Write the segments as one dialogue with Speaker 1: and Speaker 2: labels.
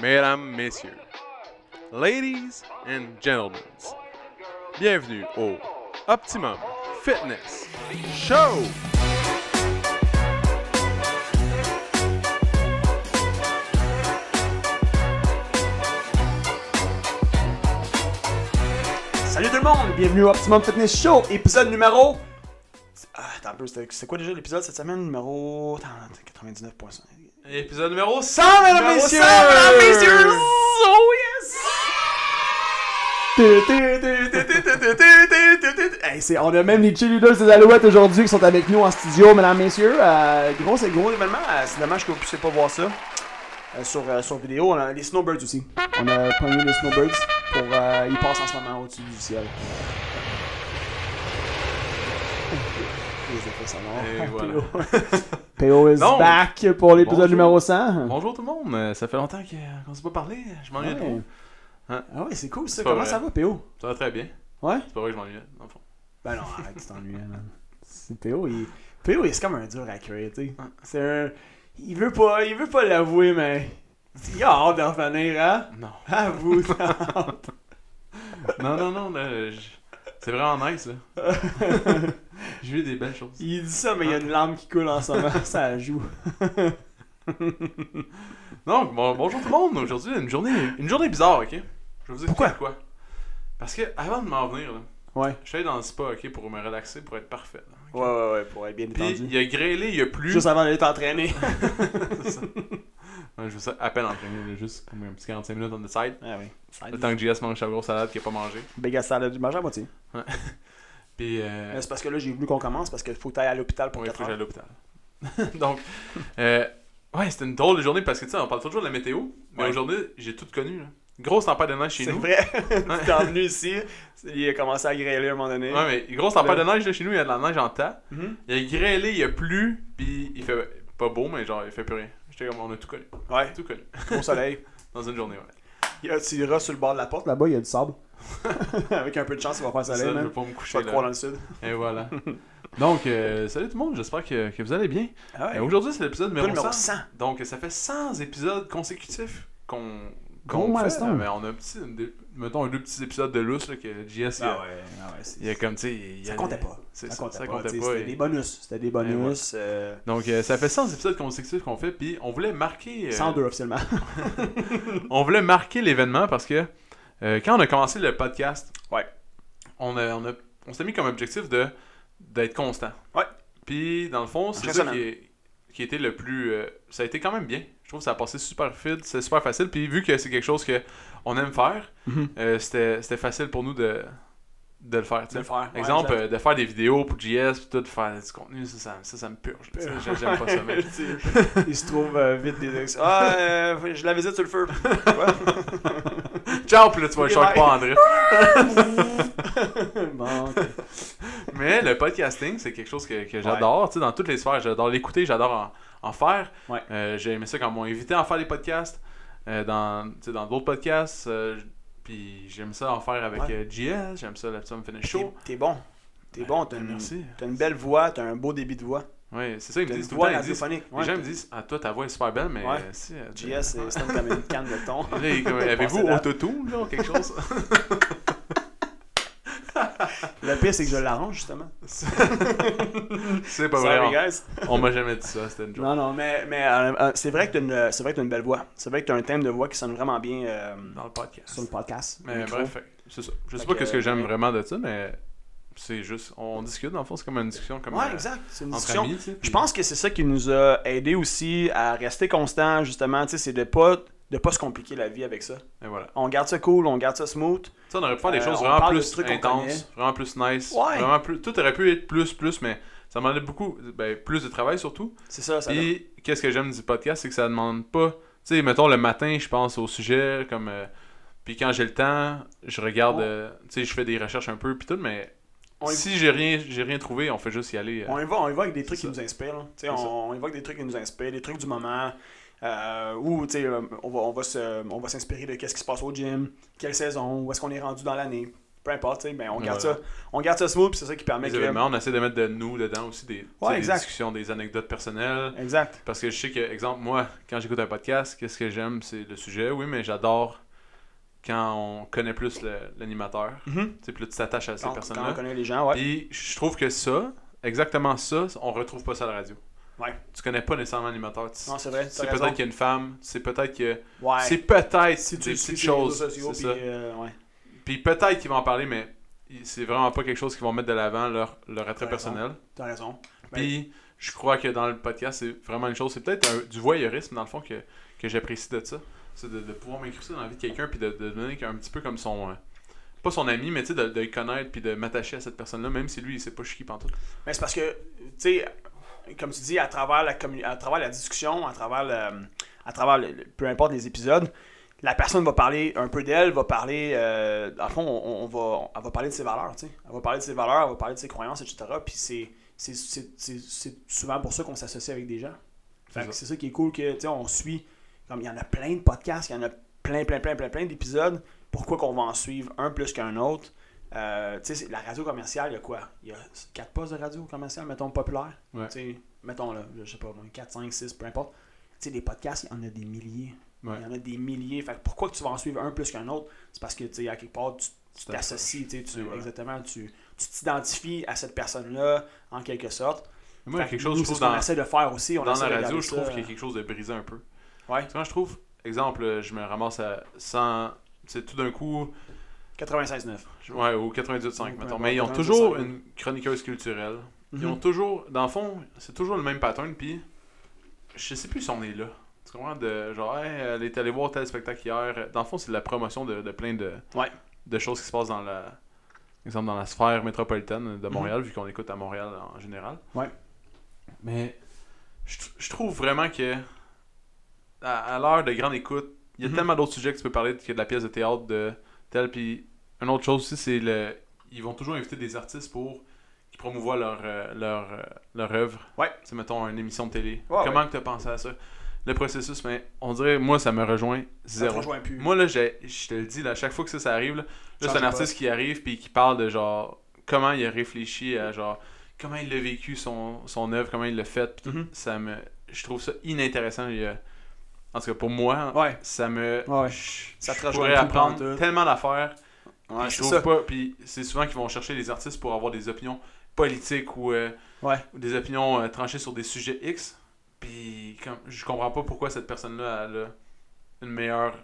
Speaker 1: mesdames, messieurs, ladies and gentlemen, bienvenue au Optimum Fitness Show!
Speaker 2: Salut tout le monde, bienvenue au Optimum Fitness Show, épisode numéro... Ah, attends un peu, c'était- c'est quoi déjà l'épisode cette semaine? Numéro... attends, 99.5...
Speaker 1: Épisode numéro 100, mesdames,
Speaker 2: Numéro
Speaker 1: messieurs!
Speaker 2: 100, mesdames, messieurs! Oh yes! Tu, tu, tu, tu, tu, tu, tu, tu, tu, tu. Hey, c'est- on a même les cheerleaders des Alouettes aujourd'hui qui sont avec nous en studio, mesdames, messieurs. Euh, gros, c'est gros événement. Euh, c'est dommage que vous puissiez pas voir ça euh, sur, euh, sur vidéo. On a les Snowbirds aussi. On a pogné les Snowbirds pour. euh, ils passent en ce moment au-dessus du ciel. Les effets sonores.
Speaker 1: Et voilà.
Speaker 2: PO is
Speaker 1: Donc,
Speaker 2: back pour l'épisode
Speaker 1: bonjour.
Speaker 2: numéro 100.
Speaker 1: Bonjour tout le monde, euh, ça fait longtemps que- qu'on s'est pas parlé, je m'ennuie de
Speaker 2: Ouais.
Speaker 1: vous. Ah Hein?
Speaker 2: Ah ouais, c'est cool ça.
Speaker 1: C'est pas
Speaker 2: Comment
Speaker 1: vrai.
Speaker 2: ça va, PO?
Speaker 1: Ça va très bien,
Speaker 2: Ouais?
Speaker 1: c'est pas vrai que je m'ennuie, dans le fond.
Speaker 2: Ben non, arrête, tu t'ennuies, man. C'est PO, il... PO, il- c'est comme un dur à cuire, tu sais.
Speaker 1: Ouais.
Speaker 2: C'est un... Il veut pas, il veut pas l'avouer, mais... Il a hâte d'en revenir, hein?
Speaker 1: Non,
Speaker 2: Avoue,
Speaker 1: non, non, non, là, je- c'est vraiment nice, là. J'ai vu des belles choses.
Speaker 2: Il dit ça, mais il y a une larme qui coule en ce moment, ça joue.
Speaker 1: Donc, bon- bonjour tout le monde. Aujourd'hui, une journée, une journée bizarre, ok? Je vais vous expliquer
Speaker 2: Pourquoi?
Speaker 1: quoi. Parce que avant de m'en venir, là,
Speaker 2: Ouais.
Speaker 1: je suis allé dans le spa, ok, pour me relaxer, pour être parfait. là, ok?
Speaker 2: Ouais, ouais, ouais, pour être bien
Speaker 1: Puis
Speaker 2: détendu.
Speaker 1: il a grêlé, il a plu.
Speaker 2: Juste avant d'aller t'entraîner.
Speaker 1: C'est ça. Ouais, je vous ça à peine entraîné, là, juste comme un petit 45 minutes on the side.
Speaker 2: ah oui.
Speaker 1: Le temps que JS mange sa grosse salade qu'il a pas mangé.
Speaker 2: Béga salade, mange à moitié.
Speaker 1: Puis, euh,
Speaker 2: Mais C'est parce que là, j'ai voulu qu'on commence, parce qu'il faut que t'ailles à l'hôpital pour
Speaker 1: ouais, il faut que
Speaker 2: 4
Speaker 1: j'aille à
Speaker 2: heures.
Speaker 1: l'hôpital. Donc, euh, ouais, c'était une drôle de journée parce que tu sais, on parle toujours de la météo, mais
Speaker 2: Ouais.
Speaker 1: aujourd'hui, j'ai tout connu. Là. Grosse tempête de neige chez
Speaker 2: C'est
Speaker 1: nous.
Speaker 2: vrai. tu t'es venu ici, il a commencé à grêler à un moment donné.
Speaker 1: Ouais, mais grosse tempête de neige là, chez nous, il y a de la neige en tas.
Speaker 2: Mhm.
Speaker 1: Il a grêlé, il a plu, puis il fait pas beau, mais genre il fait plus rien. J'étais comme on a tout connu,
Speaker 2: Ouais,
Speaker 1: tout connu
Speaker 2: au soleil.
Speaker 1: dans une journée. Ouais.
Speaker 2: Il y a- tu iras sur le bord de la porte, là-bas, il y a du sable. Avec un peu de chance, il va faire
Speaker 1: Ça,
Speaker 2: soleil,
Speaker 1: je
Speaker 2: man.
Speaker 1: veux pas me
Speaker 2: Je
Speaker 1: coucher
Speaker 2: vais te croire dans
Speaker 1: là.
Speaker 2: le sud.
Speaker 1: Et voilà. Donc euh, salut tout le monde, j'espère que, que vous allez bien.
Speaker 2: Ah
Speaker 1: Euh, Aujourd'hui c'est l'épisode numéro,
Speaker 2: numéro
Speaker 1: 100.
Speaker 2: 100.
Speaker 1: Donc ça fait 100 épisodes consécutifs qu'on
Speaker 2: Gros
Speaker 1: qu'on fait,
Speaker 2: milestone.
Speaker 1: là, mais on a un petit, une des- mettons un deux petits épisodes de lousse là, que JS il a-
Speaker 2: ouais, ah ouais. c'est-
Speaker 1: il a comme tu sais, il
Speaker 2: Ça
Speaker 1: a-
Speaker 2: comptait pas.
Speaker 1: c'est
Speaker 2: Ça
Speaker 1: ça,
Speaker 2: comptait
Speaker 1: ça
Speaker 2: pas.
Speaker 1: comptait
Speaker 2: t'sais,
Speaker 1: pas,
Speaker 2: C'était
Speaker 1: et- Eh
Speaker 2: des bonus. C'était des bonus. euh,
Speaker 1: Donc euh, ça fait 100 épisodes consécutifs qu'on fait, puis on voulait marquer. euh,
Speaker 2: 102 officiellement.
Speaker 1: on voulait marquer l'événement parce que euh, quand on a commencé le podcast,
Speaker 2: Ouais.
Speaker 1: on, a, on, a- on s'est mis comme objectif de d'être constant.
Speaker 2: Ouais.
Speaker 1: Puis dans le fond, c'est
Speaker 2: Chaque
Speaker 1: ça
Speaker 2: semaine.
Speaker 1: qui, est- qui était le plus. euh, ça a été quand même bien. Je trouve que ça a passé super fluide, c'est super facile. Puis vu que c'est quelque chose que on aime faire,
Speaker 2: Mhm.
Speaker 1: euh, c'était c'était facile pour nous de de le faire. tu sais.
Speaker 2: le faire.
Speaker 1: Exemple, euh, de faire des vidéos pour JS, puis tout, de faire du contenu, ça, ça, ça, ça me purge. là, tu sais, J'aime pas ça. mais-
Speaker 2: il se trouve euh, vite des ex. Ah, euh, je la visite sur le feu.
Speaker 1: Ciao, puis là, tu vois, le
Speaker 2: Ok,
Speaker 1: choc
Speaker 2: bye.
Speaker 1: pas André.
Speaker 2: bon, ok.
Speaker 1: Mais le podcasting, c'est quelque chose que, que j'adore. Tu sais, dans toutes les sphères, j'adore l'écouter, j'adore en, en faire.
Speaker 2: Ouais.
Speaker 1: Euh, j'ai aimé ça quand m'ont invité à en faire des podcasts, euh, dans tu sais, dans d'autres podcasts. euh, j- puis j'aime ça en faire avec
Speaker 2: Ouais.
Speaker 1: euh, JS, j'aime ça, l'Optimum Finish Show.
Speaker 2: T'es- T'es bon. T'es bon. T'as une,
Speaker 1: Euh, Merci.
Speaker 2: t'as une belle voix. T'as un beau débit de voix.
Speaker 1: Oui, c'est ça, ils me
Speaker 2: T'as une
Speaker 1: disent tout le temps.
Speaker 2: voix
Speaker 1: ils disent-
Speaker 2: radiophonique.
Speaker 1: les
Speaker 2: Ouais,
Speaker 1: gens me disent Ah, toi, ta voix est super belle, mais
Speaker 2: Ouais.
Speaker 1: euh, si. euh, tu-
Speaker 2: JS, c'est c'est comme une canne de thon.
Speaker 1: Là, il est comme, Avez-vous
Speaker 2: Pensez-la.
Speaker 1: autotune, genre, quelque chose
Speaker 2: Le pire, c'est que je l'arrange, justement.
Speaker 1: C'est pas vrai. hein.
Speaker 2: Sorry,
Speaker 1: on-
Speaker 2: guys.
Speaker 1: On m'a jamais dit ça, c'était une joke.
Speaker 2: Non, non, mais, mais euh, euh, c'est vrai que t'as une, c'est vrai que t'as une belle voix. C'est vrai que t'as un thème de voix qui sonne vraiment bien euh,
Speaker 1: Dans le podcast.
Speaker 2: sur le podcast. au
Speaker 1: Mais
Speaker 2: micro.
Speaker 1: bref, c'est ça. Je sais
Speaker 2: Fait
Speaker 1: pas
Speaker 2: que, euh,
Speaker 1: qu'est-ce que j'aime
Speaker 2: ouais.
Speaker 1: vraiment de ça, mais c'est juste, on, on discute dans le fond, c'est comme une discussion comme
Speaker 2: Ouais,
Speaker 1: euh,
Speaker 2: exact. C'est une
Speaker 1: entre
Speaker 2: discussion.
Speaker 1: amis, tu sais,
Speaker 2: Je
Speaker 1: puis-
Speaker 2: pense que c'est ça qui nous a aidé aussi à rester constant, justement. Tu sais, c'est de pas de pas se compliquer la vie avec ça.
Speaker 1: Et voilà. Tu
Speaker 2: On garde ça cool, on garde ça smooth.
Speaker 1: sais, on aurait pu faire des
Speaker 2: Euh,
Speaker 1: choses
Speaker 2: on
Speaker 1: vraiment
Speaker 2: parle de
Speaker 1: plus
Speaker 2: trucs qu'on
Speaker 1: intenses, vraiment plus nice,
Speaker 2: Ouais.
Speaker 1: vraiment plus. Tout aurait pu être plus, plus, mais ça demandait beaucoup, ben, plus de travail surtout.
Speaker 2: C'est ça, ça.
Speaker 1: Puis qu'est-ce que j'aime du podcast, c'est que ça demande pas. Tu sais, mettons le matin, je pense au sujet, comme. euh, puis quand j'ai le temps, je regarde,
Speaker 2: Ouais.
Speaker 1: euh, tu sais, je fais des recherches un peu, puis tout, mais
Speaker 2: On y-
Speaker 1: si j'ai rien, j'ai rien trouvé, on fait juste y aller. euh,
Speaker 2: On y va, on y va avec des trucs
Speaker 1: C'est
Speaker 2: qui
Speaker 1: ça.
Speaker 2: nous inspirent. là. Tu sais,
Speaker 1: C'est ça.
Speaker 2: On, on y va avec des trucs qui nous inspirent, des trucs du moment. Euh, ou tu sais, euh, on va, on va se- on va s'inspirer de qu'est-ce qui se passe au gym, quelle saison, où est-ce qu'on est rendu dans l'année. peu importe, tu sais, mais on garde
Speaker 1: Ouais.
Speaker 2: ça. On garde ça smooth, puis c'est ça qui permet
Speaker 1: Les
Speaker 2: que.
Speaker 1: événements, on essaie de mettre de nous dedans aussi, des, tu sais,
Speaker 2: Ouais,
Speaker 1: des
Speaker 2: exact.
Speaker 1: discussions, des anecdotes personnelles.
Speaker 2: Exact.
Speaker 1: Parce que je sais que, exemple, moi, quand j'écoute un podcast, qu'est-ce que j'aime, c'est le sujet, oui, mais j'adore quand on connaît plus le- l'animateur.
Speaker 2: Mhm.
Speaker 1: Tu sais, puis là, tu t'attaches à Mm-hmm. ces
Speaker 2: Quand, quand on
Speaker 1: personnes-là.
Speaker 2: connaît les gens, ouais.
Speaker 1: Puis je trouve que ça, exactement ça, on retrouve pas ça à la radio.
Speaker 2: Ouais.
Speaker 1: Tu connais pas nécessairement l'animateur. Tu-
Speaker 2: Non, c'est vrai.
Speaker 1: C'est peut-être qu'il y a une femme, c'est peut-être que.
Speaker 2: Ouais.
Speaker 1: C'est peut-être
Speaker 2: Si
Speaker 1: des
Speaker 2: tu
Speaker 1: petites
Speaker 2: suis sur les réseaux
Speaker 1: choses.
Speaker 2: sociaux,
Speaker 1: c'est
Speaker 2: puis,
Speaker 1: ça.
Speaker 2: euh, ouais.
Speaker 1: Puis peut-être qu'ils vont en parler, mais c'est vraiment pas quelque chose qu'ils vont mettre de l'avant, leur, leur attrait
Speaker 2: Ouais,
Speaker 1: personnel.
Speaker 2: T'as raison. Ben-
Speaker 1: Puis je crois que dans le podcast, c'est vraiment une chose. C'est peut-être un- du voyeurisme, dans le fond, que, que j'apprécie de ça. C'est de, de pouvoir m'incruster dans la vie de quelqu'un, puis de, de devenir un petit peu comme son. euh, pas son ami, mais tu sais, de, de le connaître, puis de m'attacher à cette personne-là, même si lui, il sait pas je suis qui pantoute.
Speaker 2: Mais c'est parce que, tu sais, comme tu dis, à travers la, commu- à travers la discussion, à travers, le, à travers le- le- peu importe les épisodes, la personne va parler un peu d'elle, va parler, euh, dans le fond, on, on va, elle va parler de ses valeurs, tu sais. Elle va parler de ses valeurs, elle va parler de ses croyances, etc. Puis c'est, c'est, c'est, c'est, c'est souvent pour ça qu'on s'associe avec des gens.
Speaker 1: C'est
Speaker 2: Fait
Speaker 1: ça.
Speaker 2: que c'est ça qui est cool que, tu sais, on suit, comme il y en a plein de podcasts, il y en a plein, plein, plein, plein, plein d'épisodes. Pourquoi qu'on va en suivre un plus qu'un autre? Euh, tu sais, c'est- la radio commerciale, il y a quoi Il y a quatre postes de radio commerciale, mettons, populaire.
Speaker 1: Ouais.
Speaker 2: Tu sais, mettons là, je sais pas, 4, 5, 6, peu importe. Tu sais, des podcasts, il y en a des milliers.
Speaker 1: Ouais.
Speaker 2: Il y en a des milliers. Fait que pourquoi que tu vas en suivre un plus qu'un autre C'est parce que, tu sais, à quelque part, tu tu t'associes, tu sais, tu-
Speaker 1: Ouais, voilà.
Speaker 2: exactement, tu tu t'identifies à cette personne-là, en quelque sorte.
Speaker 1: Mais Moi, il y a
Speaker 2: Fait
Speaker 1: quelque
Speaker 2: que
Speaker 1: chose,
Speaker 2: nous,
Speaker 1: je
Speaker 2: c'est
Speaker 1: trouve,
Speaker 2: ce qu'on
Speaker 1: dans,
Speaker 2: essaie de faire aussi. On
Speaker 1: dans
Speaker 2: essaie de
Speaker 1: la radio,
Speaker 2: garder
Speaker 1: je trouve
Speaker 2: ça- euh,
Speaker 1: qu'il y a quelque chose de brisé un peu.
Speaker 2: Ouais.
Speaker 1: Tu vois, je trouve, exemple, euh, je me ramasse à 100. Tu sais, tout d'un coup,
Speaker 2: 96.9.
Speaker 1: Ouais, ou 98.5, mettons.
Speaker 2: Ouais,
Speaker 1: Mais ils ont
Speaker 2: 98.5.
Speaker 1: toujours une chroniqueuse culturelle. Ils
Speaker 2: Mhm.
Speaker 1: ont toujours, dans le fond, c'est toujours le même pattern, puis je sais plus si on est là. Tu comprends? De, genre, Hey, euh, elle est allée voir tel spectacle hier. Dans le fond, c'est de la promotion de, de plein de,
Speaker 2: Ouais.
Speaker 1: de choses qui se passent dans la, exemple, dans la sphère métropolitaine de Montréal, vu qu'on écoute à Montréal en général.
Speaker 2: Mhm. Ouais.
Speaker 1: Mais je, tr- je trouve vraiment que, à, à l'heure de grande écoute, il y a
Speaker 2: Mhm.
Speaker 1: tellement d'autres sujets que tu peux parler que de la pièce de théâtre, de tel, puis une autre chose aussi, c'est le. Ils vont toujours inviter des artistes pour qu'ils promouvoient leur, euh, leur, euh, leur œuvre.
Speaker 2: Ouais.
Speaker 1: C'est, mettons, une émission de télé.
Speaker 2: Ouais,
Speaker 1: Comment que tu as pensé à ça Le processus, mais on dirait, moi, ça me rejoint
Speaker 2: Ça te
Speaker 1: zéro.
Speaker 2: rejoint plus.
Speaker 1: Moi, là, j'ai- je te le dis, là, à chaque fois que ça, ça arrive, là, là,
Speaker 2: Change
Speaker 1: c'est un
Speaker 2: pas.
Speaker 1: artiste qui arrive puis qui parle de genre comment il a réfléchi à genre comment il a vécu son, son œuvre, comment il l'a fait. puis tout.
Speaker 2: Mhm.
Speaker 1: Ça me. Je trouve ça inintéressant. il y a- En tout cas, pour moi,
Speaker 2: Ouais.
Speaker 1: ça me.
Speaker 2: Ouais, ouais.
Speaker 1: je-
Speaker 2: Ça te
Speaker 1: je
Speaker 2: rejoint
Speaker 1: pourrais
Speaker 2: plus
Speaker 1: apprendre
Speaker 2: pantoute.
Speaker 1: tellement d'affaires.
Speaker 2: Ouais,
Speaker 1: puis je
Speaker 2: c'est
Speaker 1: trouve
Speaker 2: ça.
Speaker 1: pas. Puis c'est souvent qu'ils vont chercher les artistes pour avoir des opinions politiques ou, euh,
Speaker 2: Ouais.
Speaker 1: ou des opinions euh, tranchées sur des sujets X. Puis comme, je comprends pas pourquoi cette personne-là elle a une meilleure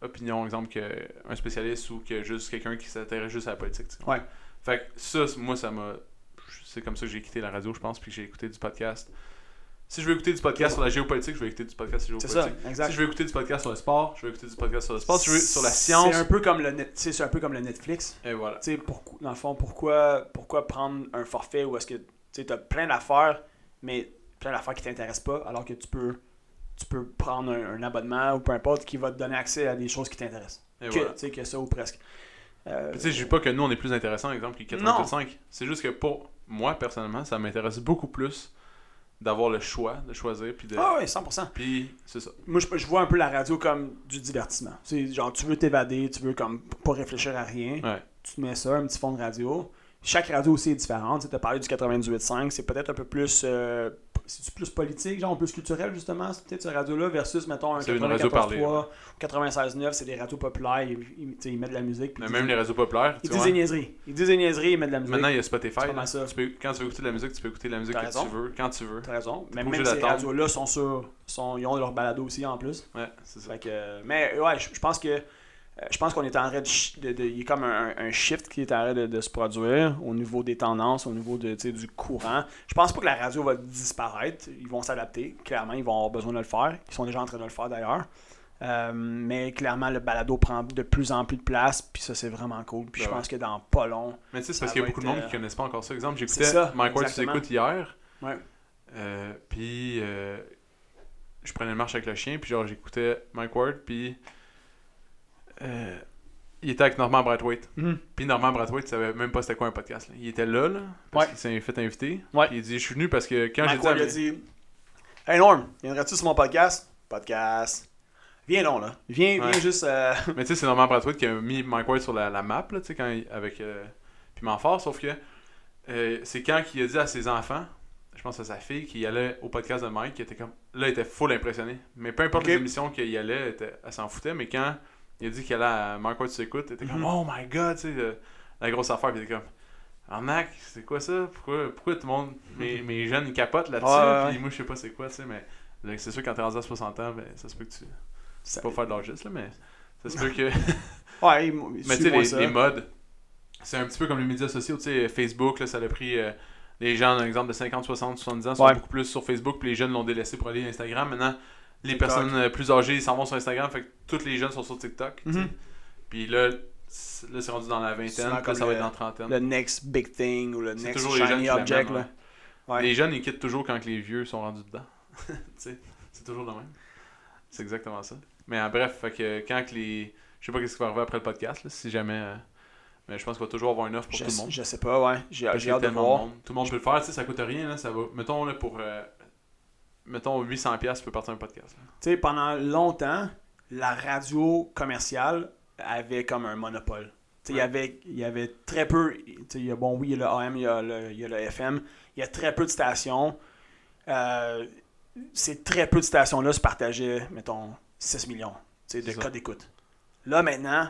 Speaker 1: opinion, exemple, qu'un spécialiste ou que juste quelqu'un qui s'intéresse juste à la politique. tu sais.
Speaker 2: Ouais.
Speaker 1: Fait que ça, c- moi, ça m'a. C'est comme ça que j'ai quitté la radio, je pense, puis que j'ai écouté du podcast. Si je veux écouter du podcast sur la géopolitique, je vais écouter du podcast sur la
Speaker 2: C'est
Speaker 1: géopolitique.
Speaker 2: ça, exact.
Speaker 1: Si je veux écouter du podcast sur le sport, je vais écouter du podcast sur le sport. Si je veux sur la
Speaker 2: C'est
Speaker 1: science,
Speaker 2: un peu comme le, net- tu sais, c'est un peu comme le Netflix.
Speaker 1: et voilà.
Speaker 2: Tu sais, pourquou- dans le fond, pourquoi, pourquoi prendre un forfait où est-ce que tu as plein d'affaires, mais plein d'affaires qui t'intéressent pas, alors que tu peux, tu peux prendre un, un abonnement ou peu importe qui va te donner accès à des choses qui t'intéressent.
Speaker 1: Et
Speaker 2: Que,
Speaker 1: voilà.
Speaker 2: tu sais, que ça ou presque. Euh,
Speaker 1: Puis, Tu sais, je dis pas que nous on est plus intéressant, exemple, que 85. C'est juste que pour moi, personnellement, ça m'intéresse beaucoup plus d'avoir le choix, de choisir, puis de.
Speaker 2: ah oui, 100%.
Speaker 1: Puis, c'est ça.
Speaker 2: Moi, je, je vois un peu la radio comme du divertissement. C'est genre, tu veux t'évader, tu veux comme pas réfléchir à rien.
Speaker 1: Ouais.
Speaker 2: tu te mets ça, un petit fond de radio. Chaque radio aussi est différente. Tu as parlé du 98.5, c'est peut-être un peu plus. euh, c'est-tu plus politique, genre plus culturel, justement, c'est peut-être cette radio-là, versus, mettons, un
Speaker 1: C'est une radio
Speaker 2: 94.3,
Speaker 1: parlée, ouais.
Speaker 2: 96.9, c'est des radios populaires, ils, ils- tu sais, ils mettent de la musique. puis
Speaker 1: Mais
Speaker 2: ils
Speaker 1: même
Speaker 2: disent-
Speaker 1: les réseaux populaires, tu
Speaker 2: Ils
Speaker 1: vois.
Speaker 2: disent des niaiseries. Ils disent des niaiseries, ils mettent de la musique.
Speaker 1: Maintenant, il y a Spotify.
Speaker 2: C'est pas mal
Speaker 1: là.
Speaker 2: ça.
Speaker 1: Tu peux- quand tu veux écouter de la musique, tu peux écouter de la musique
Speaker 2: T'as
Speaker 1: que
Speaker 2: raison.
Speaker 1: tu veux, quand tu veux.
Speaker 2: T'as raison.
Speaker 1: pas
Speaker 2: Mais même
Speaker 1: obligé
Speaker 2: ces
Speaker 1: d'attendre.
Speaker 2: radios-là sont sur. Sont, ils ont leur balado aussi en plus.
Speaker 1: Ouais, c'est ça.
Speaker 2: Fait que, euh, mais ouais, je je pense que euh, je pense qu'on est en train de, chi- de- de- il y a comme un, un shift qui est en train de, de se produire au niveau des tendances, au niveau de, tu sais, du courant. Je pense pas que la radio va disparaître. Ils vont s'adapter. Clairement, ils vont avoir besoin de le faire. Ils sont déjà en train de le faire d'ailleurs. Euh, mais clairement, le balado prend de plus en plus de place. Puis ça, c'est vraiment cool. Puis
Speaker 1: Ben
Speaker 2: je pense que dans pas long.
Speaker 1: Mais tu sais, c'est
Speaker 2: Ça
Speaker 1: parce qu'il y a
Speaker 2: va
Speaker 1: beaucoup de
Speaker 2: être,
Speaker 1: monde
Speaker 2: euh,
Speaker 1: qui connaissent pas encore ça. Exemple,
Speaker 2: c'est
Speaker 1: j'écoutais
Speaker 2: ça,
Speaker 1: Mike Ward, tu
Speaker 2: exactement.
Speaker 1: écoutes hier.
Speaker 2: Ouais.
Speaker 1: Euh, puis euh, je prenais une marche avec le chien, puis genre j'écoutais Mike Ward, puis euh, il était avec Norman Brathwaite. Puis Norman Brathwaite, il savait même pas c'était quoi un podcast. là. Il était là, là, parce
Speaker 2: Ouais.
Speaker 1: qu'il s'est fait inviter.
Speaker 2: Ouais.
Speaker 1: Puis Il dit Je suis venu parce que quand
Speaker 2: Mike
Speaker 1: j'étais.
Speaker 2: Ward, il a dit Hey Norm, viendrais-tu sur mon podcast Podcast. Viens non, là. Viens,
Speaker 1: Ouais.
Speaker 2: viens juste. euh,
Speaker 1: Mais tu sais, c'est Norman Brathwaite qui a mis Mike White sur la, la map, là, tu sais, quand il- avec euh, puis Manfort, sauf que euh, c'est quand qu'il a dit à ses enfants, je pense à sa fille, qu'il allait au podcast de Mike, qui était comme. Là, il était full impressionné. Mais peu importe
Speaker 2: Ok.
Speaker 1: les émissions qu'il y allait, elle, était- elle s'en foutait, mais quand il a dit qu'elle allait à Mike White s'écoute, elle était comme
Speaker 2: Mhm.
Speaker 1: Oh my god, tu sais, euh, la grosse affaire, puis il était comme. Arnaque, c'est quoi ça? Pourquoi, pourquoi tout le monde, mes, mes jeunes, ils capotent là-dessus?
Speaker 2: Mhm. Ouais, ouais,
Speaker 1: Puis moi, je sais pas c'est quoi, tu sais, mais là, c'est sûr quand t'es rendu à 60 ans, ben, ça se peut que tu.
Speaker 2: ça-
Speaker 1: C'est pas faire de l'âgiste, là, mais ça se peut que.
Speaker 2: Ouais,
Speaker 1: Mais tu sais, les, les modes, c'est un petit peu comme les médias sociaux. Tu sais, Facebook, là, ça a pris euh, les gens, un exemple de 50, 60, 70 ans, sont
Speaker 2: Ouais.
Speaker 1: beaucoup plus sur Facebook, puis les jeunes l'ont délaissé pour aller à Instagram. Maintenant, les
Speaker 2: TikTok.
Speaker 1: personnes euh, plus âgées ils s'en vont sur Instagram, fait que toutes les jeunes sont sur TikTok. tu sais.
Speaker 2: Mhm.
Speaker 1: Puis là, c'est- là, c'est rendu dans la vingtaine,
Speaker 2: Souvent
Speaker 1: puis là,
Speaker 2: comme
Speaker 1: ça va
Speaker 2: le-
Speaker 1: être dans la trentaine.
Speaker 2: Le next big thing ou le
Speaker 1: hein. C'est
Speaker 2: next
Speaker 1: toujours les jeunes qui
Speaker 2: shiny object,
Speaker 1: l'amènent,
Speaker 2: là. Ouais.
Speaker 1: Les jeunes, ils quittent toujours quand que les vieux sont rendus dedans. Tu sais, c'est toujours le même. C'est exactement ça. Mais euh, bref, fait que quand que les. Je sais pas qu'est-ce qui va arriver après le podcast, là, si jamais. euh, Mais je pense qu'il va toujours avoir une offre pour
Speaker 2: Je,
Speaker 1: tout le monde.
Speaker 2: je sais pas, ouais. J'ai
Speaker 1: Parce
Speaker 2: j'ai
Speaker 1: qu'il y a
Speaker 2: hâte de
Speaker 1: tellement
Speaker 2: voir.
Speaker 1: monde. Tout le monde peut le faire, tu sais, ça coûte rien. Là, ça va... Mettons, là, pour. euh, Mettons, 800$, piastres, tu peux partir un podcast. là.
Speaker 2: Tu sais, pendant longtemps, la radio commerciale avait comme un monopole. Tu sais, il y
Speaker 1: Ouais.
Speaker 2: avait, il y avait très peu. tu sais, il y a- bon, oui, il y a le AM, il y a le, il y a le FM. Il y a très peu de stations. Euh, ces très peu de stations-là se partageaient, mettons, 6 millions tu sais, de
Speaker 1: C'est ça.
Speaker 2: codes d'écoute. Là, maintenant,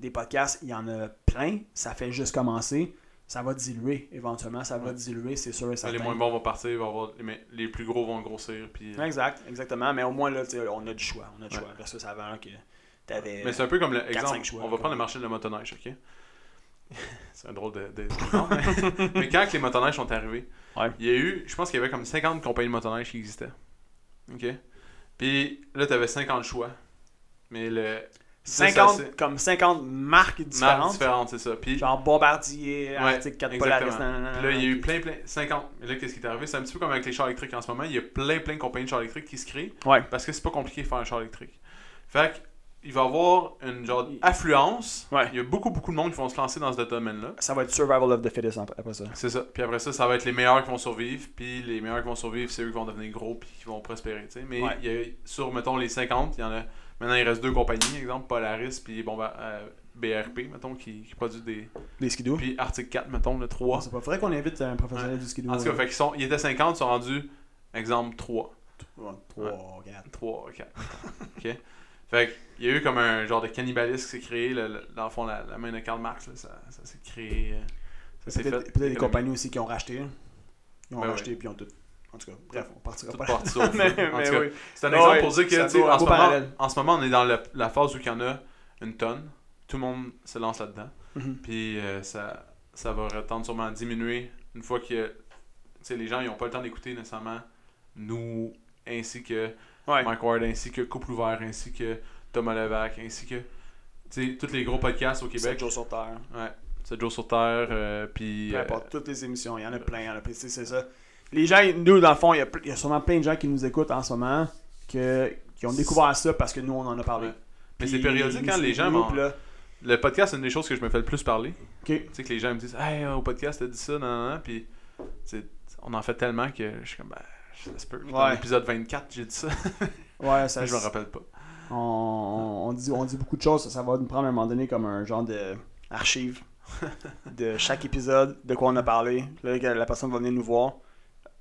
Speaker 2: des podcasts, il y en a plein. Ça fait juste commencer. Ça va diluer éventuellement. Ça va
Speaker 1: Ouais.
Speaker 2: diluer, c'est sûr et certain.
Speaker 1: les moins bons vont partir, il va y avoir- mais les plus gros vont grossir. Puis... euh,
Speaker 2: Exact, exactement. Mais au moins, là, tu sais, on a du choix. On a du
Speaker 1: Ouais.
Speaker 2: choix. Versus avant que t'avais.
Speaker 1: Mais c'est un peu comme l'exemple.
Speaker 2: cinq choix,
Speaker 1: On va
Speaker 2: comme-
Speaker 1: prendre le marché de la motoneige, ok? c'est un drôle de. de- non, mais- mais quand que les motoneiges sont arrivés,
Speaker 2: Ouais.
Speaker 1: il y a eu. Je pense qu'il y avait comme 50 compagnies de motoneiges qui existaient. Ok? Puis là, t'avais 50 choix. Mais le. ça,
Speaker 2: 50,
Speaker 1: c'est-
Speaker 2: comme 50 marques différentes.
Speaker 1: Marques différentes, c'est ça. Puis
Speaker 2: Genre Bombardier,
Speaker 1: Ouais,
Speaker 2: Arctic, 4
Speaker 1: exactement.
Speaker 2: Polaris. nan, nan, nan,
Speaker 1: Puis là, il y a eu
Speaker 2: puis-
Speaker 1: plein, plein, 50. Mais là, qu'est-ce qui est arrivé? C'est un petit peu comme avec les chars électriques en ce moment. Il y a plein, plein de compagnies de chars électriques qui se créent
Speaker 2: Ouais.
Speaker 1: parce que c'est pas compliqué de faire un char électrique. Fait que, il va y avoir une genre affluence.
Speaker 2: Ouais.
Speaker 1: Il y a beaucoup, beaucoup de monde qui vont se lancer dans ce domaine-là.
Speaker 2: Ça va être Survival of the Fittest après après ça.
Speaker 1: C'est ça. Puis après ça, ça va être les meilleurs qui vont survivre. Puis les meilleurs qui vont survivre, c'est eux qui vont devenir gros puis qui vont prospérer. tu sais. Mais
Speaker 2: Ouais.
Speaker 1: il y a, sur, mettons, les 50, il y en a. Maintenant, il reste deux compagnies, exemple Polaris puis bon, bah, euh, BRP, mettons, qui, qui produisent des.
Speaker 2: Les skidoo.
Speaker 1: Puis Arctic 4, mettons, le 3.
Speaker 2: C'est pas vrai qu'on invite un professionnel du skidoo. euh,
Speaker 1: En tout cas, fait qu'ils sont, ils étaient 50, ils sont rendus, exemple, 3.
Speaker 2: 3, 4.
Speaker 1: 3, 4. OK? Fait qu'il y a eu comme un genre de cannibalisme qui s'est créé. le- le- dans le fond, la, la main de Karl Marx, là, ça, ça s'est créé. euh, Ça s'est fait.
Speaker 2: Peut-être peut-être des
Speaker 1: économiquement.
Speaker 2: compagnies aussi qui ont racheté. hein. Ils ont
Speaker 1: Ben
Speaker 2: racheté puis ils ont tout. En tout cas, bref, on partira
Speaker 1: Tout
Speaker 2: pas.
Speaker 1: parti au feu.
Speaker 2: mais
Speaker 1: En tout
Speaker 2: mais
Speaker 1: cas,
Speaker 2: oui.
Speaker 1: C'est un
Speaker 2: Ouais,
Speaker 1: exemple
Speaker 2: ouais,
Speaker 1: pour dire que,
Speaker 2: c'est un
Speaker 1: tu sais,
Speaker 2: beau- un
Speaker 1: en, ce
Speaker 2: beau
Speaker 1: moment,
Speaker 2: parallèle.
Speaker 1: en ce moment, on est dans la, la phase où il y en a une tonne. Tout le monde se lance là-dedans.
Speaker 2: Mhm.
Speaker 1: Puis euh, ça, ça va tendre sûrement à diminuer une fois que tu sais, les gens n'ont pas le temps d'écouter nécessairement nous, ainsi que
Speaker 2: Ouais.
Speaker 1: Mike Ward, ainsi que Couple Ouvert, ainsi que Thomas Levac, ainsi que tu sais, tous les gros podcasts au
Speaker 2: Sept
Speaker 1: Québec.
Speaker 2: jours sur Terre.
Speaker 1: C'est Joe sur Terre, euh, puis.
Speaker 2: Peu
Speaker 1: euh,
Speaker 2: importe, toutes les émissions, il y en a plein, il y en a plein, tu sais, c'est ça. Les gens, nous, dans le fond, il y, a, ple- il y a sûrement plein de gens qui nous écoutent en ce moment que, qui ont découvert ça parce que nous, on en a parlé.
Speaker 1: Ouais. mais c'est périodique quand les gens. m'en-
Speaker 2: là,
Speaker 1: Le podcast, c'est une des choses que je me fais le plus parler.
Speaker 2: OK.
Speaker 1: Tu sais, que les gens me disent, hey, euh, au podcast, t'as dit ça, non, non, non. Puis, tu sais, on en fait tellement que je suis comme, ben, ça se peut. Puis Dans
Speaker 2: Ouais.
Speaker 1: l'épisode 24, j'ai dit ça.
Speaker 2: Ouais, ça,
Speaker 1: je me rappelle pas.
Speaker 2: on, on, dit, on dit beaucoup de choses, ça, ça va nous prendre à un moment donné comme un genre de archive de chaque épisode, de quoi on a parlé. Là, que la personne va venir nous voir.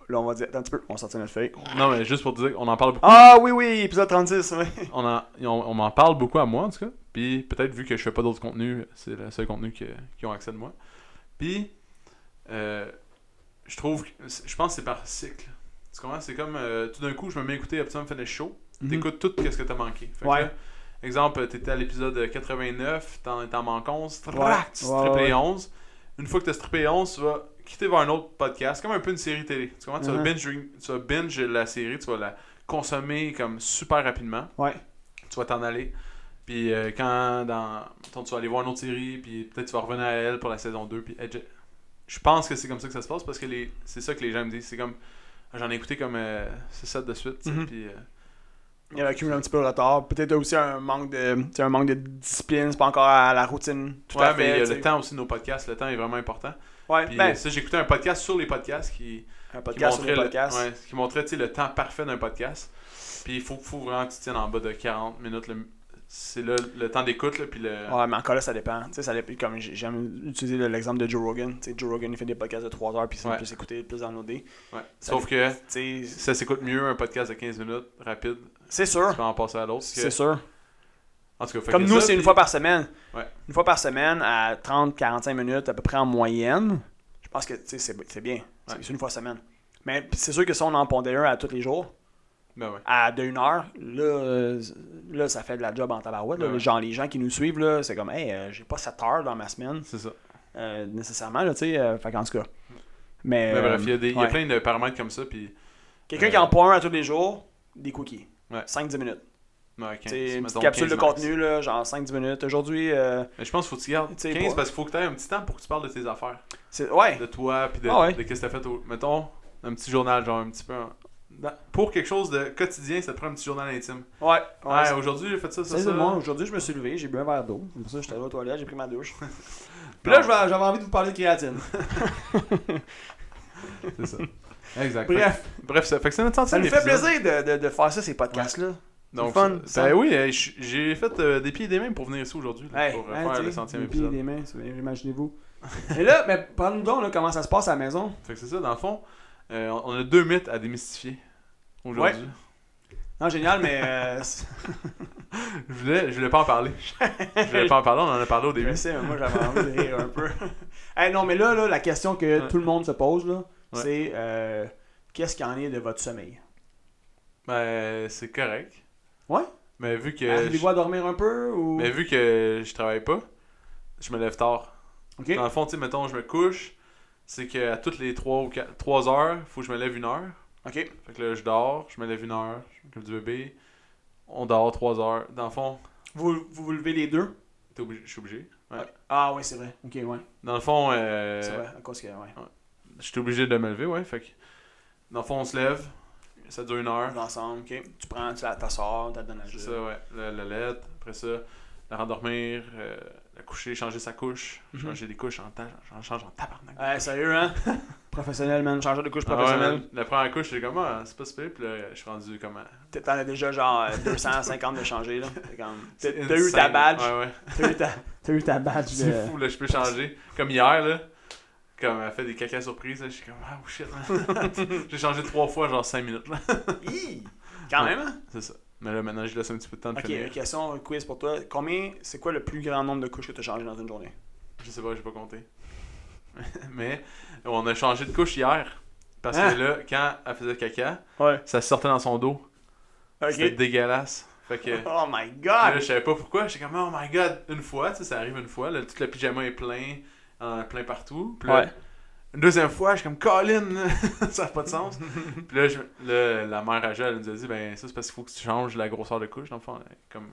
Speaker 2: Là, on va dire, attends un petit peu, on va sortir notre feuille.
Speaker 1: Non, mais juste pour te dire, on en parle beaucoup.
Speaker 2: Ah oui, oui, épisode 36, oui.
Speaker 1: On, en- on, on m'en parle beaucoup à moi, en tout cas. Puis, peut-être vu que je fais pas d'autres contenus, c'est le seul contenu que- qui ont accès de moi. Puis, euh, je trouve, que- je pense que c'est par cycle. Tu comprends? C'est comme, euh, tout d'un coup, je me mets à écouter Optimum Finish Show. T'écoutes tout ce que t'as manqué. Fait que
Speaker 2: Mhm. Ouais.
Speaker 1: là, exemple, t'étais à l'épisode 89, t'en, t'en manques 11, trac,
Speaker 2: Ouais.
Speaker 1: tu
Speaker 2: Ouais,
Speaker 1: strippes les
Speaker 2: ouais.
Speaker 1: 11. Une fois que t'as strippé 11, tu vas quitter vers un autre podcast, comme un peu une série télé. Tu comprends? Tu vas
Speaker 2: Mhm.
Speaker 1: binge- tu vas binge la série, tu vas la consommer comme super rapidement
Speaker 2: Ouais.
Speaker 1: tu vas t'en aller. Puis euh, quand dans, mettons, tu vas aller voir une autre série, puis peut-être tu vas revenir à elle pour la saison 2. Puis, eh, je- je pense que c'est comme ça que ça se passe parce que les, c'est ça que les gens me disent. C'est comme, ah, j'en ai écouté comme 6-7 de suite. tu sais,
Speaker 2: Mhm.
Speaker 1: puis, euh,
Speaker 2: Il avait accumulé un petit peu de retard. Peut-être aussi un manque de, tu sais, un manque de discipline. C'est pas encore à la routine. Tout
Speaker 1: ouais,
Speaker 2: à
Speaker 1: mais
Speaker 2: fait.
Speaker 1: il y a
Speaker 2: tu
Speaker 1: le
Speaker 2: sais.
Speaker 1: temps aussi de nos podcasts. Le temps est vraiment important.
Speaker 2: Ouais,
Speaker 1: Puis
Speaker 2: ben,
Speaker 1: euh, ça, j'ai écouté un podcast sur les podcasts qui,
Speaker 2: un
Speaker 1: qui
Speaker 2: podcast sur
Speaker 1: montrait,
Speaker 2: le
Speaker 1: le,
Speaker 2: podcast.
Speaker 1: ouais, qui montrait, tu sais, le temps parfait d'un podcast. Puis il faut, faut vraiment que tu tiennes en bas de 40 minutes. le- C'est là le temps d'écoute, là, puis le...
Speaker 2: Ouais, mais encore là, ça dépend. Tu sais, ça dépend. Comme j'ai- j'aime utiliser le- l'exemple de Joe Rogan. Tu sais, Joe Rogan, il fait des podcasts de 3 heures, puis c'est
Speaker 1: Ouais.
Speaker 2: le plus écouté, le plus downloadé. Tu
Speaker 1: ouais.
Speaker 2: ça
Speaker 1: Sauf que
Speaker 2: sais,
Speaker 1: ça s'écoute mieux un podcast de 15 minutes, rapide,
Speaker 2: c'est
Speaker 1: tu
Speaker 2: sûr.
Speaker 1: peux en passer à l'autre. parce que-
Speaker 2: C'est sûr.
Speaker 1: En tout cas, fait
Speaker 2: Comme
Speaker 1: que
Speaker 2: nous,
Speaker 1: ça,
Speaker 2: c'est une
Speaker 1: puis-
Speaker 2: fois par semaine.
Speaker 1: Ouais.
Speaker 2: Une fois par semaine, à 30-45 minutes, à peu près en moyenne. Je pense que tu sais, c'est c'est bien. C'est
Speaker 1: Ouais.
Speaker 2: c'est une fois par semaine. Mais pis c'est sûr que si on en pondait un à tous les jours,
Speaker 1: Ben ouais.
Speaker 2: à de une heure, là, euh, là ça fait de la job en tabarouette. là.
Speaker 1: Ouais.
Speaker 2: Genre, les gens qui nous suivent, là, c'est comme, hey, euh, j'ai pas 7 heures dans ma semaine,
Speaker 1: C'est ça.
Speaker 2: euh, nécessairement, là, tu sais. euh, fait qu'en tout cas. Mais.
Speaker 1: Mais bref, il y a, des- il y a
Speaker 2: Euh, ouais.
Speaker 1: plein de paramètres comme ça, puis
Speaker 2: Quelqu'un
Speaker 1: Euh,
Speaker 2: qui en prend un à tous les jours, des cookies.
Speaker 1: Ouais.
Speaker 2: 5-10 minutes.
Speaker 1: ouais, 15,
Speaker 2: Tu sais, une petite
Speaker 1: mettons
Speaker 2: capsule
Speaker 1: 15
Speaker 2: de
Speaker 1: max.
Speaker 2: contenu, là, genre 5-10 minutes. Aujourd'hui, euh,
Speaker 1: Mais je pense qu'il faut que tu gardes
Speaker 2: Tu sais,
Speaker 1: 15
Speaker 2: pas-
Speaker 1: parce qu'il faut que tu aies un petit temps pour que tu parles de tes affaires.
Speaker 2: c'est. Ouais.
Speaker 1: De toi, puis de,
Speaker 2: Ah ouais.
Speaker 1: de qu'est-ce que t'as fait. au- Mettons, un petit journal, genre un petit peu. en- dans- Pour quelque chose de quotidien, ça te prend un petit journal intime.
Speaker 2: Ouais. ouais,
Speaker 1: Ouais,
Speaker 2: c'est-
Speaker 1: aujourd'hui, j'ai fait ça, ça,
Speaker 2: Ça, c'est
Speaker 1: ça.
Speaker 2: moi, aujourd'hui, je me suis levé, j'ai bu un verre d'eau. C'est pour ça que j'étais allé aux toilettes, j'ai pris ma douche. Puis
Speaker 1: Non.
Speaker 2: là, je vais- j'avais envie de vous parler de créatine.
Speaker 1: C'est ça. Exact.
Speaker 2: Bref,
Speaker 1: Fait- bref, ça fait que c'est notre
Speaker 2: ça
Speaker 1: centième
Speaker 2: nous fait
Speaker 1: épisode.
Speaker 2: plaisir de, de, de faire ça, ces podcasts-là.
Speaker 1: Donc,
Speaker 2: C'est le fun,
Speaker 1: ben
Speaker 2: ça.
Speaker 1: oui, euh, je- j'ai fait euh, des pieds et des mains pour venir ici aujourd'hui là,
Speaker 2: Hey,
Speaker 1: pour euh,
Speaker 2: hein,
Speaker 1: faire
Speaker 2: t'sais,
Speaker 1: le centième
Speaker 2: des pieds et
Speaker 1: épisode.
Speaker 2: des mains, c'est bien, imaginez-vous. Et là, mais parle-nous donc là, comment ça se passe à la maison.
Speaker 1: Fait que c'est ça, dans le fond, euh, on on a deux mythes à démystifier aujourd'hui.
Speaker 2: Non, génial, mais euh, c'est-
Speaker 1: Je, voulais, je voulais pas en parler. je voulais pas en parler, on en a parlé au
Speaker 2: je
Speaker 1: début.
Speaker 2: sais, mais moi j'avais envie de rire un peu. Hey, non, mais là, là, la question que
Speaker 1: Ouais.
Speaker 2: tout le monde se pose, là,
Speaker 1: Ouais.
Speaker 2: c'est euh, qu'est-ce qu'il y en est de votre sommeil?
Speaker 1: Ben, c'est correct.
Speaker 2: Ouais?
Speaker 1: Mais vu que.
Speaker 2: Arrivez-vous
Speaker 1: Je,
Speaker 2: Hein, à dormir un peu ou...
Speaker 1: mais vu que je travaille pas, je me lève tard.
Speaker 2: Ok.
Speaker 1: Dans le fond, tu sais, mettons, je me couche, c'est que à toutes les 3 ou 4, 3 heures, faut que je me lève une heure.
Speaker 2: Ok.
Speaker 1: Fait que là, je dors, je me lève une heure, je m'occupe du bébé. On dort 3 heures. Dans le fond,
Speaker 2: Vous, vous vous levez les deux?
Speaker 1: t'es obligé- je suis obligé. Ouais.
Speaker 2: Ah oui, c'est vrai. Ok, ouais.
Speaker 1: Dans le fond, euh,
Speaker 2: C'est vrai, à cause que, ouais.
Speaker 1: je suis obligé de me lever, ouais. Fait que, dans le fond, on se lève, ça dure une heure.
Speaker 2: ensemble, ok. Tu prends, tu la, ta sors, tu la donnes à
Speaker 1: C'est
Speaker 2: Jules.
Speaker 1: ça, ouais. La, la lettre, après ça, la rendormir, euh, la coucher, changer sa couche,
Speaker 2: Mhm.
Speaker 1: changer les couches en temps, j'en change en tabarnak.
Speaker 2: Ouais, sérieux, hein? Professionnel, man. Changeur de couche
Speaker 1: Ah ouais,
Speaker 2: professionnel.
Speaker 1: man, la première couche, j'étais comme, ah, c'est pas super, puis là, je suis rendu comme. à-
Speaker 2: T'es- T'en as déjà genre euh, 250 de changer, là. T'es comme- T'as
Speaker 1: C'est
Speaker 2: t'as eu ta
Speaker 1: insane.
Speaker 2: badge. Ah,
Speaker 1: Ouais, ouais.
Speaker 2: T'as eu ta, t'as eu ta badge
Speaker 1: C'est
Speaker 2: de.
Speaker 1: fou, là, je peux changer. Comme hier, là, comme elle fait des caca surprises, là, je suis comme, ah, oh shit. J'ai changé trois fois, genre 5 minutes, là.
Speaker 2: Hi! Quand
Speaker 1: Ouais.
Speaker 2: même, hein?
Speaker 1: C'est ça. Mais là, maintenant, je laisse un petit peu de temps de
Speaker 2: Ok,
Speaker 1: finir.
Speaker 2: une question, un quiz pour toi. Combien, c'est quoi le plus grand nombre de couches que t'as changé dans une journée?
Speaker 1: Je sais pas, j'ai pas compté. Mais on a changé de couche hier. Parce
Speaker 2: Hein?
Speaker 1: que là, quand elle faisait caca,
Speaker 2: Ouais.
Speaker 1: ça sortait dans son dos. C'était
Speaker 2: Ok.
Speaker 1: dégueulasse. Fait que.
Speaker 2: Oh my
Speaker 1: Là,
Speaker 2: god!
Speaker 1: je savais pas pourquoi. J'étais comme, oh my god, une fois, tu sais, ça arrive une fois. Là, tout le pyjama est plein, euh, plein partout. Puis là,
Speaker 2: Ouais.
Speaker 1: une deuxième fois, je suis comme, Colin, ça n'a pas de sens. Puis là, je- là, la mère à Joël, elle nous a dit, ben ça, c'est parce qu'il faut que tu changes la grosseur de couche, dans le fond. là, Comme,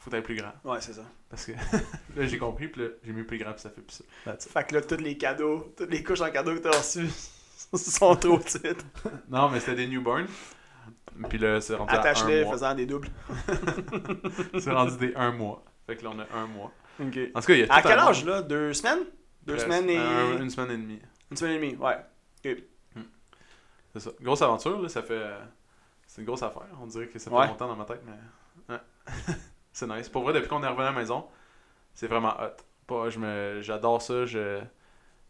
Speaker 1: faut être plus grand.
Speaker 2: Ouais, c'est ça.
Speaker 1: Parce que là, j'ai compris, puis là, j'ai mis plus grand, puis ça fait plus ça. That's it.
Speaker 2: Fait que là, tous les cadeaux, toutes les couches en cadeau que t'as reçues sont trop petites.
Speaker 1: Non, mais c'était des newborns. Puis là, c'est rendu à un
Speaker 2: Attache-les,
Speaker 1: mois.
Speaker 2: faisant des doubles.
Speaker 1: C'est rendu des un mois. Fait que là, on a un mois.
Speaker 2: Ok.
Speaker 1: En tout cas, il y a tout
Speaker 2: À quel
Speaker 1: un monde.
Speaker 2: âge, là Deux semaines Deux
Speaker 1: Presque.
Speaker 2: semaines et.
Speaker 1: Un- une semaine et demie.
Speaker 2: Une semaine et demie, ouais.
Speaker 1: C'est ça. Grosse aventure, là, ça fait. euh, C'est une grosse affaire. On dirait que ça fait
Speaker 2: Ouais.
Speaker 1: longtemps dans ma tête, mais. euh, ouais. c'est nice. Pour vrai, depuis qu'on est revenu à la maison, c'est vraiment hot. Pas, je me... J'adore ça. Je.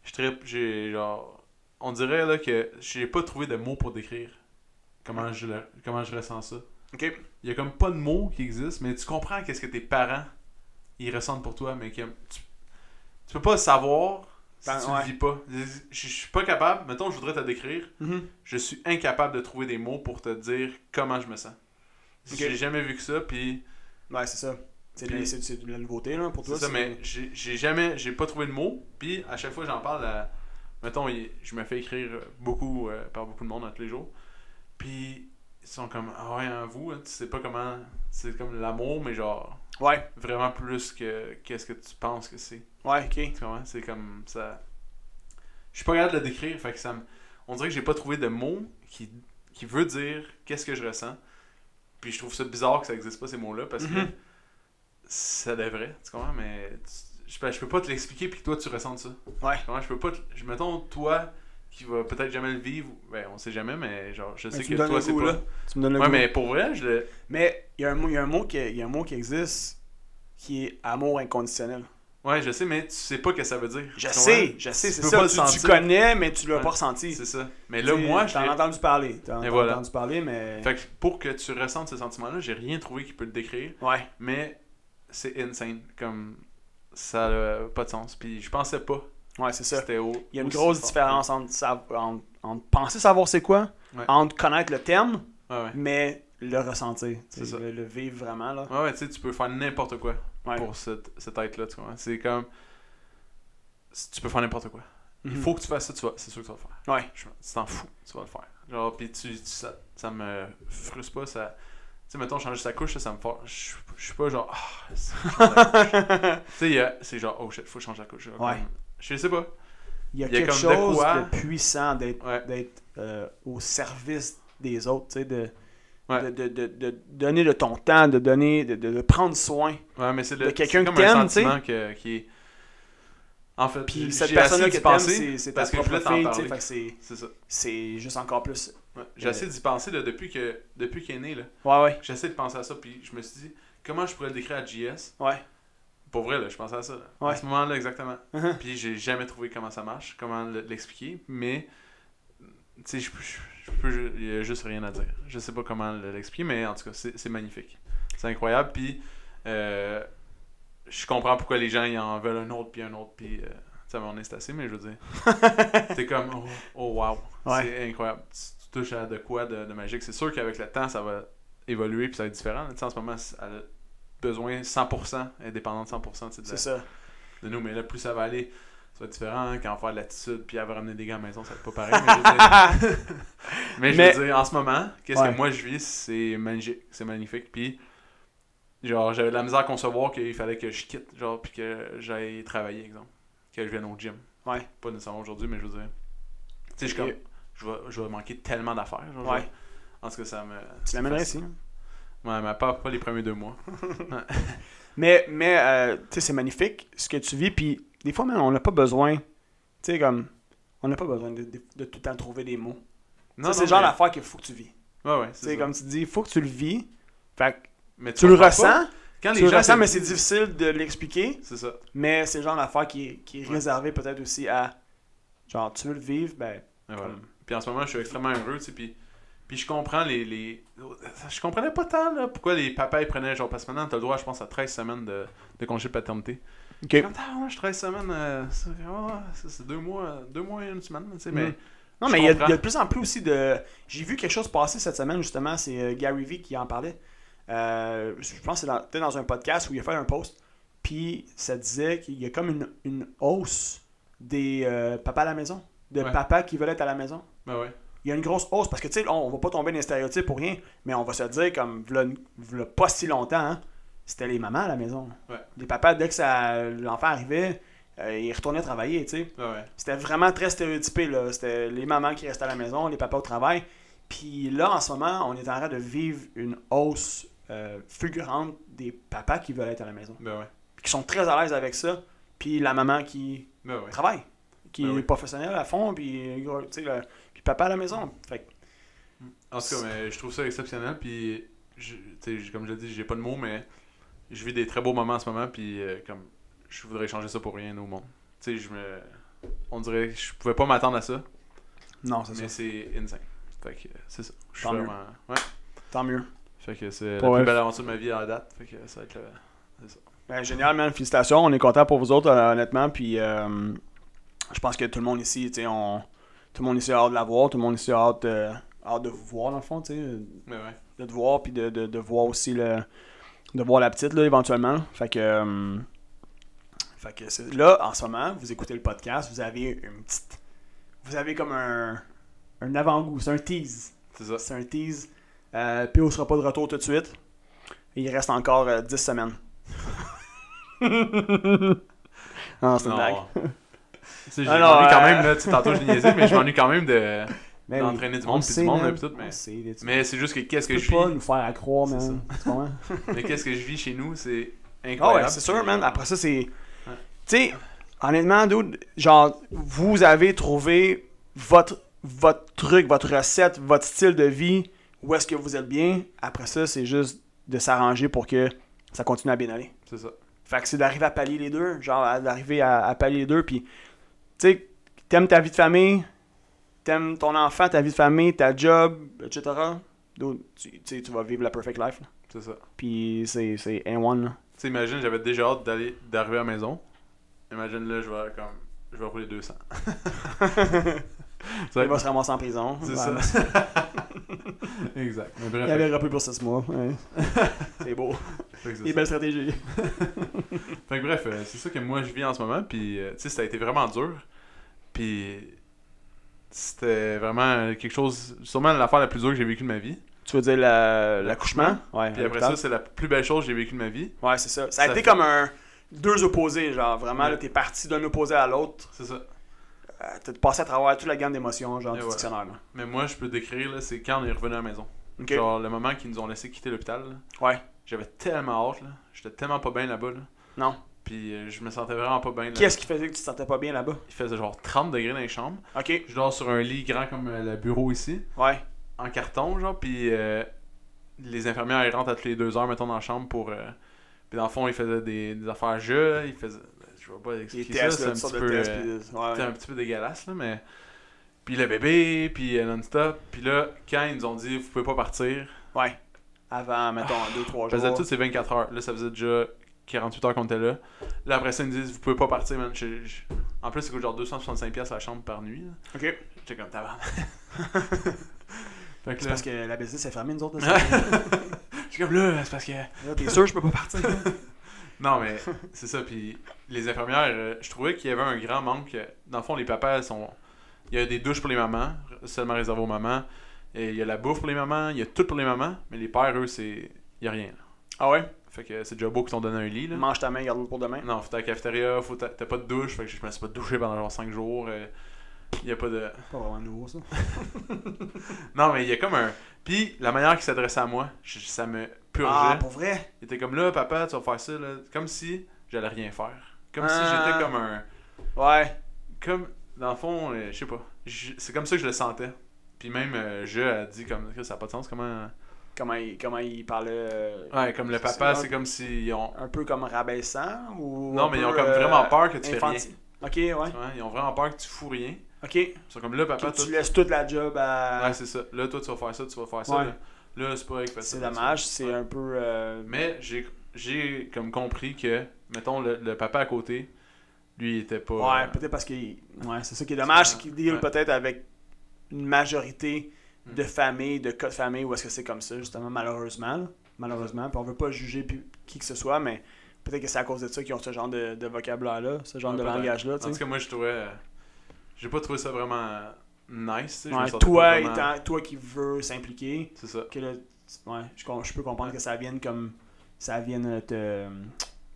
Speaker 1: Je trippe. J'ai genre. On dirait là que j'ai pas trouvé de mots pour décrire comment je le- comment je ressens ça.
Speaker 2: Ok.
Speaker 1: Il y a comme pas de mots qui existent, mais tu comprends qu'est-ce que tes parents ils ressentent pour toi, mais que tu, tu peux pas savoir si
Speaker 2: Ben,
Speaker 1: tu
Speaker 2: ouais.
Speaker 1: le vis pas. Je, je suis pas capable. Mettons, je voudrais te décrire je suis incapable de trouver des mots pour te dire comment je me sens.
Speaker 2: Ok.
Speaker 1: J'ai jamais vu que ça, puis
Speaker 2: Ouais, c'est ça. C'est de,
Speaker 1: Puis-
Speaker 2: c'est- c'est de la nouveauté là, pour
Speaker 1: c'est
Speaker 2: toi.
Speaker 1: ça, mais j'ai j'ai jamais, j'ai pas trouvé de mots, puis à chaque fois j'en parle à, mettons, il- je me fais écrire beaucoup, euh, par beaucoup de monde à tous les jours, puis ils sont comme, ah ouais, hein, vous, hein, tu sais pas comment, c'est comme l'amour, mais genre,
Speaker 2: Ouais,
Speaker 1: vraiment plus que qu'est-ce que tu penses que c'est.
Speaker 2: ouais, ok.
Speaker 1: Tu comprends? C'est comme ça. Je suis pas capable de le décrire, fait que ça me- On dirait que j'ai pas trouvé de mot qui, qui veut dire qu'est-ce que je ressens. Puis je trouve ça bizarre que ça existe pas ces mots-là parce
Speaker 2: Mhm.
Speaker 1: que ça devrait, tu comprends? Mais tu- je, peux- je peux pas te l'expliquer puis que toi tu ressentes ça.
Speaker 2: Ouais.
Speaker 1: Tu comprends? Je peux pas. te- Je mettons toi qui qui va peut-être jamais le vivre. Ben, on sait jamais, mais genre, je sais
Speaker 2: Ben, tu
Speaker 1: que
Speaker 2: me donnes
Speaker 1: toi,
Speaker 2: le
Speaker 1: c'est
Speaker 2: goût,
Speaker 1: pas.
Speaker 2: là. Tu me donnes le
Speaker 1: Ouais,
Speaker 2: goût.
Speaker 1: mais pour vrai, je le.
Speaker 2: Mais il y, a un mot- il y a un mot qui- il y a un mot qui existe qui est amour inconditionnel.
Speaker 1: Ouais, je sais, mais tu sais pas ce que ça veut dire. Tu
Speaker 2: Je
Speaker 1: comprends?
Speaker 2: sais, je sais,
Speaker 1: Tu
Speaker 2: c'est
Speaker 1: peux pas
Speaker 2: ça.
Speaker 1: le
Speaker 2: Tu, tu
Speaker 1: sentir.
Speaker 2: connais, mais tu l'as
Speaker 1: Ouais,
Speaker 2: pas ressenti.
Speaker 1: C'est ça. Mais là,
Speaker 2: Tu sais,
Speaker 1: moi, je.
Speaker 2: T'en as
Speaker 1: l'ai-
Speaker 2: entendu parler. T'en
Speaker 1: Et
Speaker 2: t'en as
Speaker 1: voilà.
Speaker 2: entendu parler, mais.
Speaker 1: Fait que pour que tu ressentes ce sentiment-là, j'ai rien trouvé qui peut le décrire.
Speaker 2: Ouais.
Speaker 1: Mais c'est insane. Comme ça n'a pas de sens. Puis je pensais pas
Speaker 2: Ouais, c'est
Speaker 1: que
Speaker 2: ça.
Speaker 1: c'était au.
Speaker 2: Il y a une
Speaker 1: aussi
Speaker 2: grosse
Speaker 1: fort.
Speaker 2: différence entre, sa- entre- entre penser savoir c'est quoi,
Speaker 1: Ouais.
Speaker 2: entre connaître le terme,
Speaker 1: Ouais, ouais.
Speaker 2: mais le ressentir. tu
Speaker 1: C'est
Speaker 2: sais,
Speaker 1: ça.
Speaker 2: Le, le vivre vraiment, là.
Speaker 1: Ouais, ouais, tu sais, tu peux faire n'importe quoi
Speaker 2: Ouais.
Speaker 1: pour cette, cette là tu vois. C'est comme. si Tu peux faire n'importe quoi. Il
Speaker 2: Mhm.
Speaker 1: faut que tu fasses ça, tu vas... c'est sûr que tu vas le faire.
Speaker 2: Ouais.
Speaker 1: Je- Tu t'en fous, tu vas le faire. Genre, pis tu, tu- ça, ça me frustre pas, ça. Tu sais, mettons, changer sa couche, ça, ça me force. Je je suis pas genre. Ah, c'est- tu sais, il y a- c'est genre, oh shit, faut changer la couche. Genre,
Speaker 2: Ouais.
Speaker 1: comme- Je sais pas.
Speaker 2: Il y a,
Speaker 1: Il y a
Speaker 2: quelque
Speaker 1: comme de
Speaker 2: chose
Speaker 1: quoi-
Speaker 2: de puissant d'être
Speaker 1: Ouais.
Speaker 2: d'être, euh, au service des autres, tu sais, de,
Speaker 1: Ouais.
Speaker 2: de, de- de- de donner de ton temps, de donner, de, de- de prendre soin.
Speaker 1: Ouais, mais c'est
Speaker 2: De
Speaker 1: le
Speaker 2: quelqu'un
Speaker 1: c'est
Speaker 2: que
Speaker 1: comme un
Speaker 2: t'aimes, tu sais.
Speaker 1: sentiment que, qui est. En fait,
Speaker 2: Puis
Speaker 1: j'ai
Speaker 2: cette
Speaker 1: assez
Speaker 2: personne-là
Speaker 1: d'y
Speaker 2: que t'aimes,
Speaker 1: penser.
Speaker 2: c'est c'est ta
Speaker 1: parce que je
Speaker 2: propre
Speaker 1: voulais t'en
Speaker 2: fille, tu
Speaker 1: parler.
Speaker 2: sais, fait que c'est- Euh,
Speaker 1: C'est ça.
Speaker 2: c'est juste encore plus.
Speaker 1: Ouais. J'ai assez d'y penser là, depuis que depuis qu'il est né. là.
Speaker 2: Ouais, ouais,
Speaker 1: J'essaie de penser à ça, puis je me suis dit, comment je pourrais le décrire à JS
Speaker 2: ouais.
Speaker 1: Pour vrai, là, je pensais à ça. là.
Speaker 2: Ouais.
Speaker 1: À ce moment-là, exactement.
Speaker 2: Uh-huh.
Speaker 1: Puis j'ai jamais trouvé comment ça marche, comment le- l'expliquer, mais. Tu sais, je peux. je peux- je- Il y a juste rien à dire. Je sais pas comment le- l'expliquer, mais en tout cas, c'est c'est magnifique. C'est incroyable, puis. euh, je comprends pourquoi les gens ils en veulent un autre, puis un autre, puis. euh, tu sais, à un moment donné, c'est assez, mais je veux dire. T'es comme, oh, oh, wow.
Speaker 2: Ouais.
Speaker 1: C'est incroyable. Tu, tu touches à de quoi de, de magique. C'est sûr qu'avec le temps, ça va évoluer puis ça va être différent. Tu sais, en ce moment, c- elle a besoin 100%, elle est dépendante 100% tu sais, de,
Speaker 2: C'est ça.
Speaker 1: de nous. Mais là, plus ça va aller, ça va être différent. hein, Quand on va faire de l'attitude puis elle va ramener des gars à la maison, ça va être pas pareil. mais je veux dire- mais je
Speaker 2: Mais-
Speaker 1: veux dire, en ce moment, qu'est-ce
Speaker 2: Ouais.
Speaker 1: que moi je vis, c'est magique, c'est magnifique. Puis, genre, j'avais de la misère à concevoir qu'il fallait que je quitte, genre, puis que j'aille travailler, exemple. Que je vienne au gym.
Speaker 2: Ouais.
Speaker 1: Pas nécessairement aujourd'hui, mais je veux dire. Tu sais, je suis
Speaker 2: Ok.
Speaker 1: comme, je vais, je vais manquer tellement d'affaires. genre, je
Speaker 2: Ouais.
Speaker 1: vais- En tout cas, ça me.
Speaker 2: Tu l'amènerais ici.
Speaker 1: Ouais, mais pas, pas les premiers deux mois.
Speaker 2: Mais, mais euh, tu sais, c'est magnifique ce que tu vis. Puis des fois, même, on n'a pas besoin. Tu sais, comme. On n'a pas besoin de, de- de tout le temps trouver des mots. Ça, c'est le genre
Speaker 1: mais-
Speaker 2: l'affaire qu'il faut que tu vis.
Speaker 1: Ouais, ouais,
Speaker 2: Tu
Speaker 1: c'est
Speaker 2: sais,
Speaker 1: ça.
Speaker 2: comme tu dis, il faut que tu le vis. Fait que
Speaker 1: Mais
Speaker 2: tu le
Speaker 1: comprends pas.
Speaker 2: ressens.
Speaker 1: Quand
Speaker 2: Tu
Speaker 1: les
Speaker 2: le
Speaker 1: gens
Speaker 2: ressens,
Speaker 1: te
Speaker 2: mais
Speaker 1: disent-
Speaker 2: c'est difficile de l'expliquer.
Speaker 1: C'est ça.
Speaker 2: Mais c'est le genre d'affaire qui est, qui est
Speaker 1: Ouais.
Speaker 2: réservé peut-être aussi à. Genre, tu veux le vivre, ben.
Speaker 1: Et voilà.
Speaker 2: Comme-
Speaker 1: Puis en ce moment, je suis extrêmement heureux, tu sais, puis, puis je comprends les, les... Je comprenais pas tant, là, pourquoi les papas, ils prenaient, genre, parce que maintenant, t'as le droit, je pense, à 13 semaines de, de congé de paternité.
Speaker 2: Ok.
Speaker 1: Comme, ah, je 13 semaines, euh, c'est ouais, c'est- c'est deux mois, euh, deux mois et une semaine, tu sais,
Speaker 2: Mhm.
Speaker 1: mais...
Speaker 2: Non,
Speaker 1: Je
Speaker 2: mais il y, a- il y
Speaker 1: comprends.
Speaker 2: a de plus en plus aussi de. J'ai vu quelque chose passer cette semaine, justement. C'est euh, Gary Vee qui en parlait. Euh, je pense que c'est dans, peut-être dans un podcast où il a fait un post. Puis ça disait qu'il y a comme une, une hausse des euh, papas à la maison. De
Speaker 1: Ouais.
Speaker 2: papas qui veulent être à la maison.
Speaker 1: Ben ouais.
Speaker 2: Il y a une grosse hausse parce que, tu sais, on, on va pas tomber dans les stéréotypes pour rien. Mais on va se dire, comme, v'là, v'là pas si longtemps, hein, c'était les mamans à la maison.
Speaker 1: Ouais.
Speaker 2: Les papas, dès que ça, l'enfant arrivait, euh, ils retournaient travailler, tu sais.
Speaker 1: Ben ouais.
Speaker 2: C'était vraiment très stéréotypé, là. C'était les mamans qui restaient à la maison, les papas au travail. Puis là, en ce moment, on est en train de vivre une hausse euh, fulgurante des papas qui veulent être à la maison.
Speaker 1: Ben ouais.
Speaker 2: Qui sont très à l'aise avec ça. Puis la maman qui
Speaker 1: Ben ouais.
Speaker 2: travaille, qui
Speaker 1: Ben oui.
Speaker 2: est professionnelle à fond, puis, euh, tu sais, le- puis papa à la maison. Fait que-
Speaker 1: En tout cas, mais je trouve ça exceptionnel. Puis, je- tu sais, j'ai- comme je l'ai dit, j'ai pas de mots, mais je vis des très beaux moments en ce moment. Puis, euh, comme, je voudrais changer ça pour rien au monde. Tu sais, je me. On dirait que je pouvais pas m'attendre à ça,
Speaker 2: non, c'est ça.
Speaker 1: mais c'est insane. Fait que, euh, c'est ça. Je suis
Speaker 2: Tant mieux.
Speaker 1: vraiment. Ouais.
Speaker 2: Tant mieux.
Speaker 1: Fait que c'est la
Speaker 2: Ouais.
Speaker 1: plus belle aventure de ma vie à la date. Fait que ça va être euh, le-
Speaker 2: Ben, génial, man. Félicitations. On est content pour vous autres, euh, honnêtement. Puis euh, je pense que tout le monde ici, tu sais, on... tout le monde ici a hâte de la voir. Tout le monde ici a hâte, euh, hâte de vous voir, dans le fond, tu sais.
Speaker 1: Mais ouais.
Speaker 2: De te voir, puis de, de, de voir aussi le... De voir la petite, là, éventuellement. Fait que... euh, Fait que c'est- là, en ce moment, vous écoutez le podcast, vous avez une petite... Vous avez comme un... Un avant-goût, c'est un tease.
Speaker 1: C'est ça.
Speaker 2: C'est un tease. Euh, P.O. sera pas de retour tout de suite. Il reste encore euh, 10 semaines. non, c'est une blague.
Speaker 1: Non. Tu sais, je
Speaker 2: Ah non,
Speaker 1: m'ennuie quand
Speaker 2: euh,
Speaker 1: même, là. Tu sais, tantôt, je niaisais, mais je m'ennuie quand même de.
Speaker 2: Mais
Speaker 1: D'entraîner du
Speaker 2: on
Speaker 1: monde,
Speaker 2: le
Speaker 1: puis du
Speaker 2: sait,
Speaker 1: monde,
Speaker 2: man.
Speaker 1: là, puis tout, mais-
Speaker 2: On le sait, là, tu
Speaker 1: Mais c'est juste que qu'est-ce que
Speaker 2: peux
Speaker 1: je
Speaker 2: pas
Speaker 1: vis.
Speaker 2: nous faire accroire, man.
Speaker 1: C'est
Speaker 2: Tu comprends?
Speaker 1: Mais qu'est-ce que je vis chez nous, c'est
Speaker 2: Ah
Speaker 1: incroyable.
Speaker 2: ouais, c'est sûr, man. Après ça, c'est.
Speaker 1: Ouais.
Speaker 2: Tu sais, honnêtement, dude, genre, vous avez trouvé votre, votre truc, votre recette, votre style de vie, où est-ce que vous êtes bien. Après ça, c'est juste de s'arranger pour que ça continue à bien aller.
Speaker 1: C'est ça.
Speaker 2: Fait que c'est d'arriver à pallier les deux, genre à- d'arriver à, à pallier les deux, puis tu sais, t'aimes ta vie de famille, t'aimes ton enfant, ta vie de famille, ta job, etc. Donc, Tu tu sais, tu vas vivre la perfect life, là.
Speaker 1: C'est ça.
Speaker 2: puis c'est c'est N1, là.
Speaker 1: Tu sais, imagine, j'avais déjà hâte d'aller d'arriver à la maison. Imagine là, je vais comme je vais rouler 200.
Speaker 2: Il va se ramasser en prison.
Speaker 1: C'est
Speaker 2: Voilà.
Speaker 1: ça. exact. Mais bref,
Speaker 2: Il avait repris pour 6 mois. ouais. c'est beau.
Speaker 1: fait que c'est
Speaker 2: Des
Speaker 1: ça.
Speaker 2: belles stratégies.
Speaker 1: Fait que bref, euh, c'est ça que moi je vis en ce moment. Puis, euh, tu sais, ça a été vraiment dur. Puis, c'était vraiment quelque chose, sûrement l'affaire la plus dure que j'ai vécue de ma vie.
Speaker 2: Tu veux dire la- l'accouchement? Ouais.
Speaker 1: Puis après ça, c'est la plus belle chose que j'ai vécue de ma vie.
Speaker 2: Ouais, c'est ça. Ça
Speaker 1: Ça
Speaker 2: a été
Speaker 1: fait-
Speaker 2: comme un... Deux opposés, genre vraiment,
Speaker 1: Ouais.
Speaker 2: là, t'es parti d'un opposé à l'autre.
Speaker 1: C'est ça.
Speaker 2: Euh, t'as passé à travers toute la gamme d'émotions, genre
Speaker 1: Et
Speaker 2: du
Speaker 1: ouais.
Speaker 2: dictionnaire. là.
Speaker 1: Mais moi, je peux décrire, là, c'est quand on est revenu à la maison.
Speaker 2: Ok.
Speaker 1: Genre, le moment qu'ils nous ont laissé quitter l'hôpital, là,
Speaker 2: Ouais.
Speaker 1: j'avais tellement hâte, là. J'étais tellement pas bien là-bas, là.
Speaker 2: Non.
Speaker 1: Puis, euh, je me sentais vraiment pas bien. là.
Speaker 2: Qu'est-ce qui faisait que tu te sentais pas bien là-bas?
Speaker 1: Il faisait genre 30 degrés dans les chambres.
Speaker 2: Ok.
Speaker 1: Je dors sur un lit grand comme euh, le bureau ici.
Speaker 2: Ouais.
Speaker 1: en carton, genre, puis euh, les infirmières, elles rentrent à toutes les deux heures, mettons, dans la chambre pour... euh, puis dans le fond, ils faisaient des, des affaires jeux, ils faisaient... ben, Je vais pas
Speaker 2: Des
Speaker 1: expliquer
Speaker 2: tests,
Speaker 1: ça,
Speaker 2: là,
Speaker 1: c'est un
Speaker 2: toutes
Speaker 1: petit
Speaker 2: sortes de
Speaker 1: peu...
Speaker 2: tests.
Speaker 1: euh,
Speaker 2: puis- ouais,
Speaker 1: c'était un petit peu dégueulasse, là, mais... Puis le bébé, puis euh, non-stop, puis là, quand ils nous ont dit « Vous pouvez pas partir
Speaker 2: Ouais. Avant, mettons, 2-3 jours. »
Speaker 1: Je faisais toutes ces 24 heures. Là, ça faisait déjà 48 heures qu'on était là. Là, après ça, ils me disent « Vous pouvez pas partir, man. Je- je- En plus, c'est coûte genre 265$ piastres la chambre par nuit. là.
Speaker 2: Ok.
Speaker 1: J'étais comme « Tabarnak. Fait que
Speaker 2: C'est
Speaker 1: là,
Speaker 2: parce que la business est fermée, nous autres. là,
Speaker 1: j'étais comme « Là, c'est parce que... »
Speaker 2: c'est- Là, T'es sûr, je peux pas partir.
Speaker 1: Non, mais c'est ça. Puis les infirmières, euh, je trouvais qu'il y avait un grand manque. Dans le fond, les papas, elles sont. Il y a des douches pour les mamans, seulement réservées aux mamans. Et il y a la bouffe pour les mamans, il y a tout pour les mamans. Mais les pères, eux, c'est. Il y a rien. là.
Speaker 2: Ah ouais?
Speaker 1: Fait que c'est déjà beau qu'ils t'ont donné un lit. Là.
Speaker 2: Mange ta main, garde-le pour demain.
Speaker 1: Non, faut à la cafétéria, faut t'a- t'as pas de douche. Fait que je me suis pas douché pendant genre 5 jours. euh, Il y a pas de.
Speaker 2: Pas vraiment nouveau, ça.
Speaker 1: Non, mais il y a comme un. Puis la manière qu'ils s'adressaient à moi, je- ça me purgeait.
Speaker 2: Ah, pour vrai?
Speaker 1: Il était comme là, papa, tu vas faire ça. Là. Comme si j'allais rien faire. Comme si
Speaker 2: Ah.
Speaker 1: j'étais comme un.
Speaker 2: Ouais.
Speaker 1: comme dans le fond euh, je sais pas Je- c'est comme ça que je le sentais puis même euh, je a dit comme ça n'a pas de sens comment
Speaker 2: Comment il, comment il parlait. euh,
Speaker 1: ouais comme le
Speaker 2: C'est-
Speaker 1: papa
Speaker 2: c'est-
Speaker 1: c'est comme si ont
Speaker 2: Un peu comme rabaissant ou.
Speaker 1: non
Speaker 2: un
Speaker 1: mais ils
Speaker 2: peu,
Speaker 1: ont comme
Speaker 2: euh,
Speaker 1: vraiment peur que tu fais rien
Speaker 2: infanti- Ok, ouais.
Speaker 1: Ouais, ils ont vraiment peur que tu fous rien
Speaker 2: Ok.
Speaker 1: ils sont comme là
Speaker 2: Que
Speaker 1: papa
Speaker 2: tu
Speaker 1: toi,
Speaker 2: laisses toute la job à.
Speaker 1: ouais, c'est ça là toi tu vas faire ça tu vas faire ça
Speaker 2: Ouais.
Speaker 1: là. là, c'est pas vrai que fais ça,
Speaker 2: c'est
Speaker 1: là, tu-
Speaker 2: dommage, c'est
Speaker 1: Ouais.
Speaker 2: un peu. euh,
Speaker 1: mais j'ai j'ai comme compris que mettons le, le papa à côté lui il était pas
Speaker 2: Ouais,
Speaker 1: euh,
Speaker 2: peut-être parce que. Ouais, c'est ça qui est dommage, c'est qu'il deal
Speaker 1: Ouais.
Speaker 2: peut-être avec une majorité de
Speaker 1: Mm.
Speaker 2: familles, de cas de famille où est-ce que c'est comme ça, justement, malheureusement. là. Malheureusement. Puis on veut pas juger pu- qui que ce soit, mais peut-être que c'est à cause de ça qu'ils ont ce genre de, de vocabulaire-là, ce genre
Speaker 1: Ouais,
Speaker 2: de
Speaker 1: peut-être.
Speaker 2: langage-là. tu
Speaker 1: en tout
Speaker 2: sais.
Speaker 1: cas moi je trouvais euh, j'ai pas trouvé ça vraiment euh, nice tu sais, je me
Speaker 2: Ouais,
Speaker 1: sentais
Speaker 2: toi,
Speaker 1: pas vraiment-
Speaker 2: étant- toi qui veux s'impliquer,
Speaker 1: c'est ça
Speaker 2: que là, tu- ouais, je, com- je peux comprendre que ça vienne comme. Ça vienne te.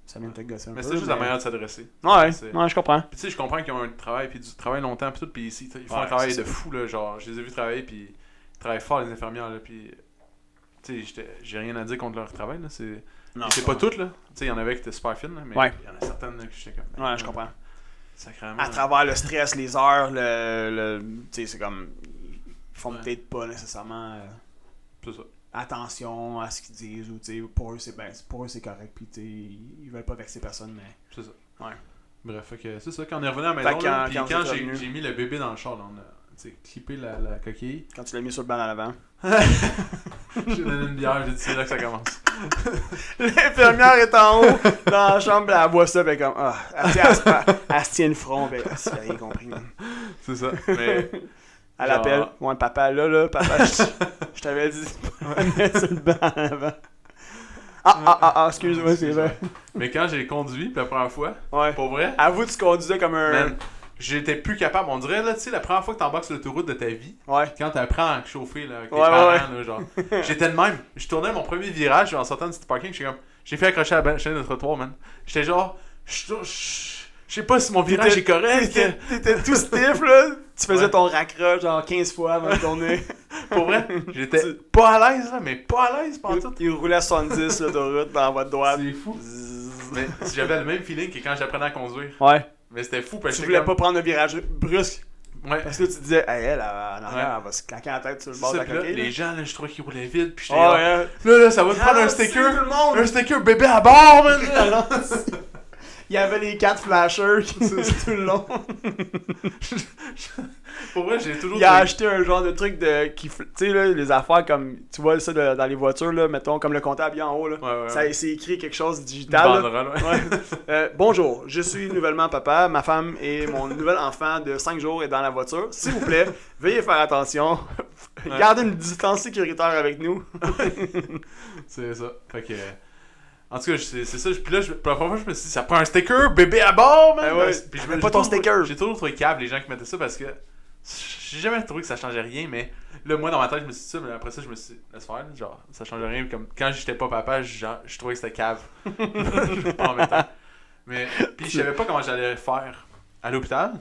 Speaker 2: Ça vienne te gosser un
Speaker 1: Mais
Speaker 2: peu.
Speaker 1: c'est juste la manière de s'adresser.
Speaker 2: Ouais,
Speaker 1: c'est-
Speaker 2: ouais, je comprends.
Speaker 1: Puis tu sais, je comprends qu'ils ont un travail, puis du travail longtemps, puis tout, puis ici, ils font
Speaker 2: Ouais,
Speaker 1: un travail
Speaker 2: c'est
Speaker 1: de fou, là, genre, je les ai vus travailler, puis ils travaillent fort, les infirmières, là, puis... Tu sais, j'étais- j'ai rien à dire contre leur travail, là, c'est...
Speaker 2: Non,
Speaker 1: c'est pas toutes, là. Tu sais, il y en avait qui étaient super fines, là, mais il
Speaker 2: Ouais.
Speaker 1: y en a certaines, là, que j'étais comme...
Speaker 2: Ouais, je comprends.
Speaker 1: Sacrément.
Speaker 2: à travers le stress, les heures, le, le- tu sais, c'est comme ils font
Speaker 1: Ouais.
Speaker 2: peut-être pas nécessairement euh,
Speaker 1: C'est ça.
Speaker 2: attention à ce qu'ils disent ou tu sais, pour eux c'est ben, pour eux c'est correct puis tu sais, ils ils veulent pas vexer personne mais
Speaker 1: C'est ça.
Speaker 2: Ouais.
Speaker 1: Bref, fait que c'est ça, quand on est revenu à la
Speaker 2: Fait
Speaker 1: maison,
Speaker 2: que
Speaker 1: là,
Speaker 2: quand-
Speaker 1: puis
Speaker 2: quand
Speaker 1: quand,
Speaker 2: vous êtes
Speaker 1: j'ai
Speaker 2: revenu-
Speaker 1: j'ai mis le bébé dans le char, là, on a, tu sais, clippé la, la coquille,
Speaker 2: quand tu l'as mis sur le banc à l'avant.
Speaker 1: j'ai donné une bière, j'ai dit, c'est là que ça commence.
Speaker 2: L'infirmière est en haut dans la chambre, puis elle voit ça, puis elle est comme ah, elle, tu sais, elle se fait- elle se tient le front, puis elle elle a rien compris. man.
Speaker 1: C'est ça, mais...
Speaker 2: Elle
Speaker 1: Genre- ah.
Speaker 2: appelle, ouais papa là là, papa, je, je t'avais dit de pas le mettre sur le banc à l'avant. Ah ah ah, ah excuse-moi, c'est vrai.
Speaker 1: Mais quand j'ai conduit, puis la première fois,
Speaker 2: Ouais.
Speaker 1: pour vrai...
Speaker 2: Avoue tu conduisais comme un
Speaker 1: Man, j'étais plus capable. On dirait, là, tu sais, la première fois que t'embarques sur l'autoroute de ta vie,
Speaker 2: ouais.
Speaker 1: quand t'apprends à chauffer, là, avec tes
Speaker 2: Ouais, ouais,
Speaker 1: parents,
Speaker 2: ouais.
Speaker 1: là, genre. J'étais le même. Je tournais mon premier virage en sortant du petit parking, j'étais comme. J'ai fait accrocher à la chaîne de trottoir, man. J'étais genre. Je je- je sais pas si mon virage est correct.
Speaker 2: T'étais t'étais tout stiff, là. Tu faisais
Speaker 1: Ouais.
Speaker 2: ton raccroche genre 15 fois avant de tourner.
Speaker 1: Pour vrai, j'étais pas à l'aise, là, mais pas à l'aise pendant tout.
Speaker 2: Il roulait à 70 l'autoroute dans votre droite.
Speaker 1: C'est fou.
Speaker 2: Zzz.
Speaker 1: Mais j'avais le même feeling que quand j'apprenais à conduire.
Speaker 2: Ouais.
Speaker 1: Mais c'était fou parce
Speaker 2: Tu
Speaker 1: que
Speaker 2: voulais
Speaker 1: j'étais comme-
Speaker 2: pas prendre un virage brusque.
Speaker 1: Ouais.
Speaker 2: Parce que là, tu te disais, hey, elle, elle, en arrière,
Speaker 1: Ouais.
Speaker 2: elle va se claquer en tête sur le
Speaker 1: C'est
Speaker 2: bord de
Speaker 1: ça,
Speaker 2: la
Speaker 1: puis là,
Speaker 2: coquille. là.
Speaker 1: les gens, là, je trouvais qu'ils roulaient vite, puis j'étais là,
Speaker 2: Ah, ouais.
Speaker 1: là, là, ça va te prendre un
Speaker 2: Ralentis, tout
Speaker 1: sticker,
Speaker 2: le monde!
Speaker 1: un sticker bébé à bord, man!
Speaker 2: Ralentis. hein. Il y avait les quatre flashers qui tout le long.
Speaker 1: Pour vrai, j'ai toujours
Speaker 2: Il a
Speaker 1: trouvé-
Speaker 2: acheté un genre de truc de qui fl- tu sais là les affaires comme tu vois ça de- dans les voitures là mettons comme le comptable il est en haut là.
Speaker 1: Ouais, ouais,
Speaker 2: ça
Speaker 1: ouais.
Speaker 2: c'est écrit quelque chose de
Speaker 1: Une
Speaker 2: digital. là.
Speaker 1: banderole, ouais.
Speaker 2: Ouais. Euh, bonjour, je suis nouvellement papa, ma femme et mon nouvel enfant de 5 jours est dans la voiture. S'il vous plaît, veuillez faire attention.
Speaker 1: Ouais.
Speaker 2: Gardez une distance sécuritaire avec nous.
Speaker 1: C'est ça. Fait que. euh, En tout cas, c'est c'est ça. Puis là, je, pour la première fois, je me suis dit, ça prend un sticker, bébé à bord, man! Ben,
Speaker 2: Ah ouais,
Speaker 1: Puis
Speaker 2: t'avais
Speaker 1: me-
Speaker 2: pas
Speaker 1: j'ai
Speaker 2: ton
Speaker 1: toujours-
Speaker 2: sticker.
Speaker 1: J'ai toujours trouvé câble les gens qui mettaient ça parce que j'ai jamais trouvé que ça changeait rien, mais là, moi, dans ma tête, je me suis dit ça, mais après ça, je me suis dit, laisse faire, là, genre, ça changeait rien. Comme quand j'étais pas papa, je- genre, je trouvais que c'était cave. en même temps. Mais, puis je savais pas comment j'allais faire à l'hôpital.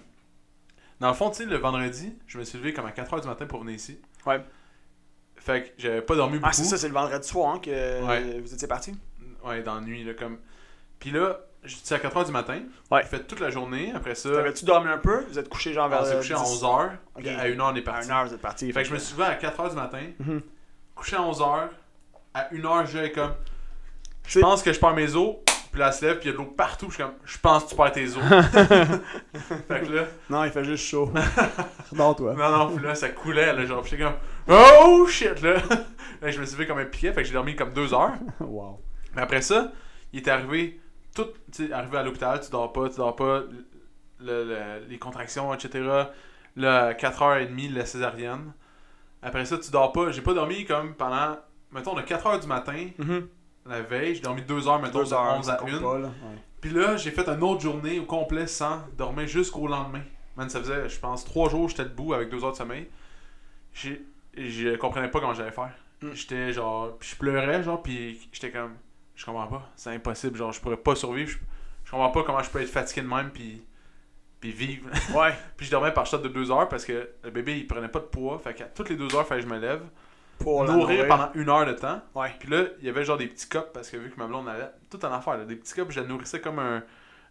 Speaker 1: Dans le fond, tu sais, le vendredi, je me suis levé comme à 4h du matin pour venir ici.
Speaker 2: Ouais.
Speaker 1: Fait que j'avais pas dormi beaucoup.
Speaker 2: Ah c'est ça, c'est le vendredi soir hein, que
Speaker 1: Ouais.
Speaker 2: vous étiez parti.
Speaker 1: Ouais, dans la nuit, là, comme... Puis là, je suis à 4h du matin.
Speaker 2: Ouais.
Speaker 1: J'ai fait toute la journée. Après ça,
Speaker 2: T'avais-tu dormi un peu Vous êtes couché genre vers
Speaker 1: Euh. Ah, on s'est couché à
Speaker 2: 10,
Speaker 1: 11h.
Speaker 2: Ok.
Speaker 1: À 1h, on est
Speaker 2: à
Speaker 1: parti.
Speaker 2: 1h vous êtes parti.
Speaker 1: Fait que je me suis levé à 4h du matin.
Speaker 2: Mhm.
Speaker 1: Couché à 11h. À 1h, j'ai comme... Je
Speaker 2: C'est-
Speaker 1: pense que je perds mes os. Puis là, elle se lève, puis il y a de l'eau partout. Je suis comme, je pense que tu perds tes os. fait que là,
Speaker 2: Non, il fait juste chaud. Redors toi.
Speaker 1: non, non, puis là, ça coulait, là, genre, puis j'étais comme, oh shit, là. Là, je me suis levé comme un piquet, fait que j'ai dormi comme deux heures.
Speaker 2: wow.
Speaker 1: Mais après ça, il est arrivé tout, tu sais, arrivé à l'hôpital, tu dors pas, tu dors pas, le- le- les contractions, etc. Là, 4h30, la césarienne. Après ça, tu dors pas. J'ai pas dormi comme pendant, mettons, de 4h du matin, la veille, j'ai dormi 2h, mettons,
Speaker 2: Deux
Speaker 1: de
Speaker 2: heures,
Speaker 1: 11
Speaker 2: ça
Speaker 1: à
Speaker 2: compte
Speaker 1: 1.
Speaker 2: Mhm. pas, là. Ouais.
Speaker 1: Puis là, j'ai fait une autre journée au complet sans dormir jusqu'au lendemain. Man, ça faisait, je pense, trois jours j'étais debout avec deux heures de sommeil. J'ai- Je comprenais pas comment j'allais faire.
Speaker 2: Mm.
Speaker 1: J'étais genre, puis je pleurais, genre, puis j'étais comme, je comprends pas, c'est impossible, genre, je pourrais pas survivre. Je, je comprends pas comment je peux être fatigué de même, puis, puis vivre.
Speaker 2: Ouais.
Speaker 1: puis je dormais par shot de deux heures parce que le bébé il prenait pas de poids, fait qu'à toutes les deux heures, fallait que je me lève.
Speaker 2: Pour la
Speaker 1: nourrir pendant une heure de temps.
Speaker 2: Ouais.
Speaker 1: Puis là, il y avait genre des petits cups parce que vu que ma blonde avait tout en affaire, là, des petits cups, je la nourrissais comme un-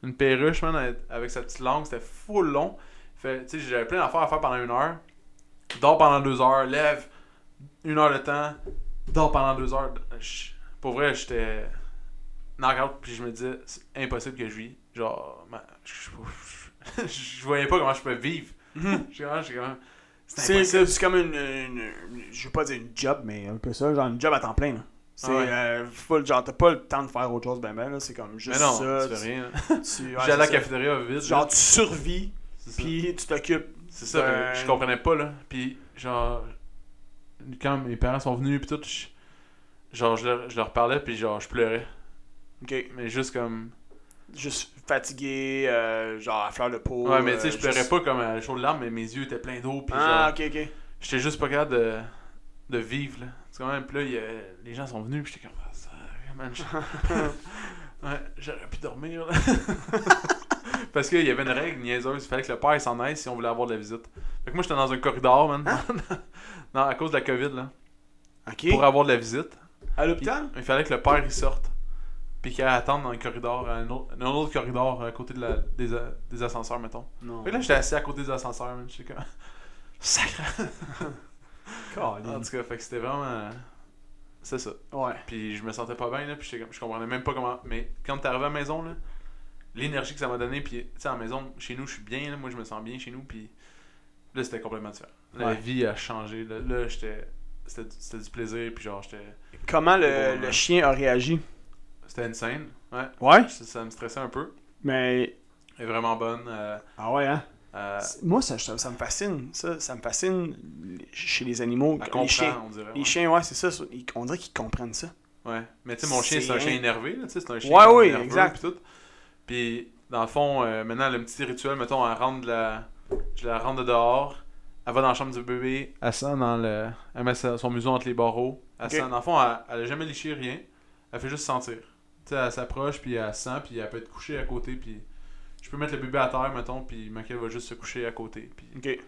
Speaker 1: une perruche, man, avec- avec sa petite langue, c'était full long. Fait, tu sais, j'avais plein d'affaires à faire pendant une heure. Dors pendant deux heures, lève une heure de temps, dors pendant deux heures. Je- pour vrai, j'étais knock-out, puis je me disais, c'est impossible que je vis. Genre, man, je, je- je voyais pas comment je pouvais vivre.
Speaker 2: Mhm.
Speaker 1: J'ai vraiment- j'ai vraiment- C'est
Speaker 2: C'est
Speaker 1: impossible.
Speaker 2: c'est comme une, une- une- Je veux pas dire une job, mais un peu ça. Genre une job à temps plein, là. C'est
Speaker 1: Ah ouais.
Speaker 2: euh, full, genre t'as pas le temps de faire autre chose ben ben là, c'est comme
Speaker 1: Mais
Speaker 2: juste
Speaker 1: non,
Speaker 2: ça.
Speaker 1: tu fais rien. là.
Speaker 2: tu- ouais,
Speaker 1: J'allais à la
Speaker 2: c'est ça.
Speaker 1: cafétéria vite. là.
Speaker 2: Genre tu survis,
Speaker 1: C'est ça.
Speaker 2: puis tu t'occupes.
Speaker 1: C'est ça,
Speaker 2: Ben-
Speaker 1: mais je comprenais pas, là. Puis, genre, quand mes parents sont venus, puis tout, je- genre, je leur, je leur parlais, puis genre, je pleurais.
Speaker 2: Ok.
Speaker 1: Mais juste comme.
Speaker 2: Juste fatigué, euh, genre à fleur de peau.
Speaker 1: ouais, mais tu sais,
Speaker 2: euh,
Speaker 1: je pleurais
Speaker 2: juste-
Speaker 1: pas comme à chaud de larmes, mais mes yeux étaient pleins d'eau, puis
Speaker 2: Ah,
Speaker 1: genre,
Speaker 2: ok, ok.
Speaker 1: j'étais juste pas capable de, de vivre, là. Tu sais, quand même, puis là, il y a- les gens sont venus, puis j'étais comme, ah, ça, man, je- ouais, j'aurais pu dormir, là. Parce qu'il y avait une règle niaiseuse, il fallait que le père il s'en aille si on voulait avoir de la visite. Fait que moi, j'étais dans un corridor, man. non, à cause de la COVID, là.
Speaker 2: Ok.
Speaker 1: Pour avoir de la visite.
Speaker 2: À
Speaker 1: Puis,
Speaker 2: l'hôpital
Speaker 1: il fallait que le père il sorte. Puis qu'il attende dans le corridor, un autre, dans un autre corridor à côté de la- des, a- des ascenseurs, mettons.
Speaker 2: Non.
Speaker 1: Fait que là, j'étais assis à côté des ascenseurs, man. J'étais comme. Sacré!
Speaker 2: Colin.
Speaker 1: En tout cas, fait que c'était vraiment. C'est ça.
Speaker 2: Ouais.
Speaker 1: Puis je me sentais pas bien, là. Puis j'étais comme- je comprenais même pas comment. Mais quand t'es arrivé à la maison, là, l'énergie que ça m'a donné, puis tu sais, à la maison, chez nous, je suis bien, là. Moi, je me sens bien chez nous, puis là, c'était complètement différent. La
Speaker 2: Ouais.
Speaker 1: vie a changé, là. Là, j'étais. C'était du- c'était du plaisir, puis genre, j'étais.
Speaker 2: Comment le,
Speaker 1: Bon,
Speaker 2: le
Speaker 1: ouais.
Speaker 2: chien a réagi
Speaker 1: C'était insane. Ouais.
Speaker 2: Ouais.
Speaker 1: Ça, ça me stressait un peu.
Speaker 2: Mais.
Speaker 1: Elle est vraiment bonne. euh,
Speaker 2: Ah ouais, hein.
Speaker 1: euh,
Speaker 2: C'est- Moi, ça, ça, ça me fascine. Ça, ça me fascine les- chez les animaux.
Speaker 1: elle
Speaker 2: les chiens.
Speaker 1: comprend, on dirait.
Speaker 2: Les
Speaker 1: ouais.
Speaker 2: chiens, ouais, c'est ça. ça, ils- On dirait qu'ils comprennent ça.
Speaker 1: Ouais. Mais tu sais, mon chien, c'est un
Speaker 2: C'est-
Speaker 1: chien énervé. là, tu sais, C'est un chien
Speaker 2: Ouais, oui,
Speaker 1: nerveux,
Speaker 2: exact.
Speaker 1: Puis, tout. Puis, dans le fond, euh, maintenant, le petit rituel, mettons, elle rentre de la... Je la rentre de dehors. Elle va dans la chambre du bébé. Elle sent dans le... Elle met sa- son museau entre les barreaux. Elle
Speaker 2: Ok.
Speaker 1: sent... Dans le fond, elle, elle a jamais liché rien. Elle fait juste sentir. Tu sais, elle s'approche, puis elle sent, puis elle peut être couchée à côté, puis... Je peux mettre le bébé à terre, mettons, puis Michael va juste se coucher à côté, puis...
Speaker 2: Ok.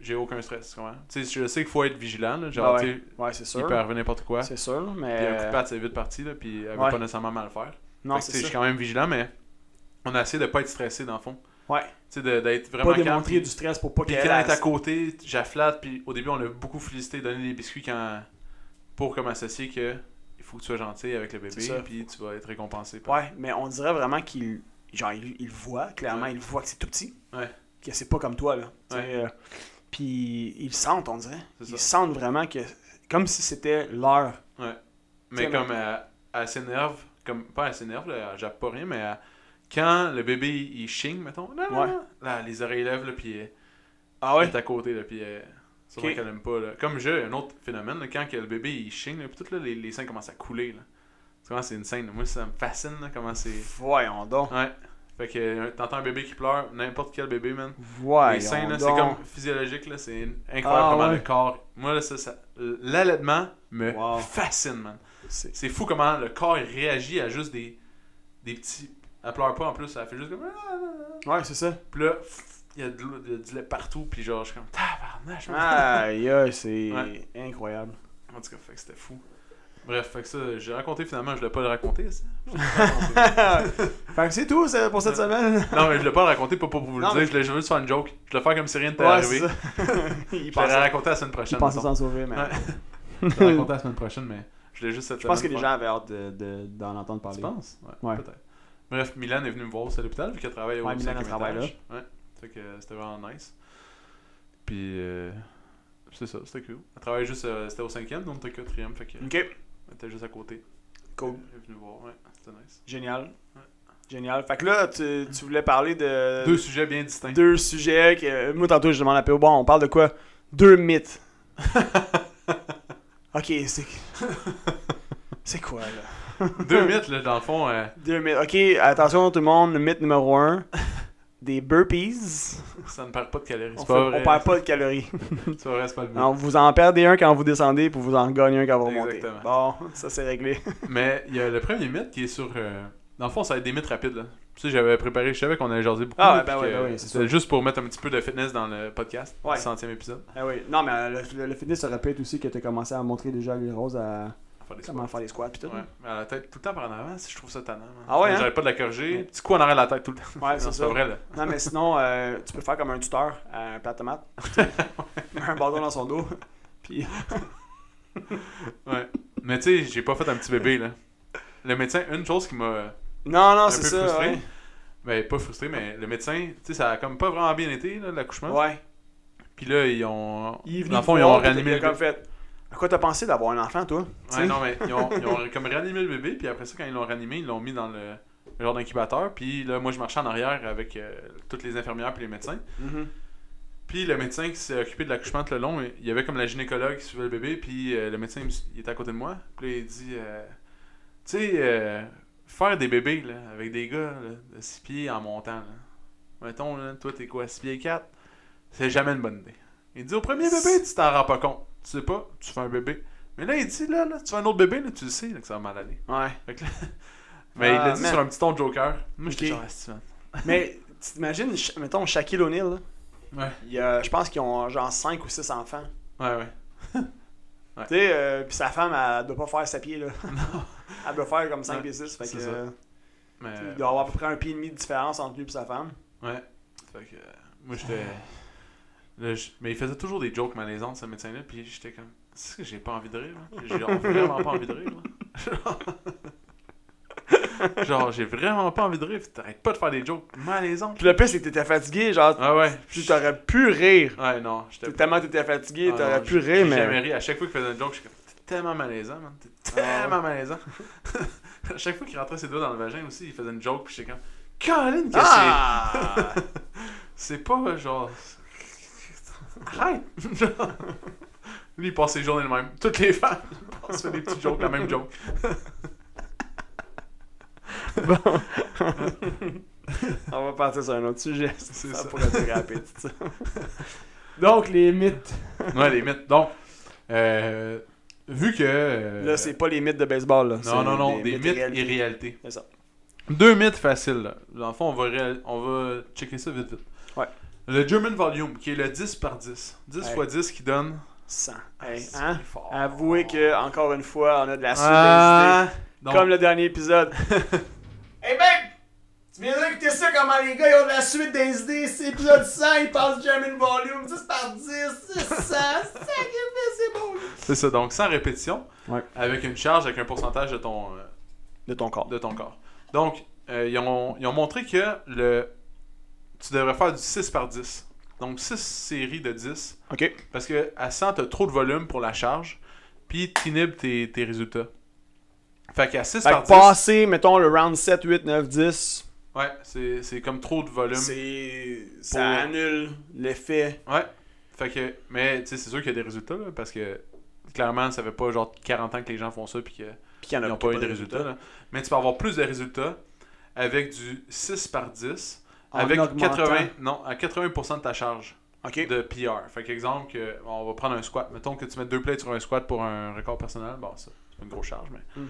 Speaker 1: j'ai aucun stress. Comment? Tu sais, je sais qu'il faut être vigilant. Là,
Speaker 2: Ah
Speaker 1: genre,
Speaker 2: ouais.
Speaker 1: tu sais,
Speaker 2: Ouais, c'est
Speaker 1: il
Speaker 2: sûr.
Speaker 1: peut arriver n'importe quoi. Puis
Speaker 2: C'est sûr,
Speaker 1: un coup
Speaker 2: mais.
Speaker 1: de patte, c'est vite parti. Là, puis elle veut
Speaker 2: Euh, ouais.
Speaker 1: pas nécessairement mal faire.
Speaker 2: Non,
Speaker 1: Fait que, tu sais,
Speaker 2: c'est
Speaker 1: je suis
Speaker 2: ça.
Speaker 1: quand même vigilant, mais on a essayé de pas être stressé dans le fond.
Speaker 2: Ouais.
Speaker 1: Tu sais, de- d'être vraiment
Speaker 2: Pas
Speaker 1: calme,
Speaker 2: démontrer
Speaker 1: puis-
Speaker 2: du stress pour pas
Speaker 1: Puis
Speaker 2: qu'elle
Speaker 1: quand elle est à
Speaker 2: elle-
Speaker 1: côté, j'afflate, puis au début, on l'a beaucoup félicité, donné des biscuits quand... pour comme associé que il faut que tu sois gentil avec le
Speaker 2: C'est ça.
Speaker 1: bébé, puis tu vas être récompensé. par-
Speaker 2: Ouais, mais on dirait vraiment qu'il genre il, il voit, clairement,
Speaker 1: Ouais.
Speaker 2: il voit que c'est tout petit.
Speaker 1: Ouais.
Speaker 2: Que c'est pas comme toi, là. Tu sais,
Speaker 1: Ouais.
Speaker 2: euh, Puis ils le sentent, on dirait.
Speaker 1: C'est
Speaker 2: Ils
Speaker 1: ça.
Speaker 2: sentent vraiment que. Comme si c'était leur.
Speaker 1: Mais
Speaker 2: T'sais,
Speaker 1: comme elle, elle s'énerve, comme pas elle s'énerve, là, elle jappe pas rien, mais elle- quand le bébé il chigne, mettons, là, là,
Speaker 2: Ouais.
Speaker 1: là, là, les oreilles lèvent, là, puis elle,
Speaker 2: Ah
Speaker 1: elle est à côté, là, puis elle, sûrement
Speaker 2: Ok.
Speaker 1: qu'elle aime pas. Là. Comme je, un autre phénomène, là, quand que le bébé il chigne, là, puis tout, là, les, les seins commencent à couler. Là. Tu vois, c'est une scène, moi ça me fascine, là, comment c'est.
Speaker 2: Voyons donc.
Speaker 1: Ouais. Fait que euh, t'entends un bébé qui pleure, n'importe quel bébé, man.
Speaker 2: Voyons
Speaker 1: les seins, là, c'est
Speaker 2: donc.
Speaker 1: comme physiologique, là, c'est incroyable
Speaker 2: Ah,
Speaker 1: comment
Speaker 2: ouais.
Speaker 1: le corps. Moi, là, ça, ça- l'allaitement me
Speaker 2: Wow.
Speaker 1: fascine, man.
Speaker 2: C'est-
Speaker 1: C'est fou comment le corps il réagit à juste des, des petits. Elle pleure pas en plus, elle fait juste comme. ah!
Speaker 2: Ouais, c'est ça.
Speaker 1: Puis là, pff, il y a de l'eau- il y a du lait partout, puis genre, je suis comme. Tabarnak, je me-
Speaker 2: Ah! Aïe, aïe, c'est
Speaker 1: Ouais.
Speaker 2: incroyable.
Speaker 1: En tout cas, fait que c'était fou. Bref, fait que ça, j'ai raconté finalement, je l'ai pas raconté, ça.
Speaker 2: fait que c'est tout ça, pour cette semaine.
Speaker 1: Non, mais je l'ai pas raconté, pas pour vous le
Speaker 2: Non,
Speaker 1: dire,
Speaker 2: mais-
Speaker 1: je l'ai juste faire une joke. Je l'ai faire comme si rien n'était
Speaker 2: Ouais,
Speaker 1: arrivé.
Speaker 2: c'est ça.
Speaker 1: Je
Speaker 2: il
Speaker 1: vais la
Speaker 2: pensait,
Speaker 1: raconter la semaine
Speaker 2: il
Speaker 1: prochaine.
Speaker 2: pensait
Speaker 1: mettons.
Speaker 2: s'en sauver, mais.
Speaker 1: Ouais. Je vais la raconter la semaine prochaine, mais je l'ai juste cette
Speaker 2: Je pense que
Speaker 1: semaine
Speaker 2: les
Speaker 1: faire.
Speaker 2: gens avaient hâte de- de- d'en entendre parler.
Speaker 1: Tu penses? Ouais,
Speaker 2: Ouais.
Speaker 1: peut-être. Bref, Milan est venu me voir aussi à l'hôpital, vu qu'elle travaille au
Speaker 2: Ouais, Milan, elle
Speaker 1: cinquième
Speaker 2: travaille
Speaker 1: étage. Ouais. Fait que euh, c'était vraiment nice. Puis, euh, c'est ça, c'était cool. Elle travaille juste, euh, c'était au cinquième, donc on était quatrième, fait que
Speaker 2: Ok,
Speaker 1: elle était juste à côté.
Speaker 2: cool.
Speaker 1: Elle est venue me voir, ouais, c'était nice.
Speaker 2: Génial.
Speaker 1: Ouais.
Speaker 2: Génial. Fait que là, tu, tu voulais parler de
Speaker 1: Deux sujets bien distincts.
Speaker 2: deux sujets. Que, moi, tantôt, je demande à Péo, bon, on parle de quoi Deux mythes. ok, c'est. C'est quoi, là
Speaker 1: Deux mythes, là, dans le fond. euh,
Speaker 2: Deux mythes. Ok, attention, tout le monde, mythe numéro un des burpees.
Speaker 1: ça ne perd pas de calories.
Speaker 2: On,
Speaker 1: C'est
Speaker 2: fait-
Speaker 1: pas
Speaker 2: on
Speaker 1: vrai.
Speaker 2: perd pas de calories.
Speaker 1: C'est pas vrai, c'est pas le but.
Speaker 2: Alors, vous en perdez un quand vous descendez, puis vous en gagnez un quand vous remontez.
Speaker 1: Exactement.
Speaker 2: Bon, ça, c'est réglé.
Speaker 1: Mais il y a le premier mythe qui est sur. euh, Dans le fond, ça va être des mythes rapides. Là. Tu sais, j'avais préparé, je savais qu'on allait jaser beaucoup.
Speaker 2: Ah ouais,
Speaker 1: là,
Speaker 2: ben
Speaker 1: puis
Speaker 2: ouais,
Speaker 1: que
Speaker 2: ben ouais, c'est
Speaker 1: c'était
Speaker 2: sûr.
Speaker 1: juste pour mettre un petit peu de fitness dans le podcast,
Speaker 2: Ouais.
Speaker 1: le centième épisode.
Speaker 2: ah oui. Non, mais euh, le, le- le fitness se répète aussi que t'as commencé à montrer déjà à Louis Rose à
Speaker 1: Faire des
Speaker 2: comment faire des squats, pis tout.
Speaker 1: squats. Ouais. Mais à la tête tout le temps par en avant, si je trouve ça tannant. man. Euh,
Speaker 2: Ah ouais, hein?
Speaker 1: J'arrête pas de la corriger.
Speaker 2: Ouais.
Speaker 1: Petit coup en arrière de la tête tout le temps.
Speaker 2: Ouais,
Speaker 1: Non,
Speaker 2: c'est
Speaker 1: c'est
Speaker 2: ça.
Speaker 1: pas vrai là.
Speaker 2: Non, mais sinon, euh, tu peux faire comme un tuteur à un plat de tomate. un bâton dans son dos. Puis,
Speaker 1: Mais tu sais, j'ai pas fait un petit bébé là. Le médecin, une chose qui m'a.
Speaker 2: non, non,
Speaker 1: Un
Speaker 2: Ah, c'est
Speaker 1: peu
Speaker 2: ça.
Speaker 1: frustré.
Speaker 2: Ouais.
Speaker 1: Ben, pas frustré, mais le médecin, tu sais, ça a comme pas vraiment bien été là, l'accouchement.
Speaker 2: ouais.
Speaker 1: Puis là, ils ont.
Speaker 2: Il est venu
Speaker 1: dans le
Speaker 2: te
Speaker 1: fond, ils
Speaker 2: voir,
Speaker 1: ont
Speaker 2: puis t'as-
Speaker 1: réanimé
Speaker 2: il a
Speaker 1: le
Speaker 2: comme fait. À quoi t'as pensé d'avoir un enfant, toi Tu sais?
Speaker 1: Ouais, non, mais ils ont, ils ont comme réanimé le bébé, puis après ça, quand ils l'ont réanimé, ils l'ont mis dans le, le genre d'incubateur. Puis là, moi, je marchais en arrière avec euh, toutes les infirmières puis les médecins.
Speaker 2: Mhm.
Speaker 1: Puis le médecin qui s'est occupé de l'accouchement tout le long, il y avait comme la gynécologue qui suivait le bébé, puis euh, le médecin, il me- il était à côté de moi. Puis là, il dit, euh, tu sais, euh, faire des bébés, là, avec des gars là, de 6 pieds en montant, là. Mettons, là, toi, t'es quoi, 6 pieds 4? C'est jamais une bonne idée. Il dit, au premier bébé, tu t'en rends pas compte. Tu sais pas, tu fais un bébé. Mais là, il dit, là, là, tu fais un autre bébé, là, tu le sais, là, que ça va mal aller.
Speaker 2: Ouais.
Speaker 1: Fait que là- Mais il
Speaker 2: Ah,
Speaker 1: l'a dit
Speaker 2: man.
Speaker 1: sur un petit ton de joker. Moi, j'étais
Speaker 2: Ok.
Speaker 1: genre, Ah, c'est-tu, man.
Speaker 2: Mais tu t'imagines, Sha- mettons, Shaquille O'Neal, là,
Speaker 1: Ouais,
Speaker 2: il y a- je pense qu'ils ont genre 5 ou 6 enfants.
Speaker 1: ouais, ouais.
Speaker 2: Tu sais, euh, puis sa femme, elle doit pas faire sa pied, là. Elle doit faire comme 5
Speaker 1: Ouais,
Speaker 2: et 6. Fait
Speaker 1: c'est
Speaker 2: que,
Speaker 1: ça.
Speaker 2: euh,
Speaker 1: Mais,
Speaker 2: il doit avoir à peu près un pied et demi de différence entre lui et sa femme.
Speaker 1: Ouais. Fait que euh, moi j'étais. Là, je- Mais il faisait toujours des jokes malaisantes ce médecin-là, puis j'étais comme. C'est ce que j'ai pas envie de rire, là. J'ai genre vraiment pas envie de rire, là. genre, j'ai vraiment pas envie de rire, puis t'arrêtes pas de faire des jokes malaisantes.
Speaker 2: Puis le pire, c'est que t'étais fatigué, genre,
Speaker 1: Ah ouais.
Speaker 2: tu t'aurais pu rire.
Speaker 1: Ouais, non, j'étais.
Speaker 2: T'es tellement t'étais fatigué,
Speaker 1: Ah
Speaker 2: t'aurais
Speaker 1: non,
Speaker 2: pu
Speaker 1: j'ai-
Speaker 2: rire,
Speaker 1: j'ai
Speaker 2: mais.
Speaker 1: jamais ri. À chaque fois qu'il faisait une joke, j'étais comme. T'es tellement malaisant, man. T'es tellement malaisant. à chaque fois qu'il rentrait ses doigts dans le vagin aussi, il faisait une joke, puis j'étais comme. Caroline, qu'est-ce que
Speaker 2: Ah!
Speaker 1: C'est pas euh, genre. Arrête! Genre, Lui, il passe ses journées le même. Toutes les femmes, ils passent sur des petits jokes, la même joke.
Speaker 2: On va passer sur un autre sujet.
Speaker 1: C'est
Speaker 2: Ça
Speaker 1: ça.
Speaker 2: pourrait être rapide, ça. Donc, les mythes.
Speaker 1: Ouais, les mythes. Donc, euh, vu que. euh,
Speaker 2: Là, c'est pas les mythes de baseball, là.
Speaker 1: Non,
Speaker 2: C'est
Speaker 1: non, non, des, mythes,
Speaker 2: réels.
Speaker 1: et réalités.
Speaker 2: C'est ça.
Speaker 1: Deux mythes faciles. Là. Dans le fond, on va, réal- on va checker ça vite, vite.
Speaker 2: Ouais.
Speaker 1: Le German Volume, qui est le 10 par 10. 10
Speaker 2: Ouais.
Speaker 1: x 10 qui donne.
Speaker 2: Cent.
Speaker 1: Ah,
Speaker 2: Hey,
Speaker 1: c'est
Speaker 2: hein?
Speaker 1: fort.
Speaker 2: Avouez que, encore une fois, on a de la subdensité.
Speaker 1: Ah, donc,
Speaker 2: Comme le dernier épisode. hey, babe! Tu viendras écouter ça comment les gars ils ont de la suite des idées. C'est épisode 100, ils passent jamais le volume. 10 par 10, 600, 5 c'est bon.
Speaker 1: C'est ça, donc sans répétition,
Speaker 2: Ouais.
Speaker 1: avec une charge, avec un pourcentage de ton, euh,
Speaker 2: De ton corps.
Speaker 1: de ton corps. Donc, euh, ils, ont, ils ont montré que le tu devrais faire du 6 par 10. Donc, 6 séries de 10.
Speaker 2: Ok.
Speaker 1: Parce que à 100, t'as trop de volume pour la charge, puis t'inhibes tes, tes résultats. Fait qu'à 6
Speaker 2: Fait
Speaker 1: par
Speaker 2: que
Speaker 1: 10,
Speaker 2: passer, mettons, le round 7, 8, 9, 10,
Speaker 1: ouais, c'est c'est comme trop de volume.
Speaker 2: c'est.
Speaker 1: Pour-
Speaker 2: Ça annule l'effet.
Speaker 1: Ouais. Fait que, mais tu sais, c'est sûr qu'il y a des résultats, là, parce que clairement, ça fait pas genre 40 ans que les gens font ça, puis que.
Speaker 2: Puis qu'il y en a
Speaker 1: ils n'ont pas eu de résultats. là. Mais tu peux avoir plus de résultats avec du 6 par 10,
Speaker 2: En
Speaker 1: avec
Speaker 2: augmentant.
Speaker 1: 80, non, à 80% de ta charge
Speaker 2: Ok.
Speaker 1: de PR. Fait qu'exemple, que, on va prendre un squat. Mettons que tu mets deux plates sur un squat pour un record personnel. Bon, ça, c'est pas une grosse charge, mais.
Speaker 2: Hmm.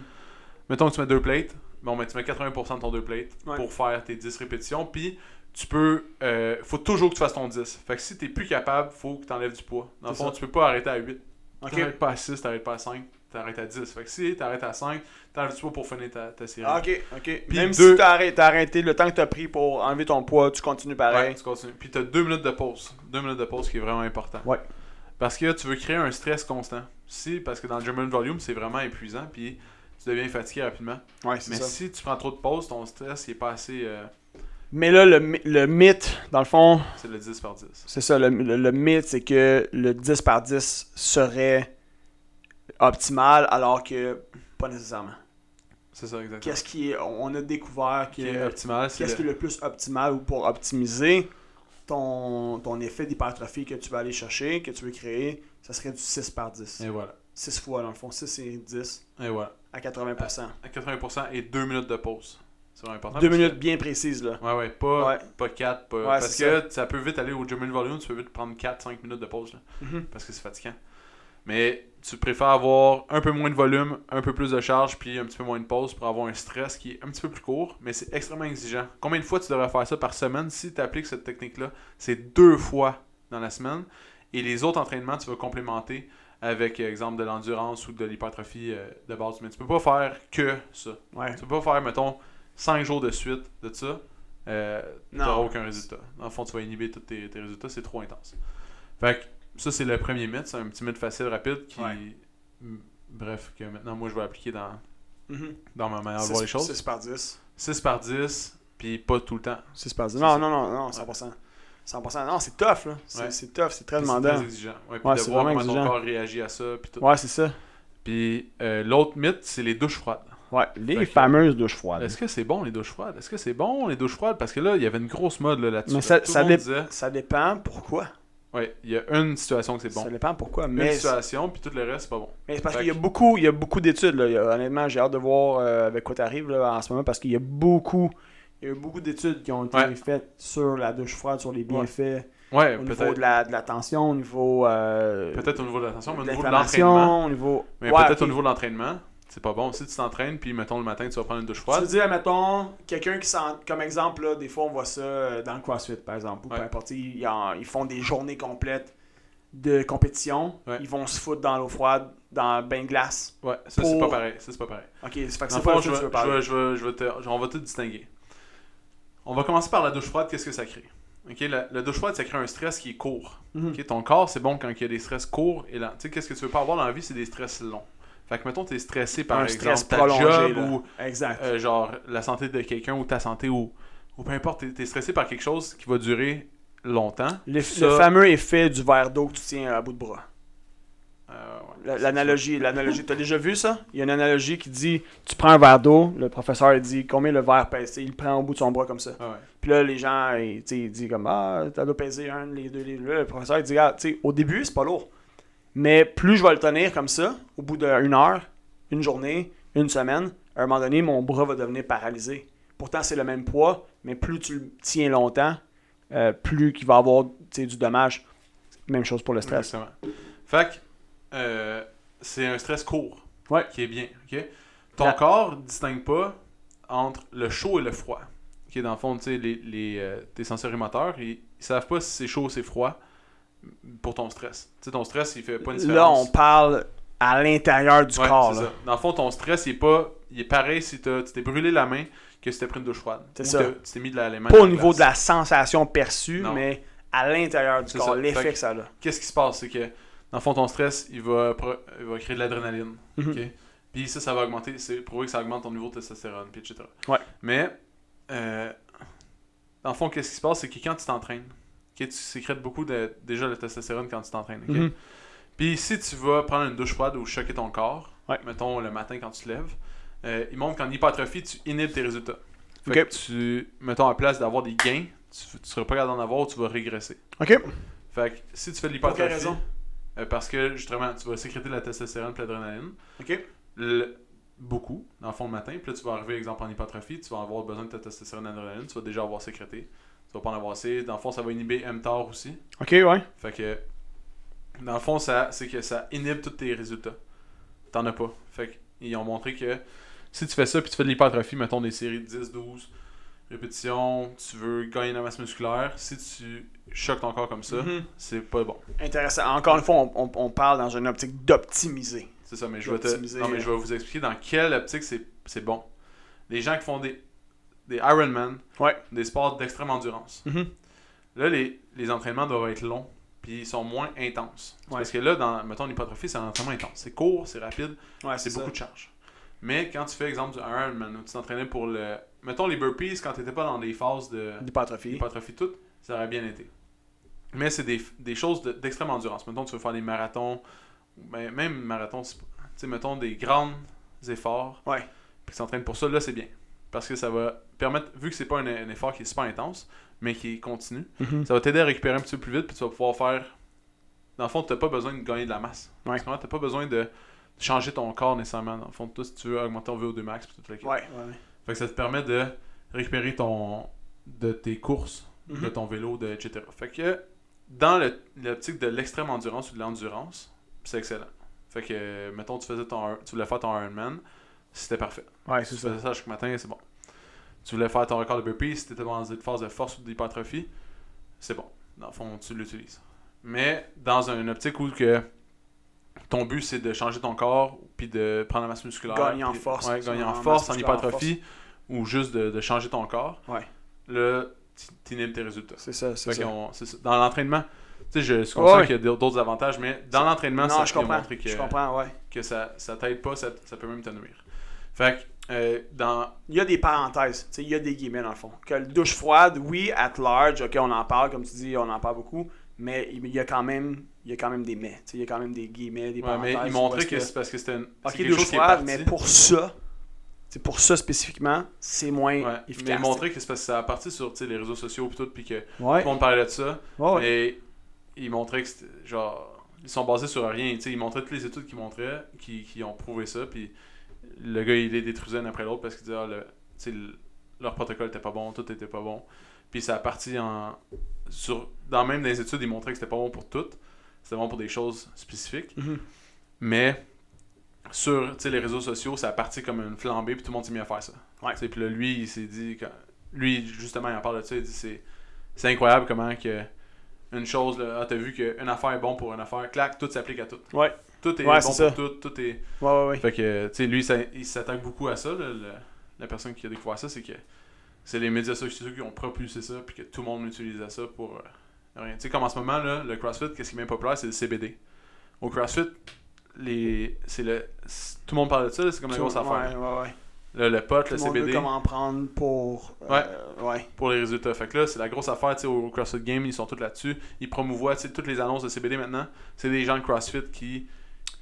Speaker 1: Mettons que tu mets deux plates. Bon, mais tu mets 80% de ton deux plates
Speaker 2: Ouais.
Speaker 1: pour faire tes 10 répétitions. Puis, tu peux. euh, faut toujours que tu fasses ton 10. Fait que si t'es plus capable, faut que tu enlèves du poids. Dans le
Speaker 2: C'est
Speaker 1: fond,
Speaker 2: ça.
Speaker 1: tu peux pas arrêter à 8.
Speaker 2: Ok.
Speaker 1: T'arrêtes pas à 6, t'arrêtes pas à 5, t'arrêtes à 10. Fait que si t'arrêtes à 5, t'enlèves du poids pour finir ta, ta série.
Speaker 2: Ah, ok, ok.
Speaker 1: Puis
Speaker 2: Même
Speaker 1: deux-
Speaker 2: si t'as arrêté, t'as arrêté le temps que t'as pris pour enlever ton poids, tu continues pareil.
Speaker 1: Ouais, tu continues. Puis t'as deux minutes de pause. Deux minutes de pause qui est vraiment important.
Speaker 2: Ouais.
Speaker 1: Parce que tu veux créer un stress constant. Si, parce que dans le German Volume, c'est vraiment épuisant, puis tu deviens fatigué rapidement.
Speaker 2: Ouais, c'est
Speaker 1: Mais
Speaker 2: ça.
Speaker 1: si tu prends trop de pauses, ton stress il est pas assez. euh,
Speaker 2: Mais là, le, my- le mythe, dans le fond,
Speaker 1: c'est le 10 par 10.
Speaker 2: c'est ça, le, le- le mythe, c'est que le 10 par 10 serait optimal, alors que pas nécessairement.
Speaker 1: C'est ça, exactement.
Speaker 2: Qu'est-ce qui est, on a découvert
Speaker 1: Qui est
Speaker 2: que
Speaker 1: optimal, c'est
Speaker 2: qu'est-ce qui est
Speaker 1: le-
Speaker 2: le plus optimal ou pour optimiser ton, ton effet d'hypertrophie que tu vas aller chercher, que tu veux créer, ça serait du 6 par 10.
Speaker 1: Et voilà.
Speaker 2: 6 fois, dans le fond, 6 et 10
Speaker 1: Et voilà.
Speaker 2: à 80%.
Speaker 1: À 80% et deux minutes de pause. C'est vraiment important.
Speaker 2: Deux
Speaker 1: parce que-
Speaker 2: minutes bien précises, là.
Speaker 1: Ouais, ouais, pas,
Speaker 2: Ouais.
Speaker 1: pas 4. Pas...
Speaker 2: Ouais,
Speaker 1: parce
Speaker 2: c'est
Speaker 1: que ça. peut vite aller au German Volume, tu peux vite prendre 4-5 minutes de pause. là,
Speaker 2: Mhm.
Speaker 1: parce que c'est fatigant. Mais tu préfères avoir un peu moins de volume, un peu plus de charge, puis un petit peu moins de pause pour avoir un stress qui est un petit peu plus court, mais c'est extrêmement exigeant. Combien de fois tu devrais faire ça par semaine si tu appliques cette technique-là C'est deux fois dans la semaine. Et les autres entraînements, tu vas complémenter avec, euh, exemple, de l'endurance ou de l'hypertrophie euh, de base. Mais tu peux pas faire que ça.
Speaker 2: Ouais.
Speaker 1: Tu peux pas faire, mettons, 5 jours de suite de ça. Euh,
Speaker 2: Non.
Speaker 1: T'auras aucun résultat. Dans le fond, tu vas inhiber tous tes, tes résultats. C'est trop intense. Fait que ça, c'est le premier mythe. C'est un petit mythe facile, rapide, qui...
Speaker 2: Ouais.
Speaker 1: m- Bref, que maintenant, moi, je vais appliquer dans,
Speaker 2: Mhm.
Speaker 1: dans ma manière de
Speaker 2: Six-
Speaker 1: voir les choses.
Speaker 2: six par 10.
Speaker 1: 6 par 10, puis pas tout le temps.
Speaker 2: 6 par 10.
Speaker 1: C'est ça.
Speaker 2: Non, non, non, non, 100%. 100%. Non, c'est tough, là. C'est
Speaker 1: Ouais.
Speaker 2: c'est tough, c'est très
Speaker 1: Puis C'est
Speaker 2: demandant.
Speaker 1: très exigeant. Ouais, puis
Speaker 2: Ouais,
Speaker 1: de
Speaker 2: c'est
Speaker 1: voir
Speaker 2: vraiment
Speaker 1: comment ton
Speaker 2: exigeant.
Speaker 1: corps réagit à ça, puis tout.
Speaker 2: Ouais, c'est ça.
Speaker 1: Puis euh, l'autre mythe, c'est les douches froides.
Speaker 2: Ouais, les
Speaker 1: Fait que-
Speaker 2: fameuses douches froides.
Speaker 1: Est-ce que c'est bon, les douches froides? Est-ce que c'est bon, les douches froides? Parce que là, il y avait une grosse mode là, là-dessus.
Speaker 2: Mais
Speaker 1: là.
Speaker 2: ça-
Speaker 1: tout
Speaker 2: ça
Speaker 1: le monde
Speaker 2: dé-
Speaker 1: disait...
Speaker 2: Ça dépend pourquoi.
Speaker 1: Ouais, il y a une situation que c'est bon.
Speaker 2: Ça dépend pourquoi.
Speaker 1: une
Speaker 2: Mais,
Speaker 1: situation, puis tout le reste, c'est pas bon.
Speaker 2: mais c'est parce
Speaker 1: Fait
Speaker 2: qu'il y a
Speaker 1: que-
Speaker 2: beaucoup, il y a beaucoup d'études. là. Il y a- Honnêtement, j'ai hâte de voir euh, avec quoi t'arrives là, en ce moment parce qu'il y a beaucoup, il y a eu beaucoup d'études qui ont été
Speaker 1: Ouais.
Speaker 2: faites sur la douche froide, sur les bienfaits
Speaker 1: Ouais,
Speaker 2: au niveau
Speaker 1: peut-être
Speaker 2: de la, de la tension, au niveau euh,
Speaker 1: peut-être au niveau de l'attention, mais au
Speaker 2: de
Speaker 1: niveau de l'entraînement.
Speaker 2: l'inflammation, au niveau.
Speaker 1: Mais
Speaker 2: Ouais,
Speaker 1: peut-être
Speaker 2: ok.
Speaker 1: au niveau de l'entraînement, c'est pas bon. Si tu t'entraînes, puis mettons le matin, tu vas prendre une douche
Speaker 2: Tu
Speaker 1: froide.
Speaker 2: veux dire, mettons, quelqu'un qui s'en... Comme exemple, là, des fois, on voit ça euh, dans le CrossFit, par exemple, ou peu
Speaker 1: Ouais.
Speaker 2: importe. Ils, ils en- ils font des journées complètes de compétition.
Speaker 1: Ouais.
Speaker 2: Ils vont se foutre dans l'eau froide, dans le bain de glace.
Speaker 1: Ouais, ça c'est
Speaker 2: Pour-
Speaker 1: pas pareil. Ça c'est pas pareil.
Speaker 2: OK, c'est fait
Speaker 1: Dans
Speaker 2: que c'est
Speaker 1: le
Speaker 2: pas
Speaker 1: fond,
Speaker 2: le
Speaker 1: je
Speaker 2: truc que
Speaker 1: vais-
Speaker 2: tu veux
Speaker 1: je
Speaker 2: parler.
Speaker 1: vais- je vais- je vais te- je- on va tout distinguer. On va commencer par la douche froide. Qu'est-ce que ça crée Ok, la, la douche froide, ça crée un stress qui est court.
Speaker 2: Mhm.
Speaker 1: Ok, ton corps, c'est bon quand il y a des stress courts et lents. Tu sais, qu'est-ce que tu veux pas avoir dans la vie, c'est des stress longs. Fait que mettons, t'es stressé par
Speaker 2: Un
Speaker 1: exemple,
Speaker 2: stress
Speaker 1: ta
Speaker 2: prolongé,
Speaker 1: job
Speaker 2: là.
Speaker 1: ou
Speaker 2: Exact.
Speaker 1: Euh, genre la santé de quelqu'un ou ta santé ou, ou peu importe, t'es- t'es stressé par quelque chose qui va durer longtemps.
Speaker 2: le,
Speaker 1: ça-
Speaker 2: le fameux effet du verre d'eau que tu tiens à bout de bras.
Speaker 1: Euh, ouais.
Speaker 2: La- L'analogie, l'analogie. T'as déjà vu ça? Il y a une analogie qui dit, tu prends un verre d'eau, le professeur il dit combien le verre pèse. Il le prend au bout de son bras comme ça.
Speaker 1: Ah ouais.
Speaker 2: Puis là, les gens, ils, tu sais, ils disent comme Ah, ça doit peser un, les deux, les deux. Le professeur, il dit Regarde, tu sais, au début, c'est pas lourd. Mais plus je vais le tenir comme ça, au bout d'une heure, une journée, une semaine, à un moment donné, mon bras va devenir paralysé. Pourtant, c'est le même poids, mais plus tu le tiens longtemps, euh, plus qu'il va avoir tu sais, du dommage. Même chose pour le stress.
Speaker 1: Exactement. Fait que, euh, c'est un stress court
Speaker 2: Ouais.
Speaker 1: qui est bien. ok? Ton
Speaker 2: La-
Speaker 1: corps distingue pas entre le chaud et le froid. Qui dans le fond, tu sais, les, les, euh, tes sensorimoteurs, ils, ils savent pas si c'est chaud ou c'est froid pour ton stress. Tu sais, ton stress, il fait pas une différence.
Speaker 2: Là, on parle à l'intérieur du
Speaker 1: Ouais,
Speaker 2: corps.
Speaker 1: c'est
Speaker 2: là.
Speaker 1: ça. Dans le fond, ton stress, il est, pas, il est pareil si t'as- tu t'es brûlé la main que si t'as pris une douche froide.
Speaker 2: C'est
Speaker 1: Ou
Speaker 2: ça.
Speaker 1: t'as- Tu t'es mis de la, les mains
Speaker 2: Pas
Speaker 1: dans
Speaker 2: au
Speaker 1: la
Speaker 2: niveau
Speaker 1: glace.
Speaker 2: de la sensation perçue,
Speaker 1: Non.
Speaker 2: mais à l'intérieur du
Speaker 1: C'est
Speaker 2: corps,
Speaker 1: ça.
Speaker 2: l'effet
Speaker 1: Fait
Speaker 2: que ça a.
Speaker 1: Qu'est-ce qui se passe C'est que, dans le fond, ton stress, il va, pro- il va créer de l'adrénaline.
Speaker 2: Mhm.
Speaker 1: ok? Puis ça, ça va augmenter. C'est prouvé que ça augmente ton niveau de testostérone, puis etc.
Speaker 2: Ouais.
Speaker 1: Mais, euh, dans le fond, qu'est-ce qui se passe C'est que quand tu t'entraînes, ok, tu sécrètes beaucoup de, déjà de testostérone quand tu t'entraînes. ok?
Speaker 2: Mhm.
Speaker 1: Puis si tu vas prendre une douche froide ou choquer ton corps,
Speaker 2: Ouais.
Speaker 1: mettons le matin quand tu te lèves, euh, il montre qu'en hypertrophie, tu inhibes tes résultats. Fait
Speaker 2: Ok.
Speaker 1: que tu, mettons, à place d'avoir des gains, tu ne seras pas capable d'en avoir ou tu vas régresser.
Speaker 2: OK.
Speaker 1: Fait que si tu fais de
Speaker 2: Pour quelle
Speaker 1: l'hypertrophie,
Speaker 2: raison?
Speaker 1: euh, parce que justement, tu vas sécréter de la testostérone et l'adrénaline.
Speaker 2: OK.
Speaker 1: le- beaucoup, dans le fond, le matin. Puis là, tu vas arriver, exemple, en hypertrophie, tu vas avoir besoin de ta testostérone et d'adrénaline, tu vas déjà avoir sécrété. Tu vas pas en avoir assez. Dans le fond, ça va inhiber mTOR aussi.
Speaker 2: OK, ouais.
Speaker 1: Fait que, dans le fond, ça, c'est que ça inhibe tous tes résultats. T'en as pas. Fait que, ils ont montré que si tu fais ça, puis tu fais de l'hypertrophie, mettons des séries de 10, 12 répétitions, tu veux gagner de la masse musculaire, si tu choques ton corps comme ça,
Speaker 2: Mhm.
Speaker 1: c'est pas bon.
Speaker 2: Intéressant. Encore une fois, on, on- on parle dans une optique d'optimiser.
Speaker 1: C'est ça, mais je vais, te-
Speaker 2: Optimiser,
Speaker 1: non, mais
Speaker 2: euh.
Speaker 1: je vais vous expliquer dans quelle optique c'est c'est bon. Les gens qui font des, des Ironman,
Speaker 2: Ouais.
Speaker 1: des sports d'extrême endurance, là, les, les entraînements doivent être longs, puis ils sont moins intenses. C'est
Speaker 2: Ouais.
Speaker 1: Parce que là, dans, mettons, l'hypertrophie, c'est un entraînement intense. C'est court, c'est rapide,
Speaker 2: Ouais,
Speaker 1: c'est beaucoup de charge. Mais quand tu fais, exemple, du Ironman, où tu t'entraînais pour le... Mettons, les burpees, quand tu n'étais pas dans des phases de
Speaker 2: d'hypertrophie.
Speaker 1: hypertrophie toute, ça aurait bien été. Mais c'est des, des choses de- d'extrême endurance. Mettons, tu veux faire des marathons, ben, même marathon, c'est pas- tu sais, mettons des grands efforts,
Speaker 2: Ouais.
Speaker 1: puis tu t'entraînes pour ça, là, c'est bien. Parce que ça va permettre, vu que c'est pas un, un effort qui est super intense, mais qui est continu,
Speaker 2: Mhm.
Speaker 1: ça va t'aider à récupérer un petit peu plus vite, puis tu vas pouvoir faire. Dans le fond, t'as pas besoin de gagner de la masse.
Speaker 2: Ouais.
Speaker 1: Tu n'as pas besoin de changer ton corps nécessairement. Dans le fond, toi, si tu veux augmenter ton VO2 max, puis tout le kit.
Speaker 2: Ouais, ouais, ouais.
Speaker 1: Fait que ça te permet de récupérer ton de tes courses,
Speaker 2: Mhm.
Speaker 1: de ton vélo, de, etc. Fait que dans le- l'optique de l'extrême endurance ou de l'endurance, c'est excellent. Fait que mettons tu faisais ton tu voulais faire ton Ironman, c'était parfait.
Speaker 2: Ouais, c'est
Speaker 1: Tu
Speaker 2: ça.
Speaker 1: faisais ça chaque matin, c'est bon. Tu voulais faire ton record de burpees, si t'étais dans une phase de force ou d'hypertrophie, c'est bon. Dans le fond, tu l'utilises. Mais dans une optique où que ton but c'est de changer ton corps, puis de prendre la masse musculaire.
Speaker 2: Gagner en
Speaker 1: puis-
Speaker 2: force.
Speaker 1: ouais, gagner en,
Speaker 2: En
Speaker 1: force,
Speaker 2: masse
Speaker 1: en
Speaker 2: musculaire, en
Speaker 1: hypertrophie, ou juste de, de changer ton corps.
Speaker 2: Ouais.
Speaker 1: Là, tu- t'inhibes tes résultats.
Speaker 2: C'est ça, c'est
Speaker 1: Fait
Speaker 2: ça.
Speaker 1: qu'on- c'est ça. Dans l'entraînement, tu sais, je suis
Speaker 2: Ouais,
Speaker 1: conscient
Speaker 2: ouais.
Speaker 1: qu'il y a d'autres d'autres avantages, mais dans l'entraînement,
Speaker 2: Non,
Speaker 1: ça
Speaker 2: je
Speaker 1: ils ont
Speaker 2: comprends.
Speaker 1: montré que,
Speaker 2: Je comprends, ouais.
Speaker 1: que ça, ça t'aide pas, ça, ça peut même te nuire. Fait que, euh, dans,
Speaker 2: Il y a des parenthèses, tu sais, il y a des guillemets dans le fond. Que le douche froide, oui, at large, ok, on en parle, comme tu dis, on en parle beaucoup, mais il y a quand même, il y a quand même des mais, tu sais, il y a quand même des guillemets, des
Speaker 1: Ouais, mais
Speaker 2: parenthèses.
Speaker 1: ils
Speaker 2: où
Speaker 1: montraient
Speaker 2: est-ce
Speaker 1: que, c'est parce que c'était une. c'est
Speaker 2: Ok,
Speaker 1: quelque
Speaker 2: douche
Speaker 1: chose qui est
Speaker 2: froide,
Speaker 1: parti.
Speaker 2: mais pour ça, c'est pour ça spécifiquement, c'est moins
Speaker 1: Ouais, mais
Speaker 2: efficace.
Speaker 1: ils montraient que c'est parce que ça a parti sur tu sais, les réseaux sociaux et tout, puis que tout
Speaker 2: Ouais.
Speaker 1: le monde parlait de ça.
Speaker 2: Ouais, ouais.
Speaker 1: Mais ils montraient que c'était- genre. Ils sont basés sur rien. tu sais, ils montraient toutes les études qu'ils montraient, qui, qui ont prouvé ça, puis le gars, il les détruisait un après l'autre parce qu'il disait, ah, le- tu sais, le- leur protocole était pas bon, tout était pas bon. Puis ça a parti en. Sur, dans même des études, ils montraient que c'était pas bon pour tout. C'était bon pour des choses spécifiques.
Speaker 2: Mhm.
Speaker 1: Mais sur tu sais, les réseaux sociaux, ça a parti comme une flambée, puis tout le monde s'est mis à faire ça.
Speaker 2: Ouais.
Speaker 1: Tu sais, Puis là, lui, il s'est dit. que- Lui, justement, il en parle de ça, il dit c'est, c'est incroyable comment que une chose, là, ah, t'as vu qu'une affaire est bon pour une affaire, clac, tout s'applique à tout.
Speaker 2: Ouais.
Speaker 1: Tout est
Speaker 2: Ouais,
Speaker 1: bon
Speaker 2: c'est ça.
Speaker 1: pour tout, tout est.
Speaker 2: Ouais, ouais, ouais.
Speaker 1: Fait que, tu sais, lui, ça- il s'attaque beaucoup à ça, là, le- la personne qui a découvert ça, c'est que c'est les médias sociaux qui ont propulsé ça, puis que tout le monde utilisait ça pour euh, rien. Tu sais, comme en ce moment, là, le CrossFit, qu'est-ce qui est bien populaire, c'est le CBD. Au CrossFit, les, c'est le, c'est- tout le monde parle de ça, là, c'est comme la grosse affaire.
Speaker 2: Ouais, ouais, ouais.
Speaker 1: Là, le pot,
Speaker 2: Tout
Speaker 1: le
Speaker 2: le monde veut
Speaker 1: CBD,
Speaker 2: comment prendre pour. euh, ouais.
Speaker 1: pour les résultats. Fait que là, c'est la grosse affaire, tu sais, au CrossFit Game, ils sont tous là-dessus. Ils promouvoient, tu sais, toutes les annonces de CBD maintenant, c'est des gens de CrossFit qui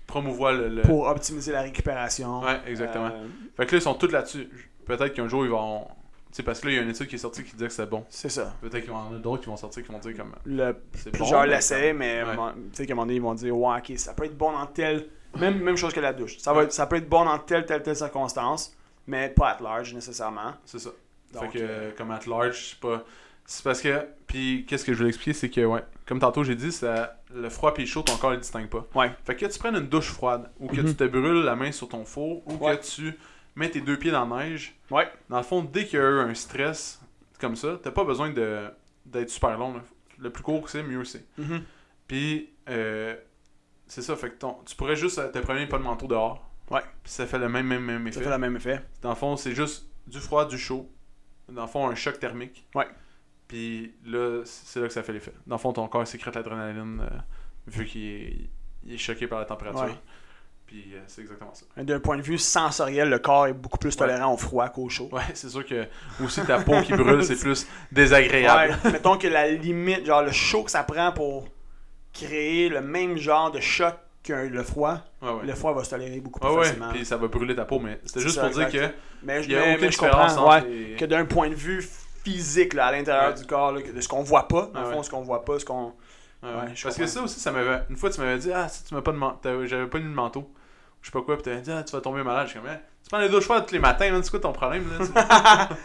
Speaker 1: promouvoient le... le-
Speaker 2: Pour optimiser la récupération.
Speaker 1: Euh, Ouais, exactement.
Speaker 2: Euh,
Speaker 1: Fait que là, ils sont tous là-dessus. J- Peut-être qu'un jour, ils vont. Tu sais, parce que là, il y a une étude qui est sortie qui disait que c'est bon.
Speaker 2: c'est ça.
Speaker 1: Peut-être qu'il y en a d'autres qui vont sortir qui vont dire comme.
Speaker 2: Le
Speaker 1: C'est bon.
Speaker 2: plusieurs
Speaker 1: mais-
Speaker 2: l'essayaient, mais
Speaker 1: Ouais.
Speaker 2: mon- tu sais qu'à un moment donné, ils vont dire Ouais, ok, ça peut être bon dans telle. Même, même chose que la douche. Ça, va être- ça peut être bon dans telle, telle, telle circonstance, mais pas at large nécessairement.
Speaker 1: C'est ça.
Speaker 2: Donc,
Speaker 1: fait que,
Speaker 2: euh,
Speaker 1: comme at large, je sais pas. C'est parce que. Puis, qu'est-ce que je voulais expliquer, c'est que, ouais, comme tantôt j'ai dit, ça, le froid puis le chaud, ton corps le distingue pas.
Speaker 2: Ouais.
Speaker 1: Fait que tu prennes une douche froide, ou que
Speaker 2: Mhm.
Speaker 1: tu te brûles la main sur ton four, ou
Speaker 2: Ouais.
Speaker 1: que tu mets tes deux pieds dans la neige.
Speaker 2: Ouais.
Speaker 1: Dans le fond, dès qu'il y a eu un stress comme ça, t'as pas besoin de
Speaker 2: Mhm.
Speaker 1: d'être super long. là. Le plus court que c'est, mieux c'est. Puis, euh, C'est ça, fait que ton- tu pourrais juste euh, te promener pas le manteau dehors.
Speaker 2: Ouais.
Speaker 1: Puis ça fait le même, même, même
Speaker 2: Ça
Speaker 1: effet.
Speaker 2: fait le même effet.
Speaker 1: Dans le fond, c'est juste du froid, du chaud. Dans le fond, un choc thermique.
Speaker 2: Ouais.
Speaker 1: Puis là, c'est là que ça fait l'effet. Dans le fond, ton corps sécrète l'adrénaline euh, vu qu'il est, il est choqué par la température.
Speaker 2: Ouais.
Speaker 1: Puis euh, c'est exactement ça.
Speaker 2: D'un point de vue sensoriel, le corps est beaucoup plus
Speaker 1: Ouais.
Speaker 2: tolérant au froid qu'au chaud.
Speaker 1: Ouais, c'est sûr que aussi ta peau qui brûle, c'est plus désagréable.
Speaker 2: Ouais, mettons que la limite, genre le chaud que ça prend pour créer le même genre de choc que le froid,
Speaker 1: Ouais, ouais. Ah
Speaker 2: le froid va se tolérer beaucoup plus
Speaker 1: Ouais, ouais,
Speaker 2: facilement.
Speaker 1: puis ça va brûler ta peau, mais c'était
Speaker 2: C'est
Speaker 1: juste
Speaker 2: ça,
Speaker 1: pour dire
Speaker 2: exact.
Speaker 1: que
Speaker 2: mais je,
Speaker 1: il y a
Speaker 2: mais-
Speaker 1: aucune
Speaker 2: mais je
Speaker 1: différence
Speaker 2: comprends
Speaker 1: entre
Speaker 2: ouais,
Speaker 1: les-
Speaker 2: que d'un point de vue physique là, à l'intérieur
Speaker 1: Ouais.
Speaker 2: du corps, là, que- de ce qu'on voit pas, dans
Speaker 1: Ouais,
Speaker 2: le fond,
Speaker 1: ouais.
Speaker 2: ce qu'on voit pas, ce qu'on.
Speaker 1: Ouais,
Speaker 2: Ouais,
Speaker 1: ouais.
Speaker 2: je
Speaker 1: Parce
Speaker 2: comprends.
Speaker 1: que ça aussi, ça m'avait. Une fois, tu m'avais dit, ah, si tu m'as pas de man- t'avais- j'avais pas mis de manteau. Je sais pas quoi, pis t'avais dit, ah, tu vas tomber malade. Je suis comme, Eh, tu prends les douches froides tous les matins, man, c'est quoi ton problème, là?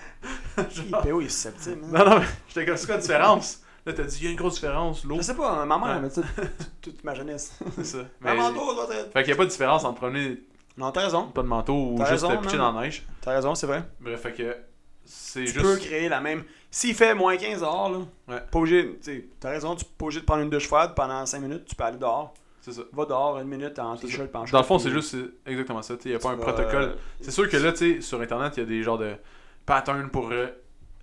Speaker 2: Hey,
Speaker 1: Genre-
Speaker 2: PO il est susceptible. hein.
Speaker 1: non, non, mais j'étais comme, c'est quoi la différence? Là, t'as dit, il y a une grosse différence, l'eau,
Speaker 2: Je sais pas, hein, ma mère
Speaker 1: Ouais.
Speaker 2: elle m'a dit ça toute ma jeunesse.
Speaker 1: c'est ça. Mais-
Speaker 2: Maman, toi, toi, t'as-
Speaker 1: Fait qu'il y a pas de différence entre promener
Speaker 2: Non, t'as raison.
Speaker 1: pas de manteau ou
Speaker 2: T'as
Speaker 1: juste
Speaker 2: raison,
Speaker 1: te pitcher
Speaker 2: man.
Speaker 1: dans la neige.
Speaker 2: T'as raison, c'est vrai.
Speaker 1: Bref, fait que c'est
Speaker 2: Tu
Speaker 1: juste.
Speaker 2: peux créer la même. S'il fait moins 15 dehors, là,
Speaker 1: Ouais.
Speaker 2: pas obligé, tu sais, t'as raison, tu peux pas obligé de prendre une douche froide pendant 5 minutes, tu peux aller dehors.
Speaker 1: C'est ça.
Speaker 2: Va dehors une minute en
Speaker 1: C'est
Speaker 2: t-shirt,
Speaker 1: Dans le fond, c'est juste c'est exactement ça. Il n'y a pas un
Speaker 2: euh,
Speaker 1: protocole. C'est sûr que là, tu sais, sur Internet, il y a des genres de patterns pour euh,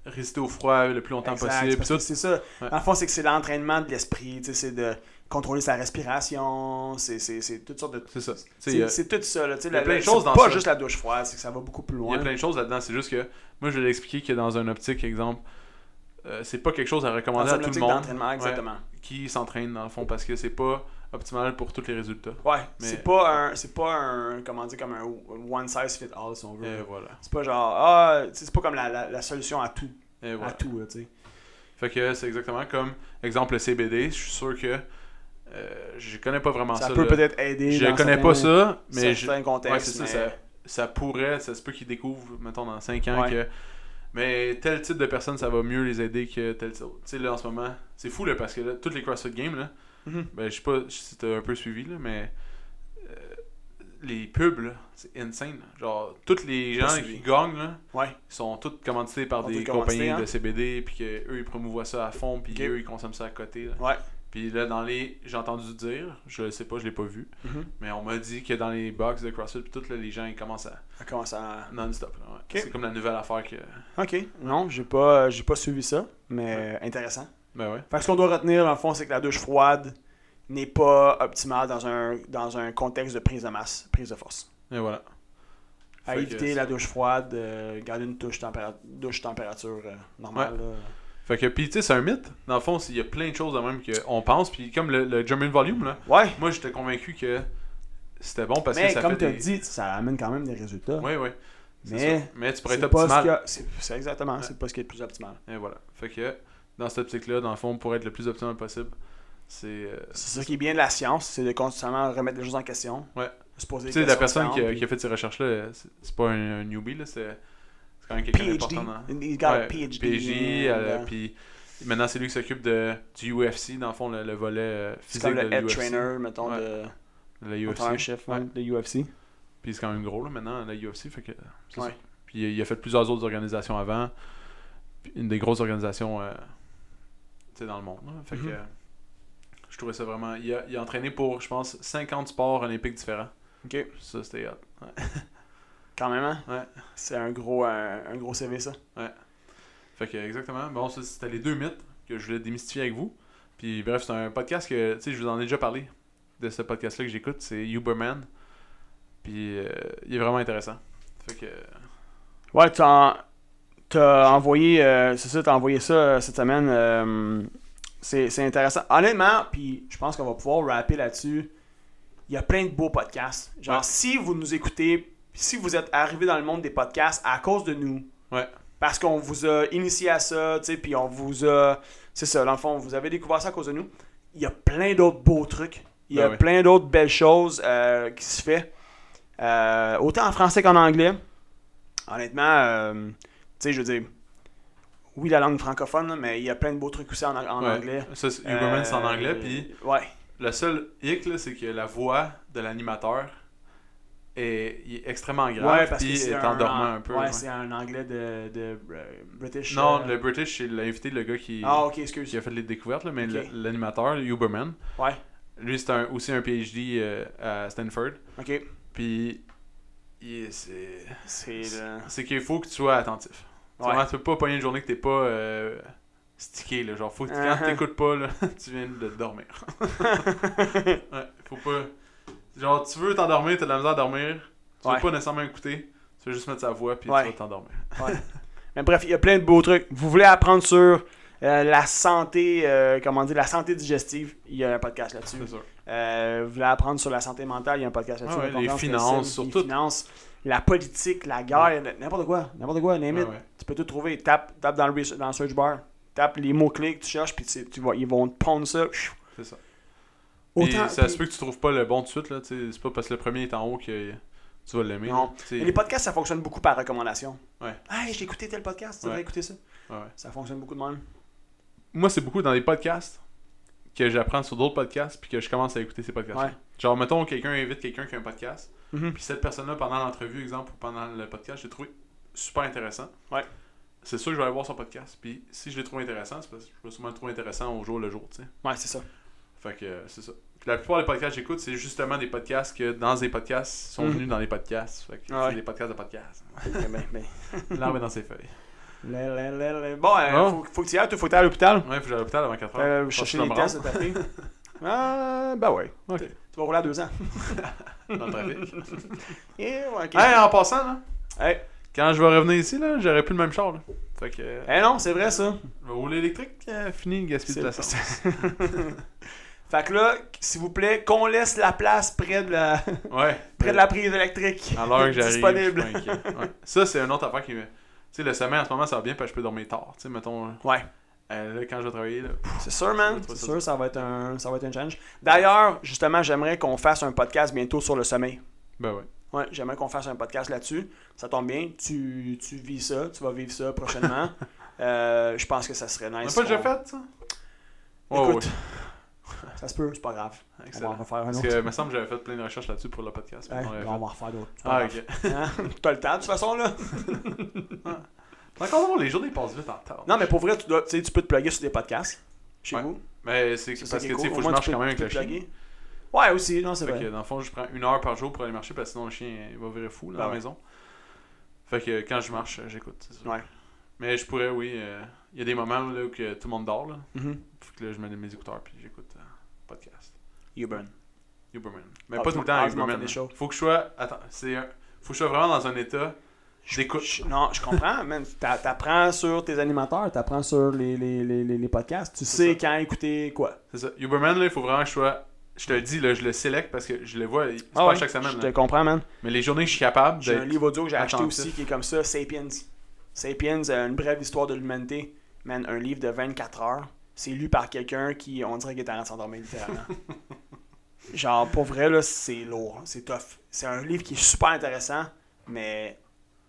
Speaker 1: résister au froid le plus longtemps possible. pis tout.
Speaker 2: C'est ça.
Speaker 1: Ouais.
Speaker 2: Dans le fond, c'est que c'est l'entraînement de l'esprit, tu sais, c'est de contrôler sa respiration, c'est- c'est c'est toutes sortes de.
Speaker 1: C'est ça. Tu sais, il y
Speaker 2: C'est
Speaker 1: a-
Speaker 2: c'est tout ça, là. tu sais,
Speaker 1: y a
Speaker 2: la-
Speaker 1: plein de
Speaker 2: la-
Speaker 1: choses
Speaker 2: c'est
Speaker 1: dans
Speaker 2: pas
Speaker 1: ça.
Speaker 2: juste la douche froide, c'est que ça va beaucoup plus
Speaker 1: il y
Speaker 2: loin.
Speaker 1: a plein de choses là-dedans. C'est juste que moi, je vais l'expliquer que dans un optique, exemple, euh, c'est pas quelque chose à
Speaker 2: Dans
Speaker 1: recommander
Speaker 2: une
Speaker 1: à tout
Speaker 2: optique
Speaker 1: le monde
Speaker 2: d'entraînement, exactement.
Speaker 1: qui s'entraîne dans le fond parce que c'est pas optimal pour tous les résultats.
Speaker 2: Ouais,
Speaker 1: Mais-
Speaker 2: c'est pas un. C'est pas un. Comment dire, comme un one size fit all, si on veut.
Speaker 1: Et voilà.
Speaker 2: C'est pas genre, ah, tu sais, c'est pas comme la, la, la solution à tout,
Speaker 1: Et
Speaker 2: à
Speaker 1: voilà.
Speaker 2: tout, là, tu sais.
Speaker 1: Fait que c'est exactement comme exemple le CBD. Je suis sûr que euh, je connais pas vraiment ça.
Speaker 2: Ça, peut
Speaker 1: là.
Speaker 2: peut-être aider.
Speaker 1: Je
Speaker 2: dans
Speaker 1: connais pas
Speaker 2: certains-
Speaker 1: ça, mais je-
Speaker 2: certains contextes,
Speaker 1: Ouais, c'est ça,
Speaker 2: mais-
Speaker 1: ça, ça pourrait, ça se peut qu'ils découvrent, mettons, dans 5 ans
Speaker 2: Ouais.
Speaker 1: que. Mais tel type de personne, ça va mieux les aider que tel type. Tu sais, là, en ce moment, c'est fou, là, parce que là, toutes les CrossFit Games, là,
Speaker 2: Mhm.
Speaker 1: ben, je sais pas si t'as un peu suivi, là, mais. euh, les pubs, là, c'est insane. là. Genre, tous les
Speaker 2: Pas
Speaker 1: gens
Speaker 2: suivi.
Speaker 1: qui gagnent, là,
Speaker 2: Ouais.
Speaker 1: ils sont tous commandités par
Speaker 2: Sont
Speaker 1: des
Speaker 2: tous commandités,
Speaker 1: compagnies
Speaker 2: hein.
Speaker 1: de CBD, puis que eux ils promouvoient ça à fond, puis
Speaker 2: Ok.
Speaker 1: eux, ils consomment ça à côté, là.
Speaker 2: Ouais.
Speaker 1: Puis là, dans les. J'ai entendu dire, je le sais pas, je l'ai pas vu,
Speaker 2: Mhm.
Speaker 1: mais on m'a dit que dans les box de CrossFit, pis tout, là, les gens ils commencent à
Speaker 2: Ça commence à.
Speaker 1: non-stop. là, ouais.
Speaker 2: Ok.
Speaker 1: C'est comme la nouvelle affaire que.
Speaker 2: Ok. Non, j'ai pas, euh, j'ai pas suivi ça, mais euh, intéressant.
Speaker 1: Ben ouais.
Speaker 2: Fait que ce qu'on doit retenir, dans le fond, c'est que la douche froide n'est pas optimale dans un, dans un contexte de prise de masse, prise de force.
Speaker 1: Et voilà.
Speaker 2: À
Speaker 1: Fait que
Speaker 2: éviter
Speaker 1: c'est-
Speaker 2: la douche froide, euh, garder une touche tempéra- douche température euh, normale. là.
Speaker 1: Fait que, pis tu sais, c'est un mythe. Dans le fond, c'est- il y a plein de choses de même qu'on pense. Puis comme le, le German Volume, là,
Speaker 2: Ouais,
Speaker 1: moi j'étais convaincu que c'était bon parce que
Speaker 2: mais
Speaker 1: ça
Speaker 2: comme
Speaker 1: fait
Speaker 2: tu as
Speaker 1: des...
Speaker 2: dit, ça amène quand même des résultats.
Speaker 1: Oui, oui. C'est
Speaker 2: Mais-
Speaker 1: ça. Mais tu pourrais être
Speaker 2: C'est pas ce
Speaker 1: optimal.
Speaker 2: qu'il y a- c'est c'est exactement,
Speaker 1: Ouais.
Speaker 2: c'est pas ce qui est le plus optimal.
Speaker 1: Et voilà. Fait que, dans cette optique-là, dans le fond, pour être le plus optimal possible, c'est. euh,
Speaker 2: C'est ça qui est bien de la science, c'est de constamment remettre les choses en question.
Speaker 1: Ouais.
Speaker 2: Se poser
Speaker 1: Tu sais,
Speaker 2: des
Speaker 1: la personne
Speaker 2: questions
Speaker 1: qui a,
Speaker 2: différentes,
Speaker 1: qui a fait ces recherches-là, c'est c'est pas un, un newbie, là, c'est c'est quand même quelqu'un
Speaker 2: puis
Speaker 1: d'important. dans-
Speaker 2: PhD. He's got a
Speaker 1: Ouais,
Speaker 2: PhD.
Speaker 1: PhD,
Speaker 2: and,
Speaker 1: euh,
Speaker 2: uh,
Speaker 1: puis maintenant c'est lui qui s'occupe de du UFC dans le fond le, le volet euh,
Speaker 2: c'est
Speaker 1: physique
Speaker 2: comme le
Speaker 1: de
Speaker 2: head
Speaker 1: l'UFC.
Speaker 2: trainer, mettons,
Speaker 1: Ouais.
Speaker 2: de
Speaker 1: Le
Speaker 2: entraîneur
Speaker 1: UFC.
Speaker 2: chef
Speaker 1: Ouais.
Speaker 2: hein, de UFC.
Speaker 1: Puis c'est quand même gros là maintenant le UFC fait que c'est
Speaker 2: Ouais.
Speaker 1: ça. Puis il a fait plusieurs autres organisations avant, puis une des grosses organisations euh, tu sais, dans le monde. là. Fait que
Speaker 2: Mhm.
Speaker 1: euh, je trouvais ça vraiment il a, il a entraîné pour je pense 50 sports olympiques différents.
Speaker 2: Ok.
Speaker 1: Ça c'était hot. Ouais.
Speaker 2: Quand même, hein?
Speaker 1: Ouais.
Speaker 2: C'est un gros, un, un gros CV, ça.
Speaker 1: Fait que exactement. Bon, ça c'était les deux mythes que je voulais démystifier avec vous. Puis bref, c'est un podcast que, tu sais, je vous en ai déjà parlé de ce podcast-là que j'écoute, c'est Uberman. Puis euh, il est vraiment intéressant. Fait que.
Speaker 2: Ouais, t'as, t'as envoyé, euh, c'est ça, t'as envoyé ça euh, cette semaine. euh, c'est, c'est intéressant. Honnêtement, puis je pense qu'on va pouvoir rapper là-dessus. Il y a plein de beaux podcasts. Genre,
Speaker 1: Ouais.
Speaker 2: si vous nous écoutez, si vous êtes arrivé dans le monde des podcasts à cause de nous,
Speaker 1: Ouais.
Speaker 2: parce qu'on vous a initié à ça, tu sais, puis on vous a, c'est ça, dans le fond, vous avez découvert ça à cause de nous. Il y a plein d'autres beaux trucs. Il y a
Speaker 1: Ben oui.
Speaker 2: plein d'autres belles choses euh, qui se fait. Euh, autant en français qu'en anglais. Honnêtement, euh, tu sais, je veux dire, oui, la langue francophone, là, mais il y a plein de beaux trucs aussi en, en
Speaker 1: ouais.
Speaker 2: anglais.
Speaker 1: Ça, c'est- Uberman, c'est en
Speaker 2: Euh,
Speaker 1: anglais. Puis
Speaker 2: Ouais.
Speaker 1: le seul hic, là, c'est que la voix de l'animateur est, il est extrêmement
Speaker 2: ouais,
Speaker 1: grave.
Speaker 2: parce
Speaker 1: puis
Speaker 2: que c'est
Speaker 1: est
Speaker 2: un,
Speaker 1: endormant un, peu.
Speaker 2: Ouais,
Speaker 1: ouais.
Speaker 2: c'est un anglais de, de euh, British.
Speaker 1: Non,
Speaker 2: euh,
Speaker 1: le British, c'est l'invité, le gars qui,
Speaker 2: Ah, ok,
Speaker 1: qui
Speaker 2: excuse.
Speaker 1: a fait les découvertes, là, mais
Speaker 2: Ok.
Speaker 1: le- l'animateur, Uberman,
Speaker 2: Ouais.
Speaker 1: Lui, c'est un- aussi un PhD euh, à Stanford.
Speaker 2: Ok.
Speaker 1: Puis, il- c'est
Speaker 2: C'est le.
Speaker 1: c'est qu'il faut que tu sois attentif. Tu
Speaker 2: Ouais.
Speaker 1: vois, Tu peux pas pogner une journée que t'es pas euh, stické. Là. Genre, faut que quand
Speaker 2: Uh-huh.
Speaker 1: t'écoutes pas, là, tu viens de dormir. ouais, faut pas. Genre, tu veux t'endormir, t'as de la misère à dormir. Tu
Speaker 2: Ouais.
Speaker 1: veux pas nécessairement écouter. Tu veux juste mettre sa voix, puis
Speaker 2: Ouais.
Speaker 1: tu vas t'endormir.
Speaker 2: Mais bref, il y a plein de beaux trucs. Vous voulez apprendre sur euh, la santé, euh, comment dire, la santé digestive, il y a un podcast là-dessus.
Speaker 1: C'est sûr.
Speaker 2: Euh, vous voulez apprendre sur la santé mentale, il y a un podcast là-dessus.
Speaker 1: Ah ouais,
Speaker 2: La
Speaker 1: les
Speaker 2: confiance,
Speaker 1: finances,
Speaker 2: le cible,
Speaker 1: sur
Speaker 2: les
Speaker 1: tout.
Speaker 2: finances, la politique, la guerre, n'importe quoi, n'importe quoi, name
Speaker 1: Ouais,
Speaker 2: it.
Speaker 1: ouais.
Speaker 2: Tu peux tout trouver. Tape, tape dans, le, res- dans le search bar, tape les mots-clés que tu cherches, puis tu, tu vois, ils vont te pondre ça. Chou.
Speaker 1: C'est ça. Puis
Speaker 2: Autant,
Speaker 1: ça
Speaker 2: puis-
Speaker 1: se peut que tu trouves pas le bon tout de suite, là. tu sais, C'est pas parce que le premier est en haut que tu vas l'aimer.
Speaker 2: Non.
Speaker 1: là, tu sais.
Speaker 2: mais les podcasts, ça fonctionne beaucoup par recommandation.
Speaker 1: Ouais.
Speaker 2: Hey, j'ai écouté tel podcast, tu devrais
Speaker 1: Ouais.
Speaker 2: écouter ça.
Speaker 1: Ouais, ouais.
Speaker 2: Ça fonctionne beaucoup de même.
Speaker 1: Moi, c'est beaucoup dans les podcasts que j'apprends sur d'autres podcasts, puis que je commence à écouter ces podcasts.
Speaker 2: Ouais.
Speaker 1: Genre, mettons, quelqu'un invite quelqu'un qui a un podcast,
Speaker 2: Mhm.
Speaker 1: puis cette personne-là, pendant l'entrevue, exemple, ou pendant le podcast, j'ai trouvé super intéressant.
Speaker 2: Ouais.
Speaker 1: C'est sûr que je vais aller voir son podcast. Puis si je l'ai trouvé intéressant, c'est parce que je vais sûrement le trouver intéressant au jour le jour, tu sais.
Speaker 2: Ouais, c'est ça.
Speaker 1: Fait que euh, c'est ça. Puis la plupart des podcasts que j'écoute, c'est justement des podcasts que dans des podcasts sont
Speaker 2: Mhm.
Speaker 1: venus dans les podcasts. Fait que
Speaker 2: Ah ouais.
Speaker 1: c'est des podcasts de podcasts.
Speaker 2: Ben, ben, ben.
Speaker 1: L'arbre est dans ses feuilles.
Speaker 2: Le, le, le, le. Bon, euh,
Speaker 1: Bon.
Speaker 2: Faut, faut que tu y ailles, toi, faut que tu ailles à l'hôpital.
Speaker 1: Ouais, faut que j'aille à l'hôpital avant 4 heures.
Speaker 2: Euh,
Speaker 1: Faut
Speaker 2: chercher
Speaker 1: que je
Speaker 2: les
Speaker 1: me
Speaker 2: tests de ta fille. Ah, ben ouais.
Speaker 1: rende.
Speaker 2: Tu vas rouler à deux ans.
Speaker 1: Ok, dans le trafic.
Speaker 2: Eh, ouais, ok.
Speaker 1: Hey, en passant, là.
Speaker 2: Hey.
Speaker 1: Quand je vais revenir ici, là, j'aurai plus le même char, là. Fait que. euh,
Speaker 2: Eh non, c'est vrai ça.
Speaker 1: je vais rouler électrique, euh, fini le gaspillage de la sorte.
Speaker 2: Fait que là, s'il vous plaît, qu'on laisse la place près de la,
Speaker 1: Ouais.
Speaker 2: près de la prise électrique.
Speaker 1: À l'heure que j'arrive.
Speaker 2: Disponible.
Speaker 1: je suis pas inquiet. Ouais. Ça, c'est une autre affaire qui me. Tu sais, le sommeil en ce moment, ça va bien parce que je peux dormir tard. Tu sais, mettons.
Speaker 2: Ouais.
Speaker 1: euh, là, quand je vais travailler, là.
Speaker 2: C'est sûr, man.
Speaker 1: Je trouve
Speaker 2: C'est
Speaker 1: ça
Speaker 2: sûr, ça va être un, ça va être un challenge. D'ailleurs, justement, j'aimerais qu'on fasse un podcast bientôt sur le sommeil.
Speaker 1: Ben ouais.
Speaker 2: Ouais, j'aimerais qu'on fasse un podcast là-dessus. Ça tombe bien. Tu, tu vis ça, tu vas vivre ça prochainement. Euh, je pense que ça serait
Speaker 1: On
Speaker 2: nice.
Speaker 1: n'a pas déjà
Speaker 2: On-
Speaker 1: fait, ça Oh,
Speaker 2: Écoute,
Speaker 1: ouais.
Speaker 2: ça se peut, c'est pas grave. On va en
Speaker 1: Excellent.
Speaker 2: refaire un
Speaker 1: Parce
Speaker 2: autre.
Speaker 1: que, me semble, j'avais fait plein de recherches là-dessus pour le podcast. mais
Speaker 2: Hein,
Speaker 1: on l'avait
Speaker 2: on
Speaker 1: fait.
Speaker 2: va en refaire d'autres.
Speaker 1: Ah, ok.
Speaker 2: Hein? T'as le temps, de toute façon, là.
Speaker 1: Encore drôle, les journées passent vite en temps.
Speaker 2: Non, mais pour vrai, tu, dois, tu sais, tu peux te plugger sur des podcasts chez
Speaker 1: Ouais.
Speaker 2: vous.
Speaker 1: Mais c'est
Speaker 2: C'est ça
Speaker 1: parce
Speaker 2: qui
Speaker 1: que,
Speaker 2: est
Speaker 1: tu sais,
Speaker 2: cool.
Speaker 1: faut que
Speaker 2: Au
Speaker 1: je
Speaker 2: moins,
Speaker 1: marche
Speaker 2: tu peux-
Speaker 1: quand même avec
Speaker 2: tu
Speaker 1: le
Speaker 2: peux te
Speaker 1: chien.
Speaker 2: plugger. Ouais, aussi, non, c'est
Speaker 1: Fait que
Speaker 2: vrai.
Speaker 1: dans le fond, je prends une heure par jour pour aller marcher parce que sinon le chien il va virer fou là,
Speaker 2: Ah
Speaker 1: à
Speaker 2: ouais.
Speaker 1: la maison. Fait que quand je marche, j'écoute. c'est sûr.
Speaker 2: Ouais.
Speaker 1: Mais je pourrais, oui. euh, Il y a des moments là, où que tout le monde dort. Là.
Speaker 2: Mhm.
Speaker 1: Fait que là, je mets mes écouteurs puis j'écoute euh, podcast.
Speaker 2: You burn.
Speaker 1: Uberman. Mais
Speaker 2: Ah,
Speaker 1: pas
Speaker 2: tu-
Speaker 1: tout le temps
Speaker 2: ah,
Speaker 1: à
Speaker 2: tu m'entends
Speaker 1: Uberman.
Speaker 2: des
Speaker 1: hein.
Speaker 2: choses.
Speaker 1: Faut que je sois. Attends, c'est. un- Faut que je sois vraiment dans un état. J'écoute.
Speaker 2: Je- Non, je comprends, man. T'a- T'apprends sur tes animateurs, t'apprends sur les, les, les, les, les podcasts. Tu sais
Speaker 1: ça.
Speaker 2: quand écouter quoi.
Speaker 1: C'est ça. Uberman, là, il faut vraiment que je sois. Je te le dis, là, je le sélecte parce que je le vois. il- C'est
Speaker 2: Ah
Speaker 1: pas
Speaker 2: ouais,
Speaker 1: chaque semaine.
Speaker 2: Je te
Speaker 1: là.
Speaker 2: comprends, man.
Speaker 1: Mais les journées que je suis capable.
Speaker 2: J'ai un
Speaker 1: d'être-
Speaker 2: livre audio que j'ai acheté
Speaker 1: attentif.
Speaker 2: aussi qui est comme ça, Sapiens. Sapiens, euh, une brève histoire de l'humanité. Man, un livre de 24 heures. C'est lu par quelqu'un qui, on dirait qu'il est en train de s'endormir littéralement. Genre, pour vrai, là, c'est lourd. C'est tough. C'est un livre qui est super intéressant, mais,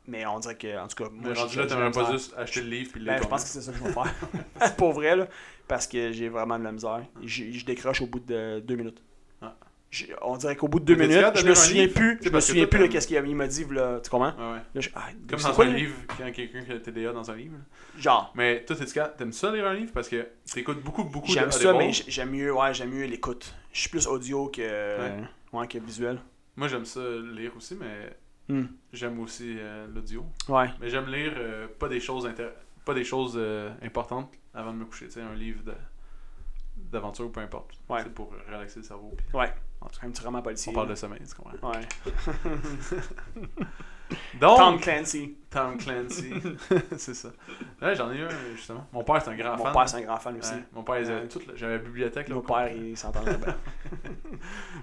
Speaker 2: mais on dirait que, en tout cas,
Speaker 1: Mais
Speaker 2: moi,
Speaker 1: rendu
Speaker 2: j'ai-
Speaker 1: là,
Speaker 2: j'ai
Speaker 1: t'aimerais
Speaker 2: de la
Speaker 1: pas
Speaker 2: misère.
Speaker 1: juste acheter le livre puis le
Speaker 2: Ben, je
Speaker 1: lire
Speaker 2: pense que c'est ça que je vais faire. pour vrai, là, parce que j'ai vraiment de la misère. Je, je décroche au bout de deux minutes.
Speaker 1: Ah.
Speaker 2: J'ai- On dirait qu'au bout de deux
Speaker 1: Mais t'es-tu
Speaker 2: minutes,
Speaker 1: capable de
Speaker 2: je me
Speaker 1: lire un
Speaker 2: souviens
Speaker 1: livre?
Speaker 2: plus,
Speaker 1: Tu sais,
Speaker 2: je me
Speaker 1: parce que
Speaker 2: souviens
Speaker 1: toi,
Speaker 2: plus de
Speaker 1: t'as-
Speaker 2: qu'est-ce qu'il m'a dit, là, tu comprends?
Speaker 1: Ouais, ouais.
Speaker 2: Là, je- ah,
Speaker 1: Comme
Speaker 2: c'est
Speaker 1: dans
Speaker 2: quoi,
Speaker 1: un
Speaker 2: là?
Speaker 1: livre, quand quelqu'un qui a le TDA dans un livre. là.
Speaker 2: Genre,
Speaker 1: Mais toi, t'es-tu capable- T'aimes ça lire un livre parce que t'écoutes beaucoup, beaucoup de
Speaker 2: j'aime ça,
Speaker 1: audible.
Speaker 2: mais j- j'aime mieux, ouais, j'aime mieux l'écoute. Je suis plus audio que,
Speaker 1: Ouais.
Speaker 2: ouais, que visuel.
Speaker 1: Moi, j'aime ça lire aussi, mais
Speaker 2: Hmm.
Speaker 1: j'aime aussi euh, l'audio.
Speaker 2: Ouais.
Speaker 1: Mais j'aime lire euh, pas des choses intér- pas des choses euh, importantes avant de me coucher. Tu sais, un livre de- d'aventure ou peu importe.
Speaker 2: Ouais.
Speaker 1: C'est pour relaxer le cerveau. puis
Speaker 2: Ouais.
Speaker 1: En tout cas,
Speaker 2: Un petit roman policier.
Speaker 1: on parle de Oh! sommeil, tu comprends.
Speaker 2: Ouais.
Speaker 1: Donc, Tom,
Speaker 2: Tom Clancy.
Speaker 1: Clancy. c'est ça. Là, j'en ai un, justement. Mon père, c'est un grand
Speaker 2: Mon
Speaker 1: fan.
Speaker 2: père, c'est un grand fan aussi.
Speaker 1: Ouais, mon père, les avait toutes, là. J'avais la bibliothèque. Là,
Speaker 2: Mon
Speaker 1: au
Speaker 2: père,
Speaker 1: complet.
Speaker 2: il s'entendait bien.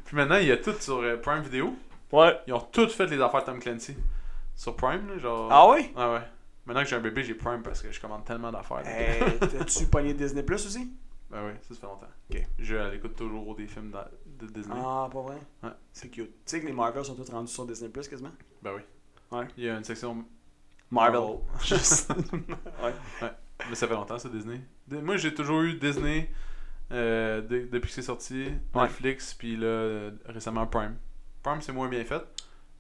Speaker 1: Puis maintenant, il y a tout sur euh, Prime Video.
Speaker 2: Ouais.
Speaker 1: Ils ont toutes fait les affaires de Tom Clancy. Sur Prime, là, genre.
Speaker 2: Ah ouais?
Speaker 1: Ah ouais. Maintenant que j'ai un bébé, j'ai Prime parce que je commande tellement d'affaires. là.
Speaker 2: Hey, Eh, T'as-tu pogné Disney Plus aussi?
Speaker 1: Ben oui, ça, ça fait longtemps.
Speaker 2: Ok.
Speaker 1: Je l'écoute toujours des films de, de Disney.
Speaker 2: Ah, pas vrai?
Speaker 1: Ouais.
Speaker 2: C'est cute. Tu sais que les Marvel sont tous rendus sur Disney Plus quasiment?
Speaker 1: Ben oui.
Speaker 2: Ouais.
Speaker 1: Il y a une section. Oh.
Speaker 2: Marvel. Juste. ouais.
Speaker 1: Mais ça fait longtemps, ça, Disney. De- Moi, j'ai toujours eu Disney euh, de- depuis que c'est sorti.
Speaker 2: Ouais.
Speaker 1: Netflix, puis là, euh, récemment Prime. Prime, c'est moins bien fait.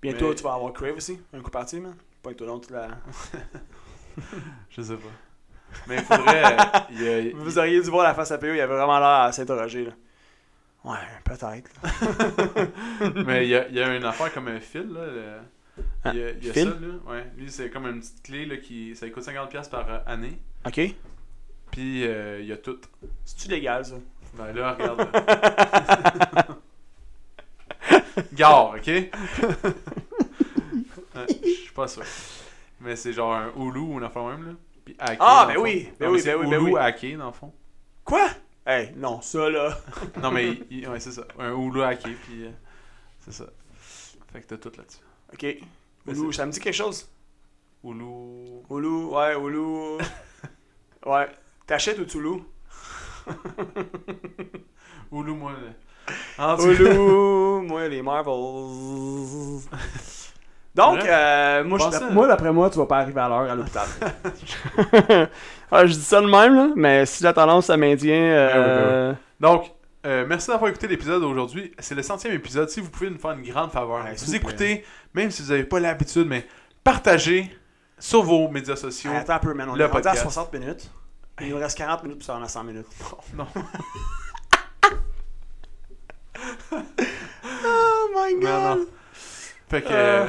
Speaker 2: Bientôt,
Speaker 1: Mais-
Speaker 2: tu vas avoir Crave aussi. Un coup parti, man. Pas que toi non, toute la.
Speaker 1: Je sais pas. Mais il faudrait. euh, il y a- il-
Speaker 2: Vous auriez dû voir la face à PE, il avait vraiment l'air à s'interroger. là. Ouais, peut-être.
Speaker 1: Mais il y a, il y a une affaire comme un fil, là. le- Il y a, il y a
Speaker 2: Ah, fil?
Speaker 1: ça, là. Ouais. Lui, c'est comme une petite clé, là, qui. Ça coûte 50$ par année.
Speaker 2: OK.
Speaker 1: Puis, euh, il y a tout.
Speaker 2: C'est-tu légal, ça?
Speaker 1: Ben là, regarde. Gare, ok? Ouais, Je suis pas sûr. Mais c'est genre un Hulu ou une affaire même, là. Puis hacké.
Speaker 2: Ah,
Speaker 1: dans
Speaker 2: ben
Speaker 1: le fond.
Speaker 2: oui, ben
Speaker 1: Non, mais
Speaker 2: oui,
Speaker 1: c'est
Speaker 2: ben oui,
Speaker 1: Hulu
Speaker 2: ben oui.
Speaker 1: hacké, dans le fond.
Speaker 2: Quoi? Hey, non, ça, là.
Speaker 1: Non, mais il- il- ouais, c'est ça. Un Hulu hacké, puis euh, c'est ça. Fait que t'as tout là-dessus.
Speaker 2: OK. Oulou, ça me dit quelque chose?
Speaker 1: Hulu.
Speaker 2: Oulou, ouais, Oulou. ouais. T'achètes ou tu loues?
Speaker 1: Hulu, moi. là. En tout cas,
Speaker 2: Oulou, moi, les Marvels. Donc,
Speaker 1: Ouais.
Speaker 2: euh, moi,
Speaker 1: Pense
Speaker 2: je-
Speaker 1: à-
Speaker 2: moi, d'après moi, tu vas pas arriver à l'heure à l'hôpital. Ah, je dis ça de même, là, mais si la tendance ça maintient. euh,
Speaker 1: Donc, euh, merci d'avoir écouté l'épisode d'aujourd'hui. C'est le centième épisode. Si vous pouvez nous faire une grande faveur,
Speaker 2: Ouais, s'il
Speaker 1: vous
Speaker 2: vous plaît.
Speaker 1: écoutez, même si vous n'avez pas l'habitude, mais partagez sur vos médias sociaux.
Speaker 2: Attends un peu, man. On
Speaker 1: Le
Speaker 2: est rendu à
Speaker 1: podcast.
Speaker 2: 60 minutes. Il nous reste 40 minutes, puis ça en a 100 minutes.
Speaker 1: Non.
Speaker 2: oh my god!
Speaker 1: Non, non. Fait que.
Speaker 2: Euh.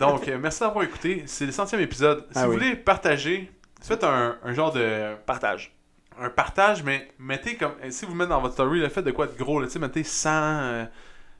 Speaker 1: donc, euh, merci d'avoir écouté. C'est le centième épisode. Si
Speaker 2: Ah
Speaker 1: vous
Speaker 2: oui.
Speaker 1: voulez partager, faites un, un genre de.
Speaker 2: Partage.
Speaker 1: Un partage, mais mettez comme. euh, Si vous mettez dans votre story, le fait de quoi de gros, là, tu sais, mettez 100. euh, tu